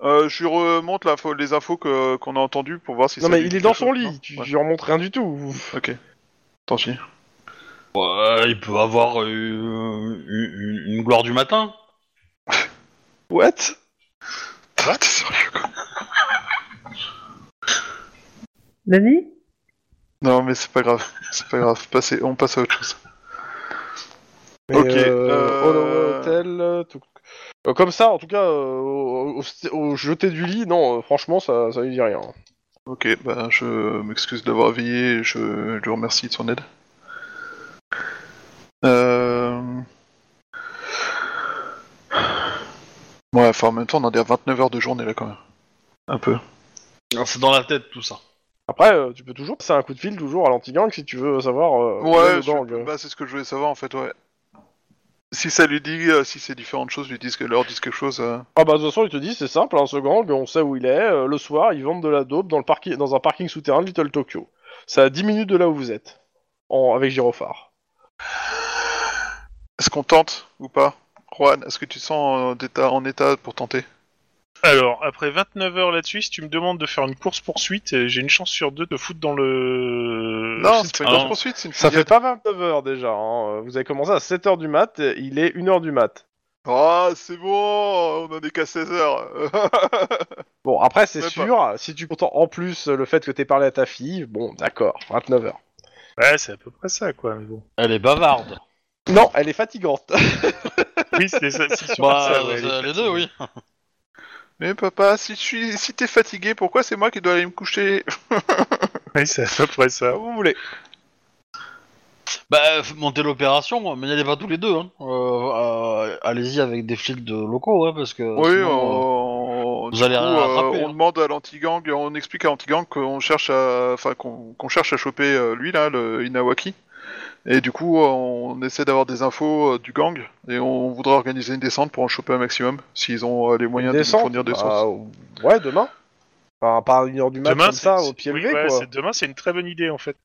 euh, je lui remonte l'info- les infos que- qu'on a entendues pour voir si
non,
ça
mais
dit
il est
quelque
dans son
chose,
lit,
non
tu,
Ouais,
tu lui remontes rien du tout.
Ok. Tant pis.
Ouais, il peut avoir euh, une, une- une gloire du matin.
What
Ah, t'es sérieux, quoi.
Nani
Non, mais c'est pas grave. C'est pas grave. Passez- on passe à autre chose.
Mais,
Ok,
euh,
euh,
Holloway Hotel, euh, tout- Euh, comme ça, en tout cas, euh, au, au- au jeté du lit, non, euh, franchement, ça, ça lui dit rien.
Ok, bah je m'excuse d'avoir veillé et je lui remercie de son aide. Euh... Ouais, enfin en même temps on en est à 29 heures de journée là quand même. Un peu.
C'est dans la tête tout ça.
Après, euh, tu peux toujours passer un coup de fil toujours à l'anti-gang si tu veux savoir. euh, où est
Ouais,
le
je-
gang.
bah, c'est ce que je voulais savoir en fait, ouais. Si ça lui dit, euh, si c'est différentes choses, lui disent que leur disent quelque chose. euh.
Ah bah de toute façon, il te dit, c'est simple, hein, ce gang, on sait où il est, euh, le soir, ils vendent de la dope dans, le parking, dans un parking souterrain de Little Tokyo. C'est à 10 minutes de là où vous êtes, en, avec Gyrophare.
Est-ce qu'on tente ou pas Juan, est-ce que tu te sens en état, en état pour tenter
Alors, après 29 heures là-dessus, si tu me demandes de faire une course-poursuite, euh, j'ai une chance sur deux de te foutre dans le...
Non, c'est pas une
ah,
grosse poursuite, c'est une
Ça fait
fusillade.
pas 29 heures déjà, hein, euh, vous avez commencé à 7 heures du mat, et il est 1 heure du mat.
Ah, c'est bon, on en est qu'à 16 heures.
Bon, après, c'est
Ouais,
sûr, si tu comptes en plus euh, le fait que t'aies parlé à ta fille, bon, d'accord, 29 heures.
Ouais, c'est à peu près ça, quoi, mais bon.
Elle est bavarde.
Non, elle est fatigante.
Oui, c'est ça, c'est sur
Bah,
ça,
euh,
ouais, elle est
les
fatiguée.
deux, oui.
Mais papa, si je suis, si t'es fatigué, pourquoi c'est moi qui dois aller me coucher
Oui, c'est à peu près ça.
vous voulez.
Bah, faut monter l'opération, mais n'y allez pas tous les deux. Hein. Euh, euh, Allez-y avec des flics de locaux, hein, parce que.
Oui,
sinon, euh,
on...
vous
du
allez
coup,
rien attraper,
euh, on
hein.
demande à l'anti-gang, on explique à l'anti-gang qu'on cherche à, enfin qu'on qu'on cherche à choper euh, lui là, le Inawaki. Et du coup, on essaie d'avoir des infos euh, du gang et on voudrait organiser une descente pour en choper un maximum s'ils ont euh, les moyens de nous
Descente,
fournir des
bah,
sources.
ouais, demain. Enfin, pas 1 heure du mat, comme ça,
c'est-
au pied
oui,
levé,
ouais,
quoi.
c'est- Demain, c'est une très bonne idée, en fait.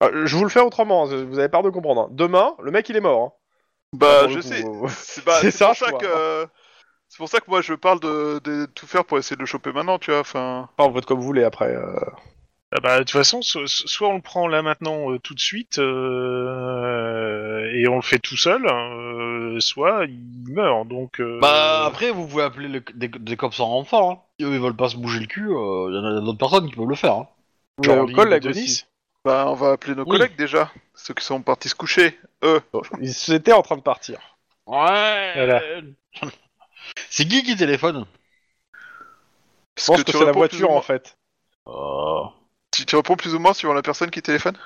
Ah, je vous le fais autrement, hein, vous avez peur de comprendre. hein. Demain, le mec il est mort. hein.
Bah,
Pour le
je
coup,
sais.
euh,
C'est bah,
C'est
c'est pour
ça,
ça
quoi.
que euh, c'est pour ça que moi je parle de, de tout faire pour essayer de le choper maintenant, tu vois. Enfin,
Enfin, vous faites comme vous voulez après. euh.
Ah bah, de toute façon, so- so- soit on le prend là maintenant euh, tout de suite euh, et on le fait tout seul, euh, soit il meurt. Donc, euh,
Bah, après, vous pouvez appeler le- des, des cops en renfort. Hein. Si eux, ils veulent pas se bouger le cul, il y en a d'autres personnes qui peuvent le faire. Hein.
genre,
Mais, euh,
Lille,
collègue
Denis.
aussi.
bah, on va appeler nos
Oui.
collègues déjà, ceux qui sont partis se coucher. Eux.
Ils étaient en train de partir.
Ouais.
Voilà.
C'est qui qui téléphone
Je pense que,
tu
c'est la
réponds plus
voiture
ou moins-
en fait.
Euh,
Tu, tu réponds plus ou moins suivant la personne qui téléphone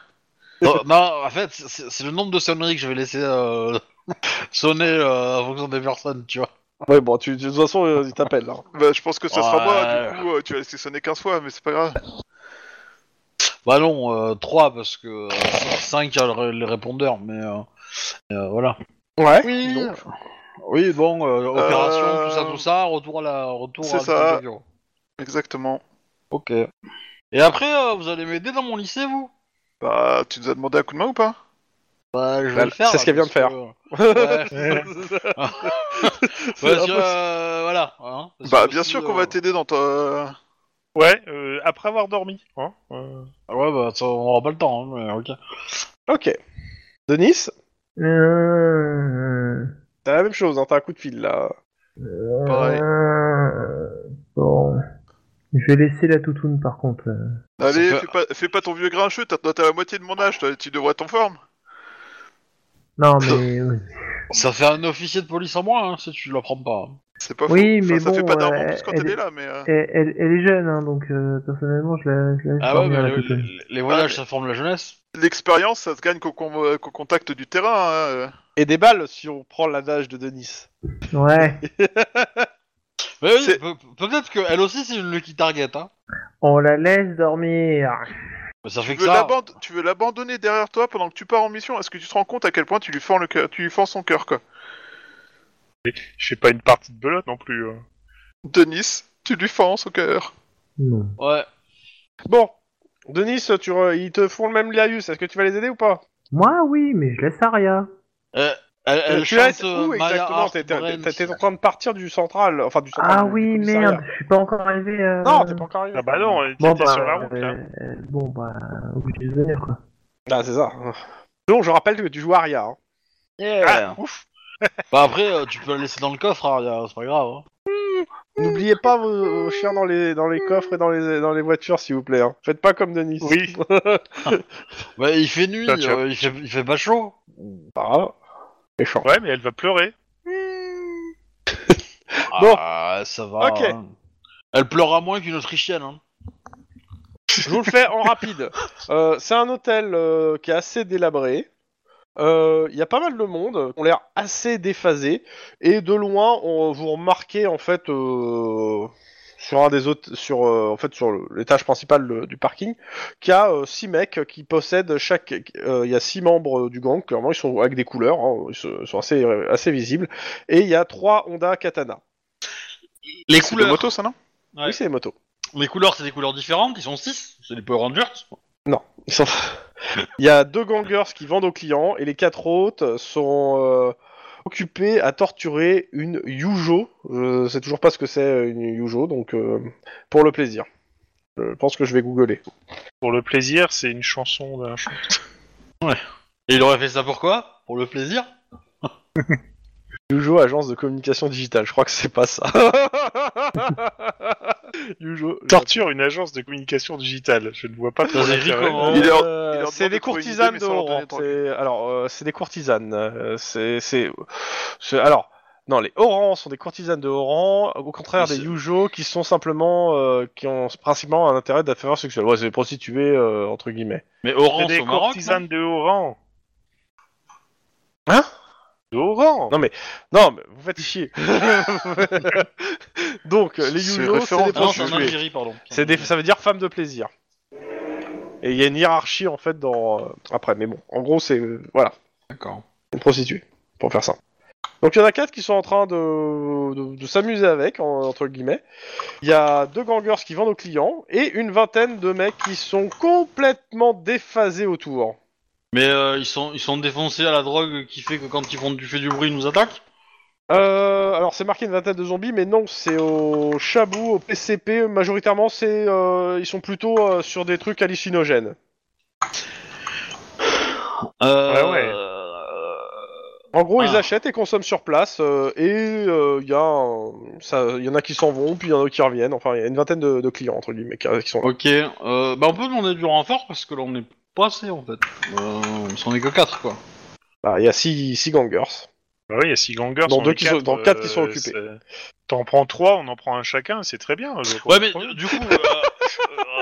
non, oh, non, en fait, c'est c'est le nombre de sonneries que je vais laisser euh, sonner euh, en fonction des personnes, tu vois.
Ouais, bon, tu, de toute façon, euh, ils t'appellent. hein.
Bah, je pense que ça sera moi,
Ouais.
du coup, euh, tu vas laisser sonner 15 fois, mais c'est pas grave.
Bah non, 3 parce que 5 a le, ré- le répondeur, mais euh, euh, voilà.
Ouais.
Oui, oui bon, euh, opération,
Euh,
tout ça, tout ça, retour à la retour
c'est
à
ça.
l'avion.
Exactement.
Ok. Et après, euh, vous allez m'aider dans mon lycée, vous
Bah, tu nous as demandé un coup de main ou pas
Bah, je vais
Bah,
le faire.
c'est ce qu'elle
parce
vient de
que- Ouais. Parce que,
impossible.
euh, voilà. hein, parce
Bah,
que
bien
si,
sûr
euh,
qu'on va t'aider dans ta...
Ouais, euh, après avoir dormi. Hein, euh.
Ouais, bah, ça, on aura pas le temps, hein, mais ok.
Ok. Denis,
Euh,
t'as la même chose, hein, t'as un coup de fil là.
euh,
Pareil.
euh, Bon. Je vais laisser la toutoune par contre. euh.
Allez,
fait-
fais pas, fais pas ton vieux grincheux, t'as t'as la moitié de mon âge, toi, tu devrais être en forme.
Non mais oui.
Ça fait un officier de police en moins, hein, si tu l'apprends pas.
C'est pas
Oui,
faux.
mais
ça fait
bon,
pas d'argent
euh,
plus quand
elle
elle
est-
est là, mais. euh,
Elle, elle- elle est jeune, hein, donc euh, personnellement, je la, je la laisse
Ah ouais,
dormir
mais
à
le-
côté.
le- les voyages,
Ouais,
ça forme la jeunesse.
L'expérience, ça se gagne qu'au con- euh, qu'au contact du terrain. hein, euh.
Et des balles si on prend l'adage de Denis.
Ouais.
Mais oui,
C'est-
peut- peut-être qu'elle aussi, c'est une lucky target. Hein.
On la laisse dormir.
Mais ça fait
Tu
que
veux
ça.
l'aband- tu veux l'abandonner derrière toi pendant que tu pars en mission Est-ce que tu te rends compte à quel point tu lui fends, le cœur- tu lui fends son cœur, quoi
Je fais pas une partie de belote non plus. euh.
Denis, tu lui fends son cœur.
Non.
Ouais.
Bon, Denis, tu re- ils te font le même Liarius, est-ce que tu vas les aider ou pas
Moi, oui, mais je laisse Aria.
Euh, elle elle
Tu
chante,
laisses où
euh, Maya
exactement
Hart,
T'es t'es-
Brent.
t'es- t'es en train de partir du central, enfin du central.
Ah
du-
oui,
du commissariat.
merde, je suis pas encore arrivé à...
Non, t'es pas encore arrivé.
Ah bah non, elle
Bon
était
bah,
sur la route là.
hein.
euh, euh, bon bah, obligé de venir quoi.
Ah, c'est ça. Donc, je rappelle que tu joues Aria. hein.
Yeah.
Ah, ouf.
Bah après, euh, tu peux la laisser dans le coffre, hein, y a- c'est pas grave. hein.
N'oubliez pas vos, vos chiens dans les, dans les coffres et dans les, dans les voitures, s'il vous plaît. hein. Faites pas comme Denis.
Oui.
Bah, il fait nuit,
Ah, tiens.
euh, il, fait, il fait pas chaud.
Ah, méchant.
Ouais, mais elle va pleurer.
Bon.
Ah, ça va.
Ok.
hein. Elle pleura moins qu'une autrichienne. Hein.
Je vous le fais en rapide. Euh, c'est un hôtel euh, qui est assez délabré. Euh, Il y a pas mal de monde, on l'air assez déphasé, et de loin, on, vous remarquez en fait euh, sur un des autres, sur euh, en fait sur le- l'étage principal de- du parking, qu'il y a euh, six mecs qui possèdent chaque, euh, il y a six membres du gang. Clairement, ils sont avec des couleurs, hein, ils sont, ils sont assez euh, assez visibles, et il y a trois Honda Katana.
Les
C'est des
couleurs,
motos, ça, non
Ouais.
Oui, c'est les motos.
les couleurs, c'est des couleurs différentes. Ils sont 6. C'est des Power Rangers.
Ils sont- Il y a deux gangers qui vendent aux clients et les quatre autres sont euh, occupés à torturer une Yujo. Je sais toujours pas ce que c'est euh, une Yujo, donc euh, pour le plaisir. Je pense que je vais googler.
Pour le plaisir, c'est une chanson d'un chanteur.
Et il aurait fait ça pourquoi Pour le plaisir
Yujo, agence de communication digitale, je crois que c'est pas ça. Yujo.
Torture, une agence de communication digitale. Je ne vois pas trop
Ça s'écrit
l'intérêt.
comment
Il est en-
Euh,
il est en
c'est
train de
des
trouver une idée,
courtisanes
mais
de
sans leur donner
Oran.
trop.
C'est- Alors, euh, c'est des courtisanes. euh, c'est, c'est, c'est- alors, non, les Oran sont des courtisanes de Oran, au contraire
Mais
des
c'est-
Yujo qui sont simplement, euh, qui ont principalement un intérêt d'affaires sexuelles. Ouais, c'est des prostituées euh, entre guillemets.
Mais
C'est
Orange
des
au Maroc.
courtisanes de Oran.
Hein
De Oran
Non, Non, mais vous faites chier. Donc, euh,
C'est
les Yujo, c'est
référence
des
non Non, c'est en
prostituées.
Algérie, pardon.
C'est des, ça veut dire femmes de plaisir. Et il y a une hiérarchie en fait dans euh, après, mais bon, en gros c'est euh, voilà.
D'accord.
une prostituée, pour faire ça. Donc il y en a quatre qui sont en train de, de- de s'amuser avec, en- entre guillemets. Il y a deux gangers qui vendent aux clients et une vingtaine de mecs qui sont complètement déphasés autour.
Mais euh, ils, sont, ils sont défoncés à la drogue qui fait que quand ils font du, fait du bruit, ils nous attaquent
Euh, alors c'est marqué une vingtaine de zombies, mais non, c'est au Chabou, au PCP, majoritairement c'est euh, ils sont plutôt euh, sur des trucs hallucinogènes.
euh,
Ouais, ouais.
euh,
En gros, ils
Ah.
achètent et consomment sur place, euh, et euh, il y, a un- ça- il y en a qui s'en vont, puis il y en a qui reviennent, enfin il y a une vingtaine de, de clients, entre guillemets, qui, qui sont là.
Ok. Euh, bah, on peut demander du renfort parce que là, on est pas assez en fait. Euh, parce qu'on est que 4 quoi.
Bah, il y a six, six gangers.
Bah oui, il y a six gangers.
Dans
on
deux
est
qui sont-
quatre,
dans quatre qui sont
euh,
occupés.
c'est- T'en prends trois, on en prend un chacun, c'est très bien. je vois
Ouais,
pas
mais
le problème.
du coup, euh,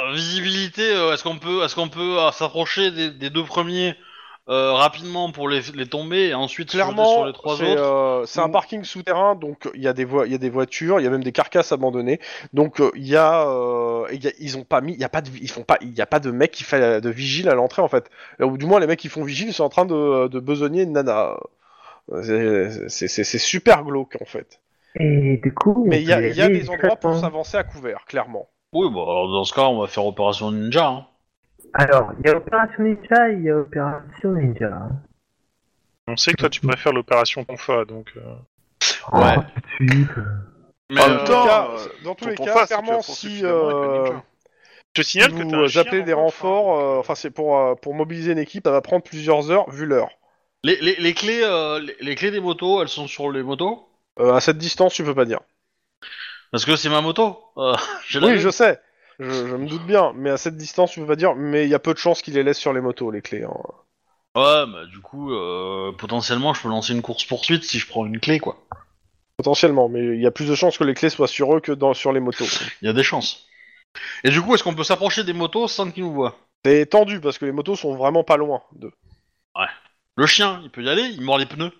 euh, visibilité, euh, est-ce qu'on peut, est-ce qu'on peut euh, s'approcher des, des deux premiers euh, rapidement pour les, les tomber et ensuite sauter sur
Clairement,
les trois
c'est
autres
euh, c'est un
Mm.
parking souterrain, donc euh, il y a des voies, il y a des voitures, il y a même des carcasses abandonnées. Donc euh, il y a, euh, il y a- ils ont pas mis, il y a pas de, ils font pas, il y a pas de mec qui fait de vigile à l'entrée en fait. Ou du moins les mecs qui font vigile sont en train de, de besogner une nana. C'est- C'est c'est- c'est super glauque en fait.
Et du coup, on
Mais il y a,
peut
il y a
aller
des endroits pour
discrètement.
s'avancer à couvert, clairement.
Oui, bah alors dans ce cas, on va faire opération ninja. Hein.
Alors, il y a Opération Ninja et il y a Opération Ninja. hein.
On sait que toi, tu préfères l'opération Confa, donc. euh,
Ouais.
Oh, tout de suite.
Mais,
En
Dans
euh,
tous
même
les
temps,
cas,
euh,
dans tous les
ton
cas,
face,
clairement,
tu as
si
poursuivi finalement avec le
euh,
ninja.
Je te signale que
vous
t'as un chien
appelez
dans
des
ton
renforts,
train, donc,
euh,
euh,
enfin c'est pour, euh, pour mobiliser une équipe, ça va prendre plusieurs heures vu l'heure.
les, les, les clés, euh, les, les clés des motos, elles sont sur les motos
Euh, à cette distance, tu peux pas dire.
Parce que c'est ma moto. Euh, j'ai la
Oui,
même.
je sais. Je, je me doute bien, mais à cette distance, tu peux pas dire. Mais il y a peu de chances qu'il les laisse sur les motos, les clés. hein.
Ouais, bah du coup, euh, potentiellement, je peux lancer une course poursuite si je prends une clé, quoi.
Potentiellement, mais il y a plus de chances que les clés soient sur eux que dans, sur les motos.
Il y a des chances. Et du coup, est-ce qu'on peut s'approcher des motos sans qu'ils nous voient
C'est tendu parce que les motos sont vraiment pas loin d'eux.
Le chien, il peut y aller, il mord les pneus.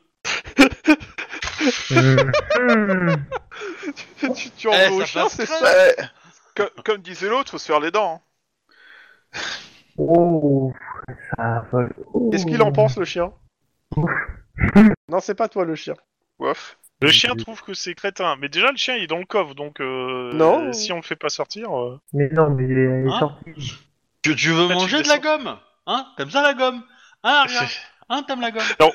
Hmm.
tu tu
Eh,
envoies au
ça
chien,
passe
hein, c'est
crème.
ça comme, comme disait l'autre, faut se faire les dents. hein.
Oh, ça vole. Oh.
Qu'est-ce qu'il en pense, le chien
Ouf.
Non, c'est pas toi, le chien.
Ouaf.
Le chien trouve que c'est crétin, mais déjà le chien il est dans le coffre, donc euh,
Non.
si on le fait pas sortir, euh,
Mais non, mais il est il est
Hein
sorti.
Tu, tu veux
Là, tu
manger de la gomme Hein T'aimes ça la gomme Hein, regarde Hein, t'aimes la gomme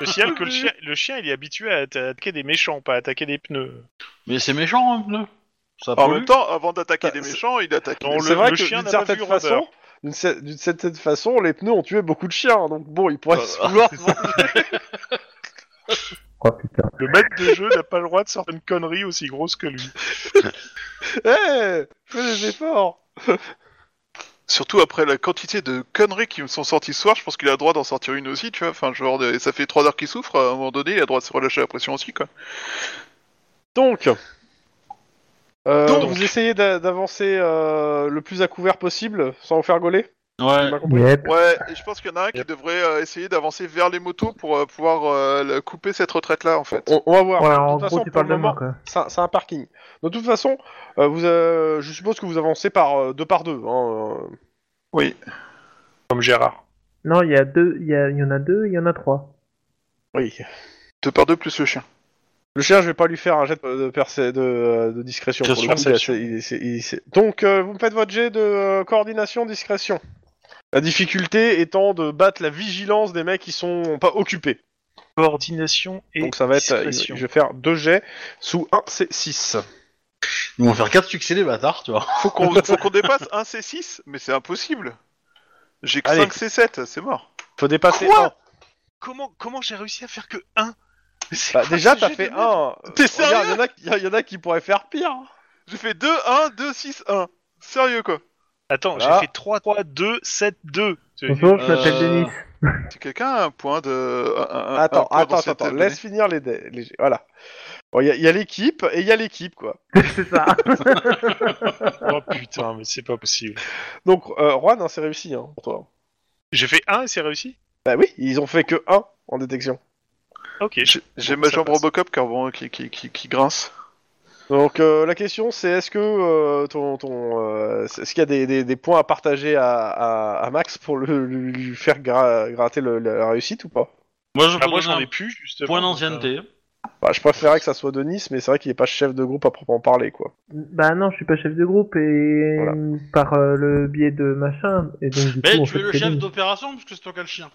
je signale que le chien, le chien il est habitué à atta- attaquer des méchants, pas à attaquer des pneus.
Mais c'est méchant, un pneu. Ça
En
pollue.
même temps, avant d'attaquer
Bah,
des
c'est-
méchants, il attaque.
Non,
C'est
le-
vrai
le
que
chien
d'une
n'a pas
certaine
vu
façon,
Robert.
d'une cer- d'une certaine façon, les pneus ont tué beaucoup de chiens, hein. donc bon, ils
Bah,
pourraient se vouloir. se manger.
Oh putain.
Le maître de jeu n'a pas le droit de sortir une connerie aussi grosse que lui.
Eh, fais des efforts.
Surtout après la quantité de conneries qui me sont sorties ce soir, je pense qu'il a le droit d'en sortir une aussi, tu vois. Enfin, genre, de- ça fait trois heures qu'il souffre, à un moment donné, il a le droit de se relâcher la pression aussi, quoi.
Donc, euh,
Donc.
vous essayez d'a- d'avancer euh, le plus à couvert possible, sans vous faire gauler. Bah,
Ouais.
J'ai pas compris.
Yep.
Ouais, et je pense qu'il y en a un qui devrait euh, essayer d'avancer vers les motos pour euh, pouvoir euh, le- couper cette retraite-là, en fait.
On, on va voir.
Ouais,
De
en
toute façon,
gros, tu
pour le
parles de
moment,
moi, quoi.
C'est un, c'est un parking. De toute façon, euh, vous, euh, je suppose que vous avancez par euh, deux par deux. hein, euh.
Comme Gérard.
Non, il y a deux, il y, a- il y en a deux, il y en a trois.
Oui.
Deux par deux plus le chien.
Le chien, je vais pas lui faire un jet de, de, percé- de, euh, de discrétion. pour le coup,
Perception.
il a- il- c'est- il- c'est- Donc, euh, vous me faites votre jet de euh, coordination discrétion. La difficulté étant de battre la vigilance des mecs qui sont pas occupés.
Coordination et
Donc ça va être, euh,
discrétion.
je vais faire deux jets sous 1 C6.
Ils vont faire 4 succès les bâtards, tu vois.
Faut qu'on faut qu'on dépasse un C6, mais c'est impossible. J'ai que
Allez.
5 C7, c'est mort.
Faut dépasser Bah,
Quoi
1.
Comment, comment j'ai réussi à faire que 1
Bah, déjà, t'as fait 1.
T'es
Regarde,
sérieux
il y en a qui- il y, en a qui pourraient faire pire.
J'ai fait 2, 1, 2, 6, 1. Sérieux, quoi.
Attends,
Ah.
j'ai fait 3, 3, 2, 7, 2.
Bonjour, je m'appelle
Euh,
Denis.
Si quelqu'un a un point de. un- un- un
Attends,
point dans
attends,
cette
attends,
donnée.
laisse finir les, dés- les jets. Voilà. Bon, Il y a- il y a l'équipe et il y a l'équipe, quoi.
C'est ça.
Oh putain, mais c'est pas possible.
Donc, euh, Juan, hein, c'est réussi hein, pour toi.
J'ai fait 1 et c'est réussi
Bah oui, ils ont fait que 1 en détection.
Ok.
J'ai- J'ai
Bon,
ma
ça
jambe
passe.
Robocop car bon, qui, qui, qui, qui grince.
Donc, euh, la question, c'est est-ce que euh, ton, ton, euh, est-ce qu'il y a des, des- des points à partager à, à- à Max pour le, lui, lui faire gra- gratter le- la, la réussite ou pas
Moi, je
Bah,
peux
moi
donner
j'en
un
ai plus, justement.
point d'ancienneté.
Bah, Je préférais que ça soit Denis, mais c'est vrai qu'il est pas chef de groupe à proprement parler, quoi.
Bah non, je suis pas chef de groupe et
Voilà.
par euh, le biais de machin. Et donc, du
Mais
coup,
Eh,
on
tu
fait
es le
très
chef
bien.
d'opération parce que c'est toi qui as le chien.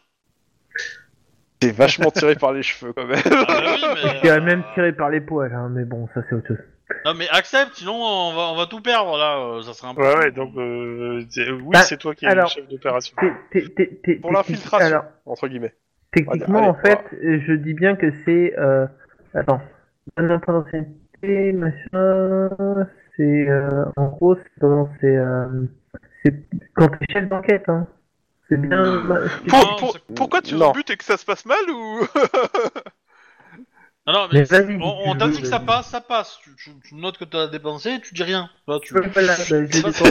T'es vachement tiré par les cheveux, quand même.
Ah, bah oui, mais,
Il
euh,
a même tiré par les poils, hein, mais bon, ça c'est autre chose.
Non mais accepte, sinon on va, on va tout perdre là, euh, ça serait un peu.
Ouais, ouais, donc. euh, c'est- oui,
Bah,
c'est toi qui es le
alors-
chef d'opération.
T'es- t'es- t'es- t'es-
Pour
t'es-
l'infiltration.
Alors,
Entre guillemets.
techniquement,
Allez,
en fait, je dis bien que c'est. Euh... Attends. Donne un point d'ancienneté, machin. C'est. euh, En gros, c'est. comment, c'est, euh, c'est quand t'es chef d'enquête, hein. C'est bien.
Pour-
Pour-
Non,
pour-
c'est-
pourquoi tu
Non.
rebutes et que ça se passe mal ou
Non, non,
Mais
mais
vas-y,
on,
dis
on
tu
t'a
veux,
dit que ça
vas-y.
passe, ça passe. Tu, tu- tu notes que t'as dépensé, tu dis rien. Là, tu...
Voilà, bah, j'ai
Ça,
dépensé.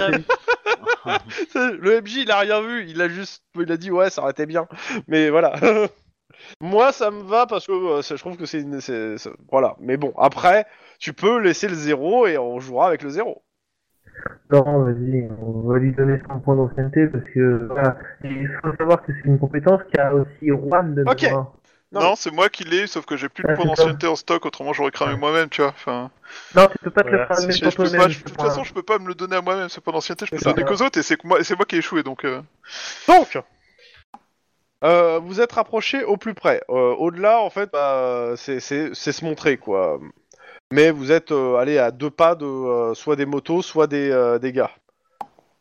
c'est-
Le MJ, il a rien vu, il a juste, il a dit ouais, ça aurait été bien, mais voilà. Moi, ça me va parce que euh, ça- je trouve que c'est, une- c'est- ça- voilà. Mais bon, après, tu peux laisser le zéro et on jouera avec le zéro.
Laurent, vas-y, on va lui donner son point d'ancienneté parce que voilà, il faut savoir que c'est une compétence qui a aussi Juan de
Ok.
mémoire.
Non.
Non, c'est moi qui l'ai, sauf que j'ai plus de
Ah,
points
c'est
d'ancienneté en stock, autrement j'aurais cramé moi-même, tu vois. Enfin,
Non, tu peux pas te
Voilà,
le faire
c'est-
amener
je
pour
je peux pas-
toi-même.
je-
ce
de toute
point-là.
façon, je peux pas me le donner à moi-même, ce point d'ancienneté, je peux
C'est
le donner
ça.
qu'aux autres, et c'est que moi, c'est moi qui ai échoué, donc... euh,
Donc, euh, vous êtes rapproché au plus près. Euh, au-delà, en fait, bah, c'est, c'est- c'est se montrer quoi. Mais vous êtes euh, allé à deux pas de euh, soit des motos, soit des, euh, des gars.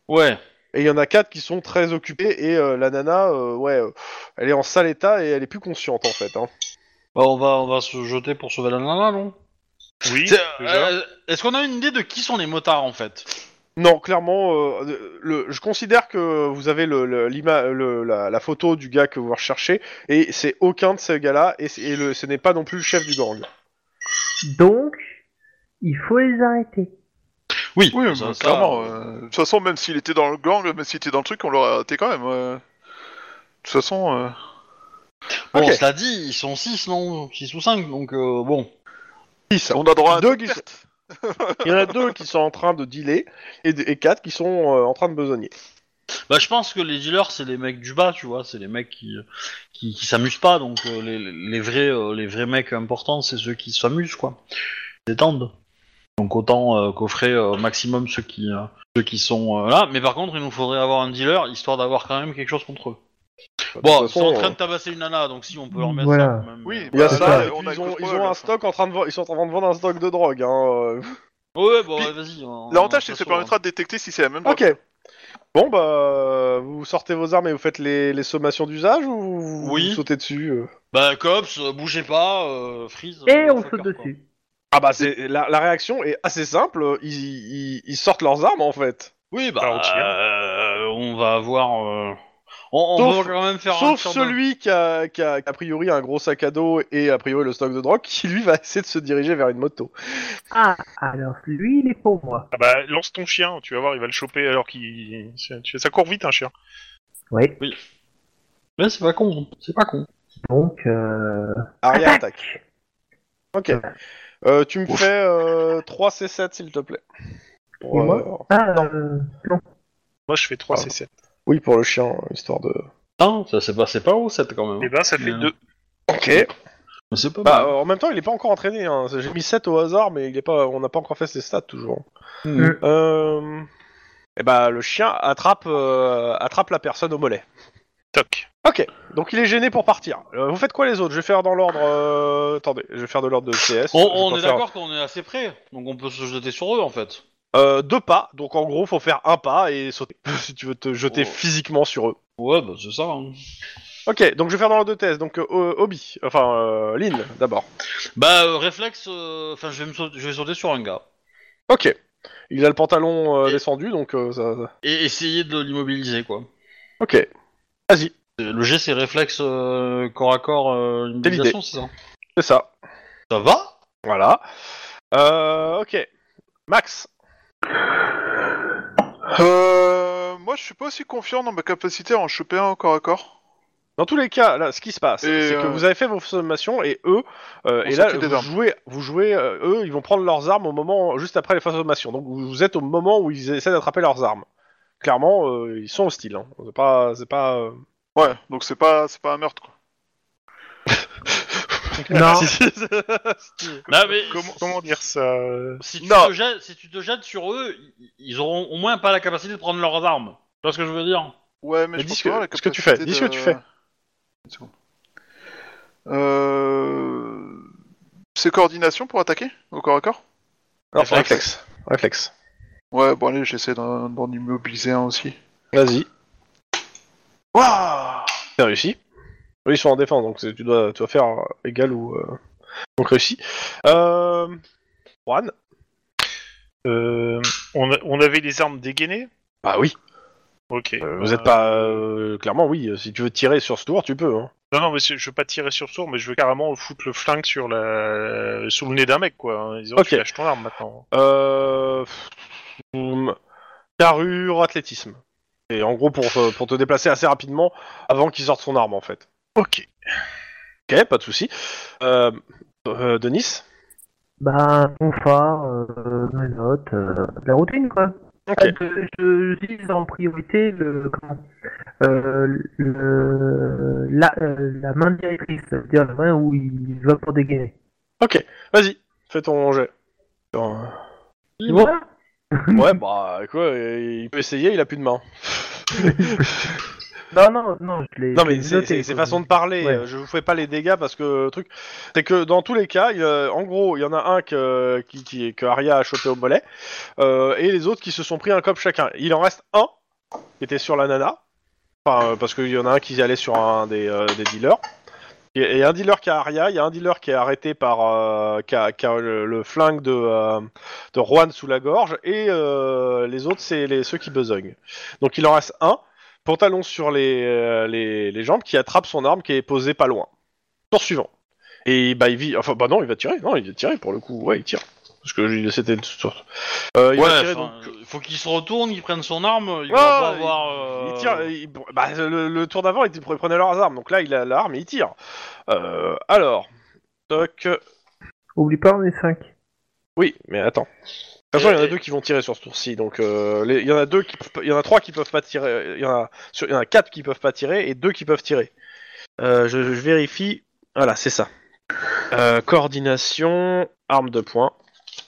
Ouais.
Et il y en a quatre qui sont très occupés et euh, la nana, euh, ouais, euh, elle est en sale état et elle est plus consciente en fait. Hein.
Bah, on va, on va se jeter pour sauver la nana, non
Oui,
C'est-
déjà.
euh, Est-ce qu'on a une idée de qui sont les motards en fait
Non, clairement, euh, le, je considère que vous avez le, le- l'ima- le- la, la photo du gars que vous recherchez, et c'est aucun de ces gars-là, et, c'est- et le, ce n'est pas non plus le chef du gang.
Donc, il faut les arrêter.
Oui,
Oui,
ça-
bah,
ça,
clairement.
euh,
euh, De toute façon, même s'il était dans le gang, même s'il était dans le truc, on l'aurait arrêté quand même. euh. De toute façon, euh,
Bon,
Ok.
cela dit, ils sont 6, non 6 ou 5, donc euh, bon.
Six.
on a droit à
Deux
deux
qui-
pertes.
Il y en a deux qui sont en train de dealer, et, d- et quatre qui sont euh, en train de besogner.
Bah, je pense que les dealers, c'est les mecs du bas, tu vois, c'est les mecs qui, qui, qui s'amusent pas, donc euh, les, les, vrais, euh, les vrais mecs importants, c'est ceux qui s'amusent, quoi. Ils détendent. Donc autant euh, coffrer euh, au maximum ceux qui, euh, ceux qui sont euh, là, mais par contre, il nous faudrait avoir un dealer, histoire d'avoir quand même quelque chose contre eux.
De
Bon,
toute
ils sont en
façon,
train
euh,
de tabasser une nana, donc si, on peut leur mettre
Voilà.
ça quand même. euh.
Oui,
il y a
Bah,
ça,
là,
et
on
puis
a
ils,
le
ont, ils
contrôle,
ont un
là.
stock en train de vendre, ils sont en train de vendre un stock de drogue. Hein. euh.
Ouais, bon,
Puis,
ouais, vas-y. hein. on-
L'avantage, c'est
on
que ça
s'assure.
permettra de détecter si c'est la même drogue.
Ok. Bon bah, euh, vous sortez vos armes et vous faites les, les sommations d'usage ou vous,
Oui.
vous sautez dessus euh
Bah, cops, euh, bougez pas, euh, freeze.
Et on
fucker,
saute
quoi.
dessus.
Ah bah c'est la, la réaction est assez simple. Ils, ils, ils sortent leurs armes en fait.
Oui, bah,
Bah, on tire.
euh, on va avoir. euh, On, on
Sauf-
va quand même faire un
Sauf
tir de-
celui qui a, qui a a priori un gros sac à dos et a priori le stock de drogue, qui lui va essayer de se diriger vers une moto.
Ah, alors lui, il est pour moi.
Ah bah, lance ton chien, tu vas voir, il va le choper alors qu'il. tu- Ça court vite un chien.
Ouais.
Mais c'est pas con, c'est pas con.
Donc, euh...
Arrière attaque. Ok.
Voilà.
Euh, tu me fais euh, 3 C7 s'il te plaît. Pour,
Et moi
euh,
Ah,
Non.
euh,
Moi je fais 3
Ah.
CC.
oui pour le chien histoire de.
Non, Hein, ça c'est pas, c'est pas haut 7 quand
Et
même.
ben ça fait
Euh.
2.
Ok.
Mais C'est pas
Bah
mal.
euh, en même temps il est pas encore entraîné. Hein. J'ai mis 7 au hasard mais il est pas, on n'a pas encore fait ses stats toujours.
Hmm.
Euh... Et bah le chien attrape euh, attrape la personne au mollet.
Toc.
Donc il est gêné pour partir. Euh, vous faites quoi les autres Je vais faire dans l'ordre. euh, Attendez, je vais faire de l'ordre de CS.
On,
Je vais
on
pas
est
faire-
d'accord qu'on est assez près, donc on peut se jeter sur eux en fait.
Euh, deux pas. Donc en gros, faut faire un pas et sauter si tu veux te jeter
Oh.
physiquement sur eux.
Ouais, bah c'est ça. hein.
Ok, donc je vais faire dans l'ordre de TS. Donc euh, Obi, enfin euh, Lynn d'abord.
Bah, euh, réflexe, euh, enfin je, vais me sauter, je vais sauter sur un gars.
Ok. Il a le pantalon euh,
Et-
descendu, donc euh, ça, ça-
Et essayer de l'immobiliser quoi.
Ok.
Euh, Le G c'est réflexe euh, corps à corps, euh, immobilisation, c'est ça
C'est ça.
Ça va
Voilà. Euh, ok. Max.
Euh, moi, je suis pas aussi confiant dans ma capacité à en choper un au corps à corps.
Dans tous les cas, là, ce qui se passe,
Et,
c'est que
euh,
vous avez fait vos sommations et eux, euh,
on
et là,
s'occupe des
vous
armes.
jouez, vous jouez, euh, eux, ils vont prendre leurs armes au moment, juste après les sommations. Donc vous vous êtes au moment où ils essaient d'attraper leurs armes. Clairement, euh, ils sont hostiles. Hein. C'est pas, c'est pas. euh,
Ouais, donc c'est pas, c'est pas un meurtre, quoi.
Non.
Bah, Ah. mais
Comment, comment dire ça euh,
Si tu,
Non.
te jettes, si tu te jettes sur eux, i- ils auront au moins pas la capacité de prendre leurs armes. Tu vois ce que je veux dire
Ouais, mais
Mais Bah,
je
dis
pense
ce que-
avoir la
ce que tu
capacité
fais, dis
de-
ce que tu fais.
Une seconde. Euh... C'est coordination pour attaquer au corps à corps
Non,
Réflexe.
réflexe. Réflexe.
Ouais, bon allez, j'essaie d'en d'en immobiliser un aussi.
Vas-y.
Waouh
T'as réussi. Oui, ils sont en défense, donc c'est- tu dois, tu dois faire euh, égal ou. euh, Donc réussi. Euh... Juan
euh, on, a- on avait les armes dégainées
Bah oui.
Ok.
Euh, vous êtes pas. euh, clairement, oui. Si tu veux tirer sur ce tour, tu peux. Hein.
Euh, Non, non, mais c'est- je veux pas tirer sur sourd, mais je veux carrément foutre le flingue sur la... sous le nez d'un mec, quoi. Ils ont
Ok.
tu lâches ton arme maintenant.
Euh... pff, hum, Carrure, athlétisme. Et en gros, pour, te- pour te déplacer assez rapidement avant qu'il sorte son arme, en fait.
Ok.
Ok, pas de souci. Euh... euh, Denis
Bah, mon phare, euh, mes notes, euh, la routine, quoi.
Ok.
Ah, Je, je vise en priorité le, comment, euh, le, la, euh, la main directrice, c'est-à-dire la main où il va pour dégainer.
Ok, vas-y, fais ton jet. Euh,
Tu vois
Ouais, bah quoi, euh, il peut essayer, il a plus de main.
Non, non, non, je l'ai.
Non
je
mais
l'ai
c'est
noté,
c'est- c'est
quoi.
façon de parler,
Ouais.
euh, je vous fais pas les dégâts parce que le truc, c'est que dans tous les cas, il y a- en gros, il y en a un que, qui, qui, que Aria a chopé au mollet, euh, et les autres qui se sont pris un cop chacun. Il en reste un qui était sur la nana, enfin, euh, parce qu'il y en a un qui allait sur un des, euh, des dealers, Il y a- il y a un dealer qui est à Aria, il y a un dealer qui est arrêté par euh, qui a, qui a le, le flingue de, euh, de Juan sous la gorge, et euh, les autres, c'est les, ceux qui besognent. Donc il en reste un, pantalon sur les, euh, les, les jambes, qui attrape son arme qui est posée pas loin. Poursuivant. Et bah il vit, enfin bah non, il va tirer, non, il va tirer pour le coup, ouais, il tire. Parce que j'ai- c'était une source. Euh, il va
Ouais,
tirer, donc,
enfin, il faut qu'il se retourne, qu'il prenne son arme, il va
Ouais,
pas
ouais,
avoir...
Il
euh,
tire, il- bah, le, le tour d'avant, il il prenait leurs armes, donc là il a l'arme et il tire. Euh, alors, toc,
Oublie pas, on est 5.
oui, mais attends. De toute façon, il y en a
Et-
deux qui vont tirer sur ce tour-ci, donc euh, les- il y en a deux, qui peuvent pas- il y en a trois qui peuvent pas tirer, il y en a, sur- il y en a quatre qui peuvent pas tirer et deux qui peuvent tirer. Euh, je, je vérifie, voilà, c'est ça. Euh, coordination, arme de poing,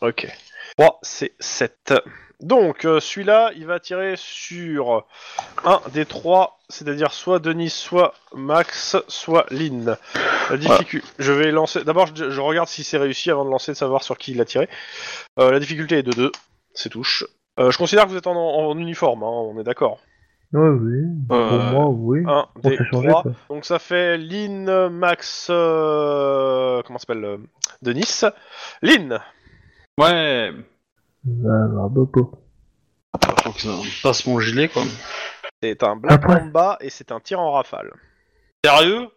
ok. 3, c'est 7. Donc, euh, celui-là, il va tirer sur un des trois, c'est-à-dire soit Denis, soit Max, soit Lynn. La difficulté. Je vais lancer. D'abord, je, je regarde si c'est réussi avant de lancer, de savoir sur qui il a tiré. Euh, la difficulté est de 2. C'est touche. Euh, je considère que vous êtes en, en uniforme, hein, on est d'accord.
Ouais, oui.
Euh,
Pour
Euh,
moi, oui.
1,
On
des
s'est changé,
3.
quoi. Ah,
Donc ça fait Lynn, Max, euh, comment s'appelle euh, Denis. Lynn
Ouais,
Ah, bah, bobo.
faut que ça passe mon gilet, quoi.
C'est un black
Après.
Mamba et c'est un tir en rafale.
Sérieux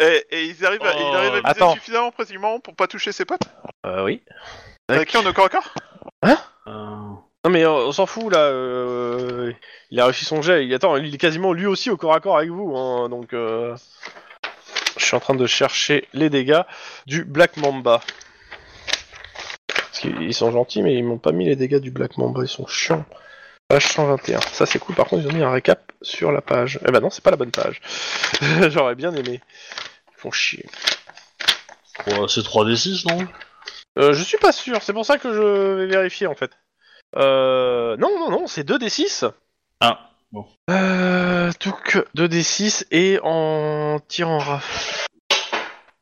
Et, et ils arrivent à, ils arrivent à viser
Attends.
suffisamment précisément pour pas toucher ses potes
Euh, oui.
Avec qui on est encore encore
Euh,
Non mais euh, on s'en fout là. euh, Il a réussi son jet. Il attend. Il est quasiment lui aussi au corps à corps avec vous. hein, donc euh, je suis en train de chercher les dégâts du Black Mamba. Parce qu'ils ils sont gentils mais ils m'ont pas mis les dégâts du Black Mamba. Ils sont chiants. Page 121. Ça c'est cool. Par contre ils ont mis un récap sur la page. Eh ben non c'est pas la bonne page. J'aurais bien aimé. Ils font chier.
ouais, c'est 3d6, non
Euh, je suis pas sûr, c'est pour ça que je vais vérifier en fait. Euh, non, non, non, c'est 2d6.
Ah, bon.
Euh, donc 2d6 et en tirant en raf.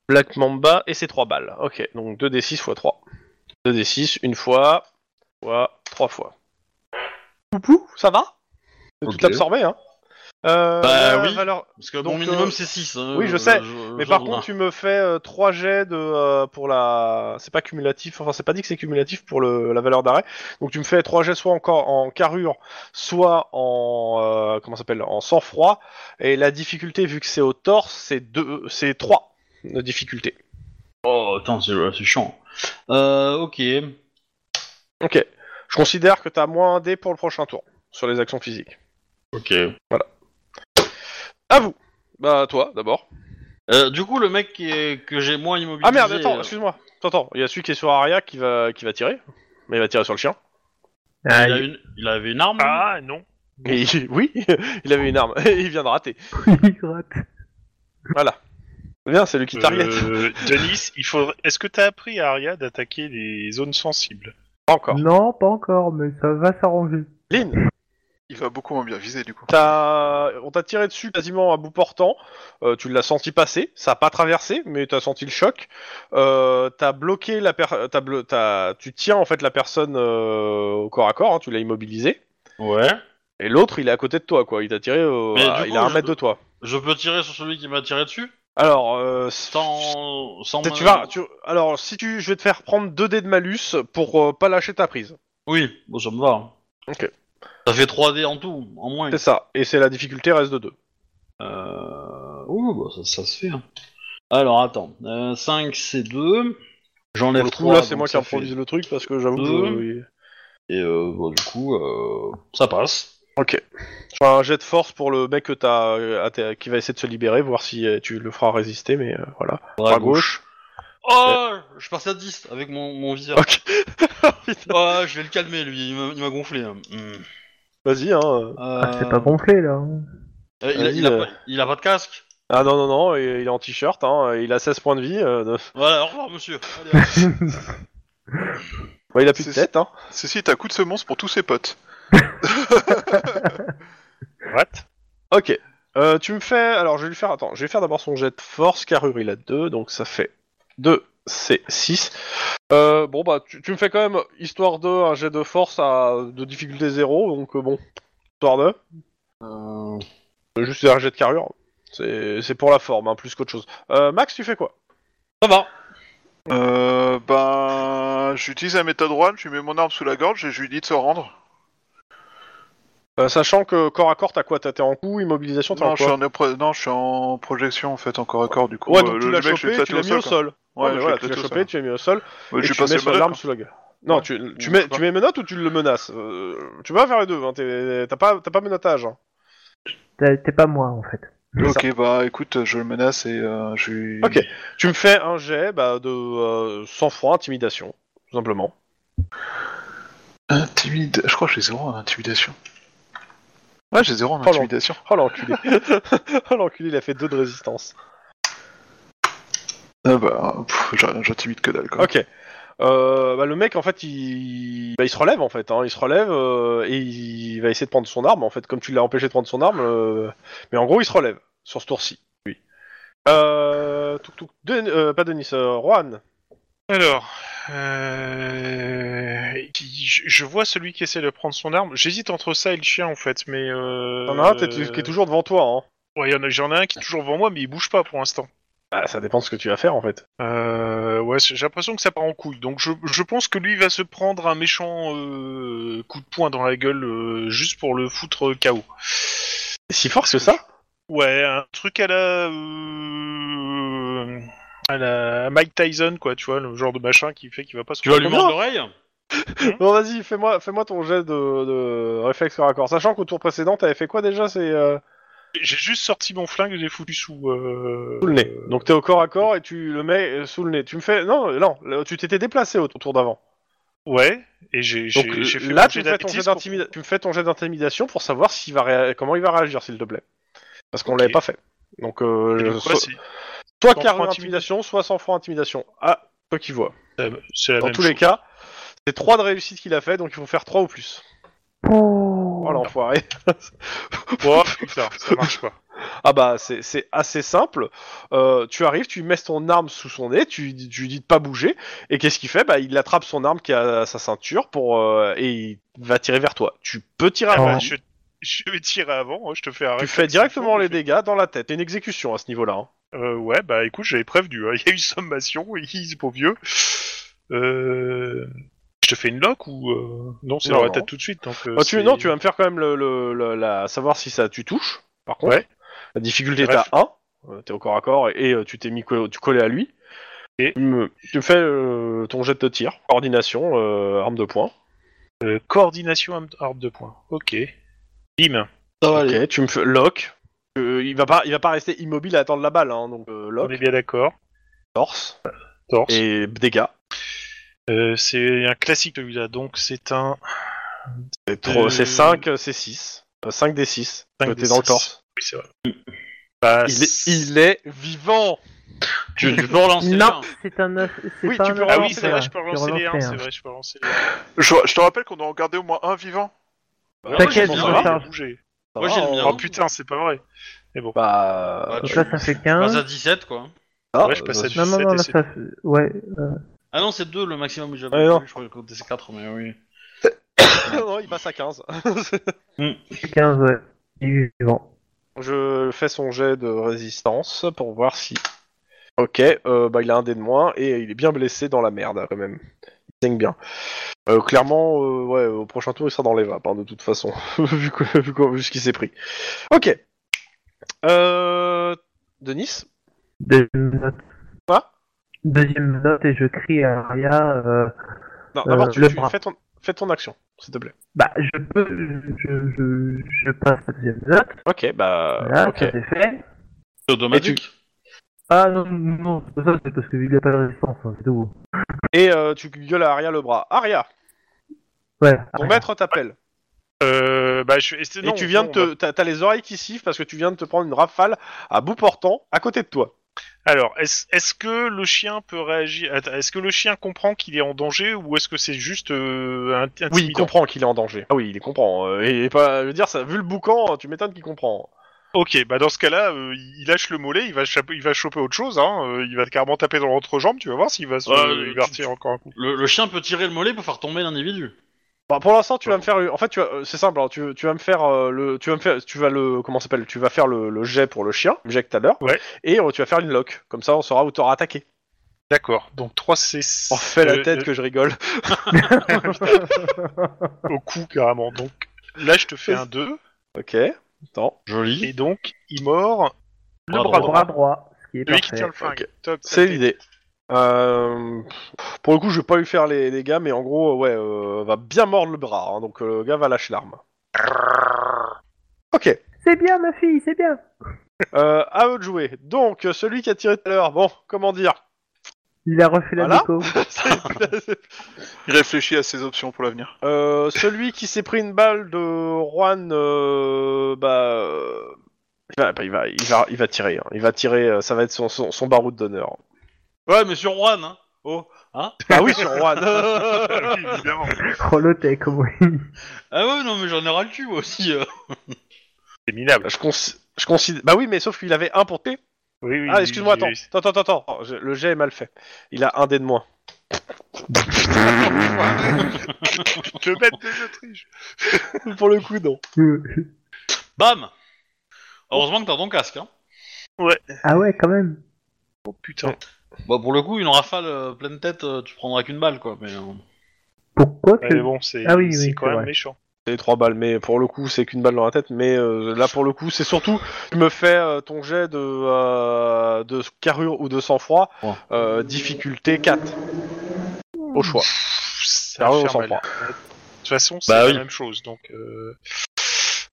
Black Mamba et c'est 3 balles. Ok, donc 2d6 x 3. 2d6 une fois, fois, 3 fois. Poupou, ça va T'es
Ok.
Tout absorbé, hein Euh,
Bah
la
oui.
valeur-
Parce que
Donc,
mon minimum,
euh,
c'est hein. 6.
oui, je sais, mais par contre, tu me fais 3 jets de, euh, pour la. C'est pas cumulatif, enfin, c'est pas dit que c'est cumulatif pour le, la valeur d'arrêt. Donc, tu me fais 3 jets soit encore en carrure, soit en. euh, comment ça s'appelle En sang-froid. Et la difficulté, vu que c'est au torse, c'est deux c'est 3 de difficulté.
Oh, attends, c'est c'est chiant. Euh, ok.
Ok. Je considère que t'as moins un dé pour le prochain tour, sur les actions physiques.
Ok.
À vous Bah, toi, d'abord.
Euh, du coup, le mec qui est- que j'ai moins immobilisé...
Ah merde, attends,
euh,
excuse-moi. Attends, attends, il y a celui qui est sur Aria qui va, qui va tirer. Mais il va tirer sur le chien.
Ah,
il, a une- il avait une arme
Ah non.
Et il- oui, il avait une arme. il vient de rater.
il gratte.
Voilà. Bien, c'est lui qui target.
Euh, Denis, il faudrait. Est-ce que t'as appris à Aria d'attaquer les zones sensibles
Pas encore.
Non, pas encore, mais ça va s'arranger.
Lynn,
Il va beaucoup moins bien viser du coup.
t'as- on t'a tiré dessus quasiment à bout portant. Euh, tu l'as senti passer. Ça a pas traversé, mais t'as senti le choc. Euh, t'as bloqué la personne. Tu tiens en fait la personne euh, au corps à corps. hein, tu l'as immobilisé.
Ouais.
Et l'autre, il est à côté de toi, quoi. Il t'a tiré. euh,
Mais
à-
du
il
coup,
est à un
je-
mètre de toi.
Je peux tirer sur celui qui m'a tiré dessus
Alors, euh, c'est-
Sans... sans
c'est- tu
ma-
vas. Tu... Alors, si tu, je vais te faire prendre 2 dés de malus pour euh, pas lâcher ta prise.
Oui, bon, ça me va.
Ok.
Ça fait 3D en tout, en moins.
C'est ça. Et c'est la difficulté reste de 2.
Euh... Ouh, bah, ça, ça se fait. hein. Alors, attends. 5, c'est 2. J'enlève
Pour le coup,
3.
là, c'est moi qui improvise le truc parce que j'avoue que.
Deux.
oui.
Et euh, bon, du coup, euh, ça passe.
Ok. Je ferai un jet de force pour le mec que t'as, euh, à tes- qui va essayer de se libérer, voir si euh, tu le feras résister, mais euh, voilà. Bras gauche. Euh.
Oh Je passe à 10 avec mon, mon viseur.
Ok.
oh, je vais le calmer, lui. Il m'a- il m'a gonflé. hein. Hmm.
Vas-y, hein.
Ah, c'est
Euh,
pas gonflé, là. hein.
euh, il, a, il a
Vas-y,
pas, il a pas de casque.
Ah non, non, non, il il est en t-shirt, hein, il a 16 points de vie. euh, de-
Voilà, au revoir, monsieur. Allez, hop.
Ouais, il a plus de
C'est-
tête, hein.
Ceci est un coup de semonce pour tous ses potes.
What
Ok. Euh, tu me fais. Alors, je vais lui faire. Attends, je vais faire d'abord son jet de force. Carrure, il a 2, donc ça fait 2, c'est 6. Euh, bon, bah, tu, tu me fais quand même, histoire de, un jet de force à, de difficulté 0, donc euh, bon, histoire de.
Euh,
Euh, Juste un jet de carrure. C'est c'est pour la forme, hein, plus qu'autre chose. Euh, Max, tu fais quoi
Ça va.
Euh, ben, j'utilise la méthode Juan, je lui mets mon arme sous la gorge et je lui dis de se rendre.
Euh, Sachant que corps à corps, t'as quoi T'as- T'es en coup, immobilisation, t'es en
Non, je suis
quoi
en, appro- non, je suis en projection en fait, encore à corps du coup.
Ouais,
Euh,
donc tu
le
l'as
mec, je l'ai
chopé,
éclaté
tu l'as mis au
quoi.
sol.
Ouais,
Ouais,
je l'ai
voilà, tu
éclaté
l'as
au sol.
chopé, tu l'as mis au sol.
Ouais,
et
je
Bah, tu
suis passé
mets
le
son arme sous la gueule. Non,
Ouais.
tu, tu,
Ou
mets,
pas.
tu mets menottes ou tu le menaces Euh, Tu vas faire les deux, hein, t'es- t'as pas, t'as pas menottage. hein.
T'es t'es pas moi en fait.
Ok, bah écoute, je le menace et euh, je lui.
Ok. Tu me fais un jet bah, de euh, sang-froid, intimidation, tout simplement.
Intimide. Je crois que j'ai zéro en intimidation. Ouais, j'ai zéro en
Pardon.
intimidation.
Oh l'enculé Oh l'enculé, il a fait deux de résistance.
Ah bah, pff, j'a- j'intimide que dalle quoi.
Ok. Euh, bah, le mec, en fait, il, bah, il se relève, en fait. hein. Il se relève euh, et il va essayer de prendre son arme, en fait, comme tu l'as empêché de prendre son arme. euh, Mais en gros, il se relève sur ce tour-ci. Oui. Euh... touc, touc, Den- euh, pas Denis, euh, Juan.
Alors, euh, qui- je, je vois celui qui essaie de prendre son arme. J'hésite entre ça et le chien en fait, mais. Euh...
T'en as un peut-être, qui est toujours devant toi. Hein.
Ouais, y en a- j'en ai un qui est toujours devant moi, mais il bouge pas pour l'instant.
Bah, ça dépend de ce que tu vas faire, en fait.
Euh, ouais, c'est- j'ai l'impression que ça part en couille. Donc je, je pense que lui va se prendre un méchant euh, coup de poing dans la gueule euh, juste pour le foutre KO.
Si fort que ça
Ouais, un truc à la, euh, à la Mike Tyson quoi, tu vois, le genre de machin qui fait qu'il va pas se.
Tu vas lui
Combien
mordre l'oreille
Bon, vas-y, fais-moi fais ton jet de, de réflexe corps à corps. Sachant qu'au tour précédent, t'avais fait quoi déjà C'est euh,
J'ai juste sorti mon flingue, j'ai foutu sous. Euh...
sous le nez. Donc t'es au corps à corps et tu le mets euh, sous le nez. Tu me fais. Non, non, là, tu t'étais déplacé au tour d'avant.
Ouais, et j'ai
Donc
j'ai- j'ai fait
là,
mon
tu
jet
me, fais ton
d'athlétisme
jet d'intimida- tu me fais ton jet d'intimidation pour savoir s'il va réa- comment il va réagir, s'il te plaît. Parce qu'on
Ok.
l'avait pas fait. Donc, euh,
pour-
je-
Donc, quoi,
so-
c'est-
soit
cent
carré
francs
intimidation, soit 100 francs intimidation. Ah, toi qui vois.
c'est la- c'est la
Dans
même
tous les
chose.
cas, c'est 3 de réussite qu'il a fait, donc il faut faire 3 ou plus. Oh l'enfoiré.
Oh putain, ça marche pas.
Ah bah c'est c'est assez simple. Euh, tu arrives, tu mets ton arme sous son nez, tu, lui dis- tu lui dis de pas bouger, et qu'est-ce qu'il fait Bah il attrape son arme qui a à sa ceinture pour euh, et il va tirer vers toi. Tu peux tirer
Ah
avant.
bah, je, je vais tirer avant, hein, je te fais arrêter.
tu fais directement les dégâts dans la tête. C'est une exécution à ce niveau-là. hein.
Euh, ouais, bah écoute, j'avais prévenu. hein. Il y a eu sommation, il est pauvre vieux. Euh... Je te fais une lock ou. euh, Non, c'est
Non,
dans la
non.
tête tout de suite. Donc, euh,
Bah, tu,
c'est-
non, tu vas me faire quand même le, le- le- la savoir si ça tu touches. Par contre,
Ouais.
la difficulté est à
Bref.
1. Euh, T'es au corps à corps et, et, euh, tu t'es mis co- tu collé à lui.
Et
tu me, tu me fais euh, ton jet de tir, coordination, euh, arme de poing.
euh, coordination arme- arme de poing. Ok. Bim.
Ça va
Ok, tu me fais lock. Euh, il va pas, il va pas rester immobile à attendre la balle, hein, donc euh,
On
lock,
est bien d'accord.
torse
Torse.
et dégâts.
Euh, c'est un classique celui-là, donc c'est un.
C'est trop-
Euh,
c'est 5, c'est 6. 5 des 6.
Cinq
T'es
des
dans le
six.
torse.
Oui, c'est vrai. Bah,
Il est, il est vivant
Tu, tu peux relancer.
Non.
un.
C'est un œuf. c'est
Oui,
pas
tu
un
peux
œuf,
Ah
relancer
oui, c'est vrai,
un.
je peux
Tu
relancer les 1,
hein.
relances
c'est
un.
vrai, je peux relancer les 1.
Je, je te rappelle qu'on doit en garder au moins un vivant.
Ouais,
T'inquiète,
moi,
on
j'ai
s'en
le mien.
charge.
Bouger.
Moi, j'ai le mien.
Ah, Oh putain, c'est pas vrai.
Bah,
Bah,
euh,
Donc là, ça fait 15.
Passe à 17, quoi.
ah,
ouais, je passe à
euh,
du-
Non, non, non, là,
17,
ça. Ouais. euh,
Ah non, c'est 2 le maximum que j'avais.
Ah, non.
vu, je crois que c'est 4, mais oui.
non, il passe à 15.
15, ouais. Il est vivant.
Je fais son jet de résistance pour voir si. Ok, euh, bah il a un dé de moins et il est bien blessé dans la merde quand même. Il saigne bien. Euh, clairement, euh, ouais, au prochain tour il sera dans les vapes hein, de toute façon, vu, que- vu qu'on- vu ce qu'il s'est pris. Ok. Euh... Denis
Deuxième note.
Quoi
Deuxième note, et je crie à Aria. euh,
Non,
Euh,
d'abord tu,
le
tu-
bras.
fais, ton, fais ton action, s'il te plaît.
bah, je peux. Je, je, je, je passe la deuxième note.
Ok, bah.
Voilà,
ok.
ça c'est fait.
C'est automatique.
Ah non, non, c'est pas ça, c'est parce qu'il n'y a pas de résistance, hein, c'est tout.
Et euh, tu gueules à Aria le bras. Aria,
Ouais.
ton maître t'appelle.
Euh, bah, je... et c'est-
Et
non,
tu viens
non,
de te. T'as, t'as les oreilles qui sifflent parce que tu viens de te prendre une rafale à bout portant à côté de toi.
Alors, est-ce est que le chien peut réagir Attends, Est-ce que le chien comprend qu'il est en danger ou est-ce que c'est juste euh, un intimidant
Oui, il comprend qu'il est en danger. Ah oui, il comprend. euh, Et, et pas. Je veux dire, ça, vu le boucan, tu m'étonnes qu'il comprend.
Ok, bah dans ce cas-là, euh, il lâche le mollet, il va choper, il va choper autre chose, hein, euh, il va carrément taper dans l'entrejambe, tu vas voir s'il va se
Ouais,
il va
tu-
retirer encore un coup.
Le, le chien peut tirer le mollet pour faire tomber l'individu.
Bah, pour l'instant, tu vas me faire. En fait, tu vas- euh, c'est simple. hein, tu, tu vas me faire euh, le. Tu vas me faire. Tu vas le. Comment ça s'appelle Tu vas faire le, le jet pour le chien, le jet que tout à l'heure.
Ouais.
Et euh, tu vas faire une lock. Comme ça, on saura où t'auras attaqué.
D'accord, donc euh, 3 C.
Oh, fais la tête que je rigole.
euh, Au cou, carrément. Donc là, je te fais un 2,
Ok. Attends.
Joli.
et donc, il mord le
Bras
bras
droit.
droit.
Bras droit, ce qui est
Lui qui
parfait.
tient le flingue.
Ok.
Top, ça
C'est
fait.
l'idée. Euh, pour le coup, je vais pas lui faire les les gars, mais en gros, euh, ouais, euh, va bien mordre le bras. hein, donc euh, le gars va lâcher l'arme. Ok.
C'est bien, ma fille, c'est bien.
Euh, à eux de jouer. Donc euh, celui qui a tiré tout à l'heure. Bon, comment dire
Il a refait la
Voilà.
déco.
Il réfléchit à ses options pour l'avenir.
Euh, Celui qui s'est pris une balle de Juan, euh, bah, euh, il va, bah, il va, il va, il va tirer. hein. Il va tirer. euh, ça va être son son, son baroud d'honneur.
Ouais, mais sur Juan, hein. Oh, hein
Ah oui, sur Juan.
Ah oui, évidemment.
Relotec, comme oui.
Ah ouais, non, mais j'en ai ras le cul, moi aussi. euh.
C'est minable.
je, cons- je considère. Bah oui, mais sauf qu'il avait un pour T.
Oui, oui,
Ah, excuse-moi,
oui,
attends.
oui.
Attends, attends, attends. attends, je- Le jet est mal fait. Il a un dé de moins.
Je vais mettre des autriches.
Pour le coup, non.
Bam Heureusement que t'as ton casque, hein.
ah ouais, quand même.
Oh putain.
Bah, pour le coup, une rafale euh, pleine tête, euh, tu prendras qu'une balle, quoi. Mais, euh,
Pourquoi que...
Ouais, mais bon, c'est
Ah oui,
c'est
oui,
quand
c'est
même
vrai.
méchant.
C'est trois balles, mais pour le coup, c'est qu'une balle dans la tête. Mais euh, là, pour le coup, c'est surtout. Tu me fais euh, ton jet de, euh, de carrure ou de sang-froid.
Ouais.
euh, difficulté 4. Au choix.
Ça
Carrure ou
va faire mal.
sang-froid.
De toute façon, c'est
Bah
la
oui.
même chose. Donc, euh,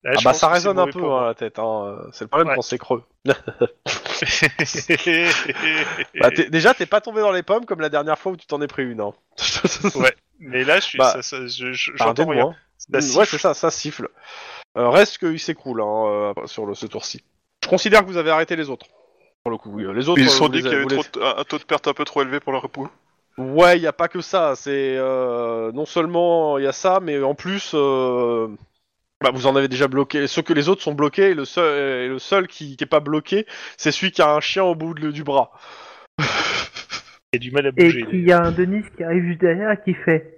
là,
Ah
je
bah,
pense
ça
que c'est
résonne un
mauvais
peu,
pour
hein,
moi.
la tête. Hein. C'est le problème
Ouais.
quand c'est creux. Bah, t'es- déjà, t'es pas tombé dans les pommes comme la dernière fois où tu t'en es pris une. Hein.
Mais là, je suis.
Bah,
ça, ça, je- je-
Par un dé
J'entends
de
rien.
moins.
Ça
Mm,
siffle.
ouais, c'est ça, ça siffle. Euh, reste qu'il s'écroule hein, euh, sur le, ce tour-ci. Je considère que vous avez arrêté les autres. Pour le coup, oui. Les autres,
Ils
euh,
se sont
vous
dit
les
qu'il y
avez-
avait
vous les-
trop de- un un taux de perte un peu trop élevé pour leur repos.
Ouais, il n'y a pas que ça. C'est euh, non seulement il y a ça, mais en plus, euh, bah, vous en avez déjà bloqué. Ceux que les autres sont bloqués, et le seul, et le seul qui n'est pas bloqué, c'est celui qui a un chien au bout de- du bras.
Il y a du mal à
Et
bouger.
qu'il y a un Denis qui arrive juste derrière et qui fait.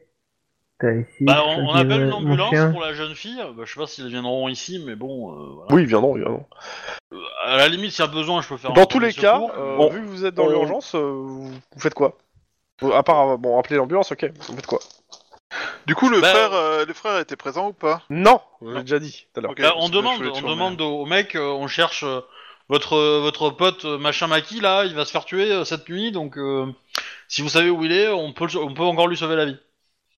T'as ici.
Bah, on, on
t'as dit,
appelle une
euh, mon chien.
ambulance pour la jeune fille. Bah, je sais pas s'ils viendront ici, mais bon, euh, voilà.
Oui, bien non, bien non.
À la limite, s'il y a besoin, je peux faire un
Dans tous
premier
les cas,
secours.
euh,
Bon,
vu que vous êtes dans
on-
l'urgence, euh, vous, vous faites quoi À part euh, bon, appeler l'ambulance, ok. Vous faites quoi
Du coup, le
Bah,
frère, euh, les frères étaient présents ou pas
Non, je l'ai déjà dit tout à l'heure.
Ok,
Bah, on
parce que je
demande,
voulais
on
toujours, mais-
demande au, au mec, euh, on cherche euh, votre euh, votre pote euh, machin maquis là, il va se faire tuer euh, cette nuit, donc euh, si vous savez où il est, on peut le- on peut encore lui sauver la vie.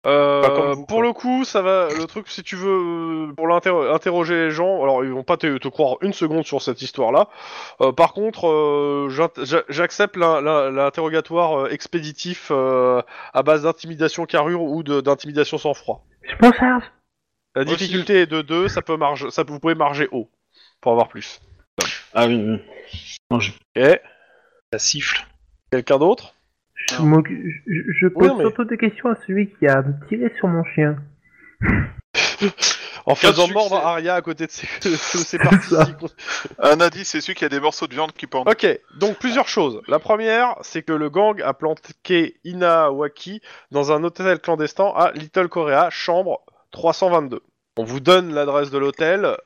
Euh,
Pas comme vous,
pour
quoi.
le coup, ça va. Le truc, si tu veux, euh, pour l'interroger les gens, alors ils vont pas te, te croire une seconde sur cette histoire-là. Euh, par contre, euh, j'int- j'a- j'accepte l'in- l'in- l'interrogatoire euh, expéditif euh, à base d'intimidation carrure ou de- d'intimidation sans froid.
Je m'en charge.
La
Moi
difficulté est de 2, ça peut marge, ça vous pouvez marger haut pour avoir plus.
Ah oui. oui.
Et
Ça siffle.
quelqu'un d'autre
Je, m'occu- je- je pose
Oui, mais-
surtout des questions à celui qui a tiré sur mon chien.
En faisant
succès.
mordre Aria à côté de ses, de ses parties.
Ça.
qui-
Un indice, Ah, c'est celui qui a des morceaux de viande qui pendent.
Ok, donc plusieurs choses. La première, c'est que le gang a planqué Inawaki dans un hôtel clandestin à Little Korea, chambre 322. On vous donne l'adresse de l'hôtel.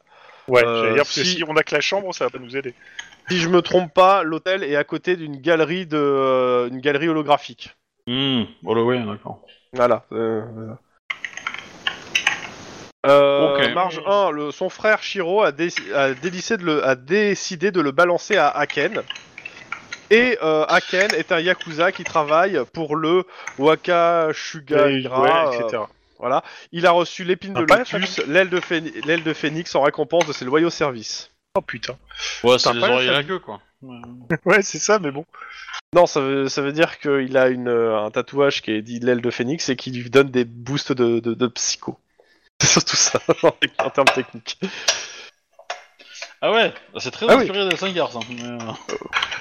Ouais,
Euh,
j'allais dire, parce que
si-
si on a que la chambre, ça va pas nous aider.
Si je me trompe pas, l'hôtel est à côté d'une galerie de, euh, une galerie holographique.
Hmm, Holloway, d'accord.
Voilà. euh, voilà. Euh,
Ok.
Marge 1, le- son frère Shiro a, dé- a délicé de le- a décidé de le balancer à Aken. Et euh, Aken est un yakuza qui travaille pour le Wakashuga.
Et-
Gra,
ouais,
euh,
etc.
il a reçu l'épine de
Ah, pas la
lotus, l'aile de, phé- l'aile de phénix en récompense de ses loyaux services.
Oh putain.
Ouais, c'est
T'as
les
pas la
oreilles à la queue, quoi. Ouais.
euh,
Ouais, c'est ça, mais bon.
Non, ça veut, ça veut dire qu'il a une, euh, un tatouage qui est dit l'aile de phénix et qui lui donne des boosts de, de, de psycho. C'est surtout ça, en termes techniques.
Ah ouais, c'est très
Ah oui.
inspiré des 5 ça. mais, euh,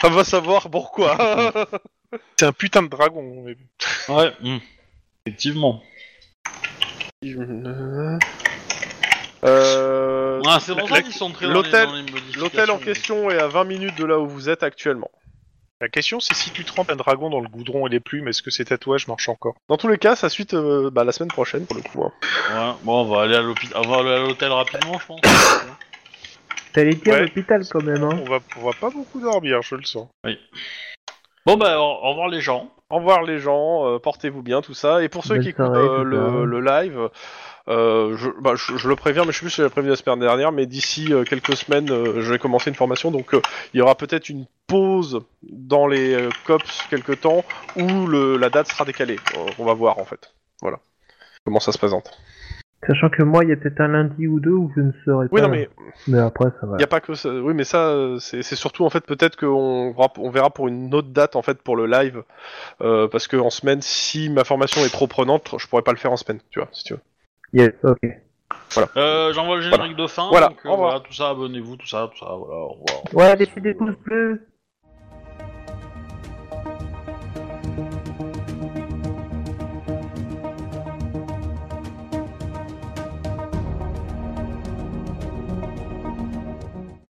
On va savoir pourquoi.
C'est un putain de dragon. mais-
Ouais, hmm. effectivement.
Euh,
Ah, c'est pour
la-
ça
la-
qu'ils sont très dans les-
l'hôtel-
dans les modifications.
L'hôtel en question est à 20 minutes de là où vous êtes actuellement.
La question, c'est si tu trempes un dragon dans le goudron et les plumes, est-ce que ces tatouages marchent encore
Dans tous les cas, ça suite euh, bah, la semaine prochaine pour le coup. hein.
Ouais, bon, on va aller à l'hôpital, on va aller à l'hôtel rapidement, je pense.
T'allais dire
Ouais.
l'hôpital quand même, hein.
on va, on va pas beaucoup dormir, je le sens.
bon, bah, au au revoir les gens.
Au revoir les gens, euh, portez-vous bien, tout ça. Et pour ceux
Bonne
qui écoutent
soirée,
euh,
tout
le,
ça.
le live, euh, je, bah, je- je le préviens, mais je sais plus si je l'ai prévenu la semaine dernière, mais d'ici euh, quelques semaines, euh, je vais commencer une formation, donc euh, il y aura peut-être une pause dans les euh, COPS quelque temps, où le, la date sera décalée. Euh, on va voir en fait. Voilà. Comment ça se présente.
Sachant que moi, il y a peut-être un lundi ou deux où je ne serai
Oui,
pas.
non mais
mais après, ça va.
Il n'y a pas que ça. Oui, mais ça, euh, c'est c'est surtout en fait peut-être qu'on verra- on verra pour une autre date en fait pour le live, euh, parce que en semaine, si ma formation est trop prenante, je pourrais pas le faire en semaine, tu vois, si tu veux.
Yes, ok.
Euh, J'envoie le générique de fin.
Voilà,
donc, euh,
au revoir.
voilà, tout ça, abonnez-vous, tout ça, tout ça, voilà, au revoir.
Ouais, laissez des pouces bleus.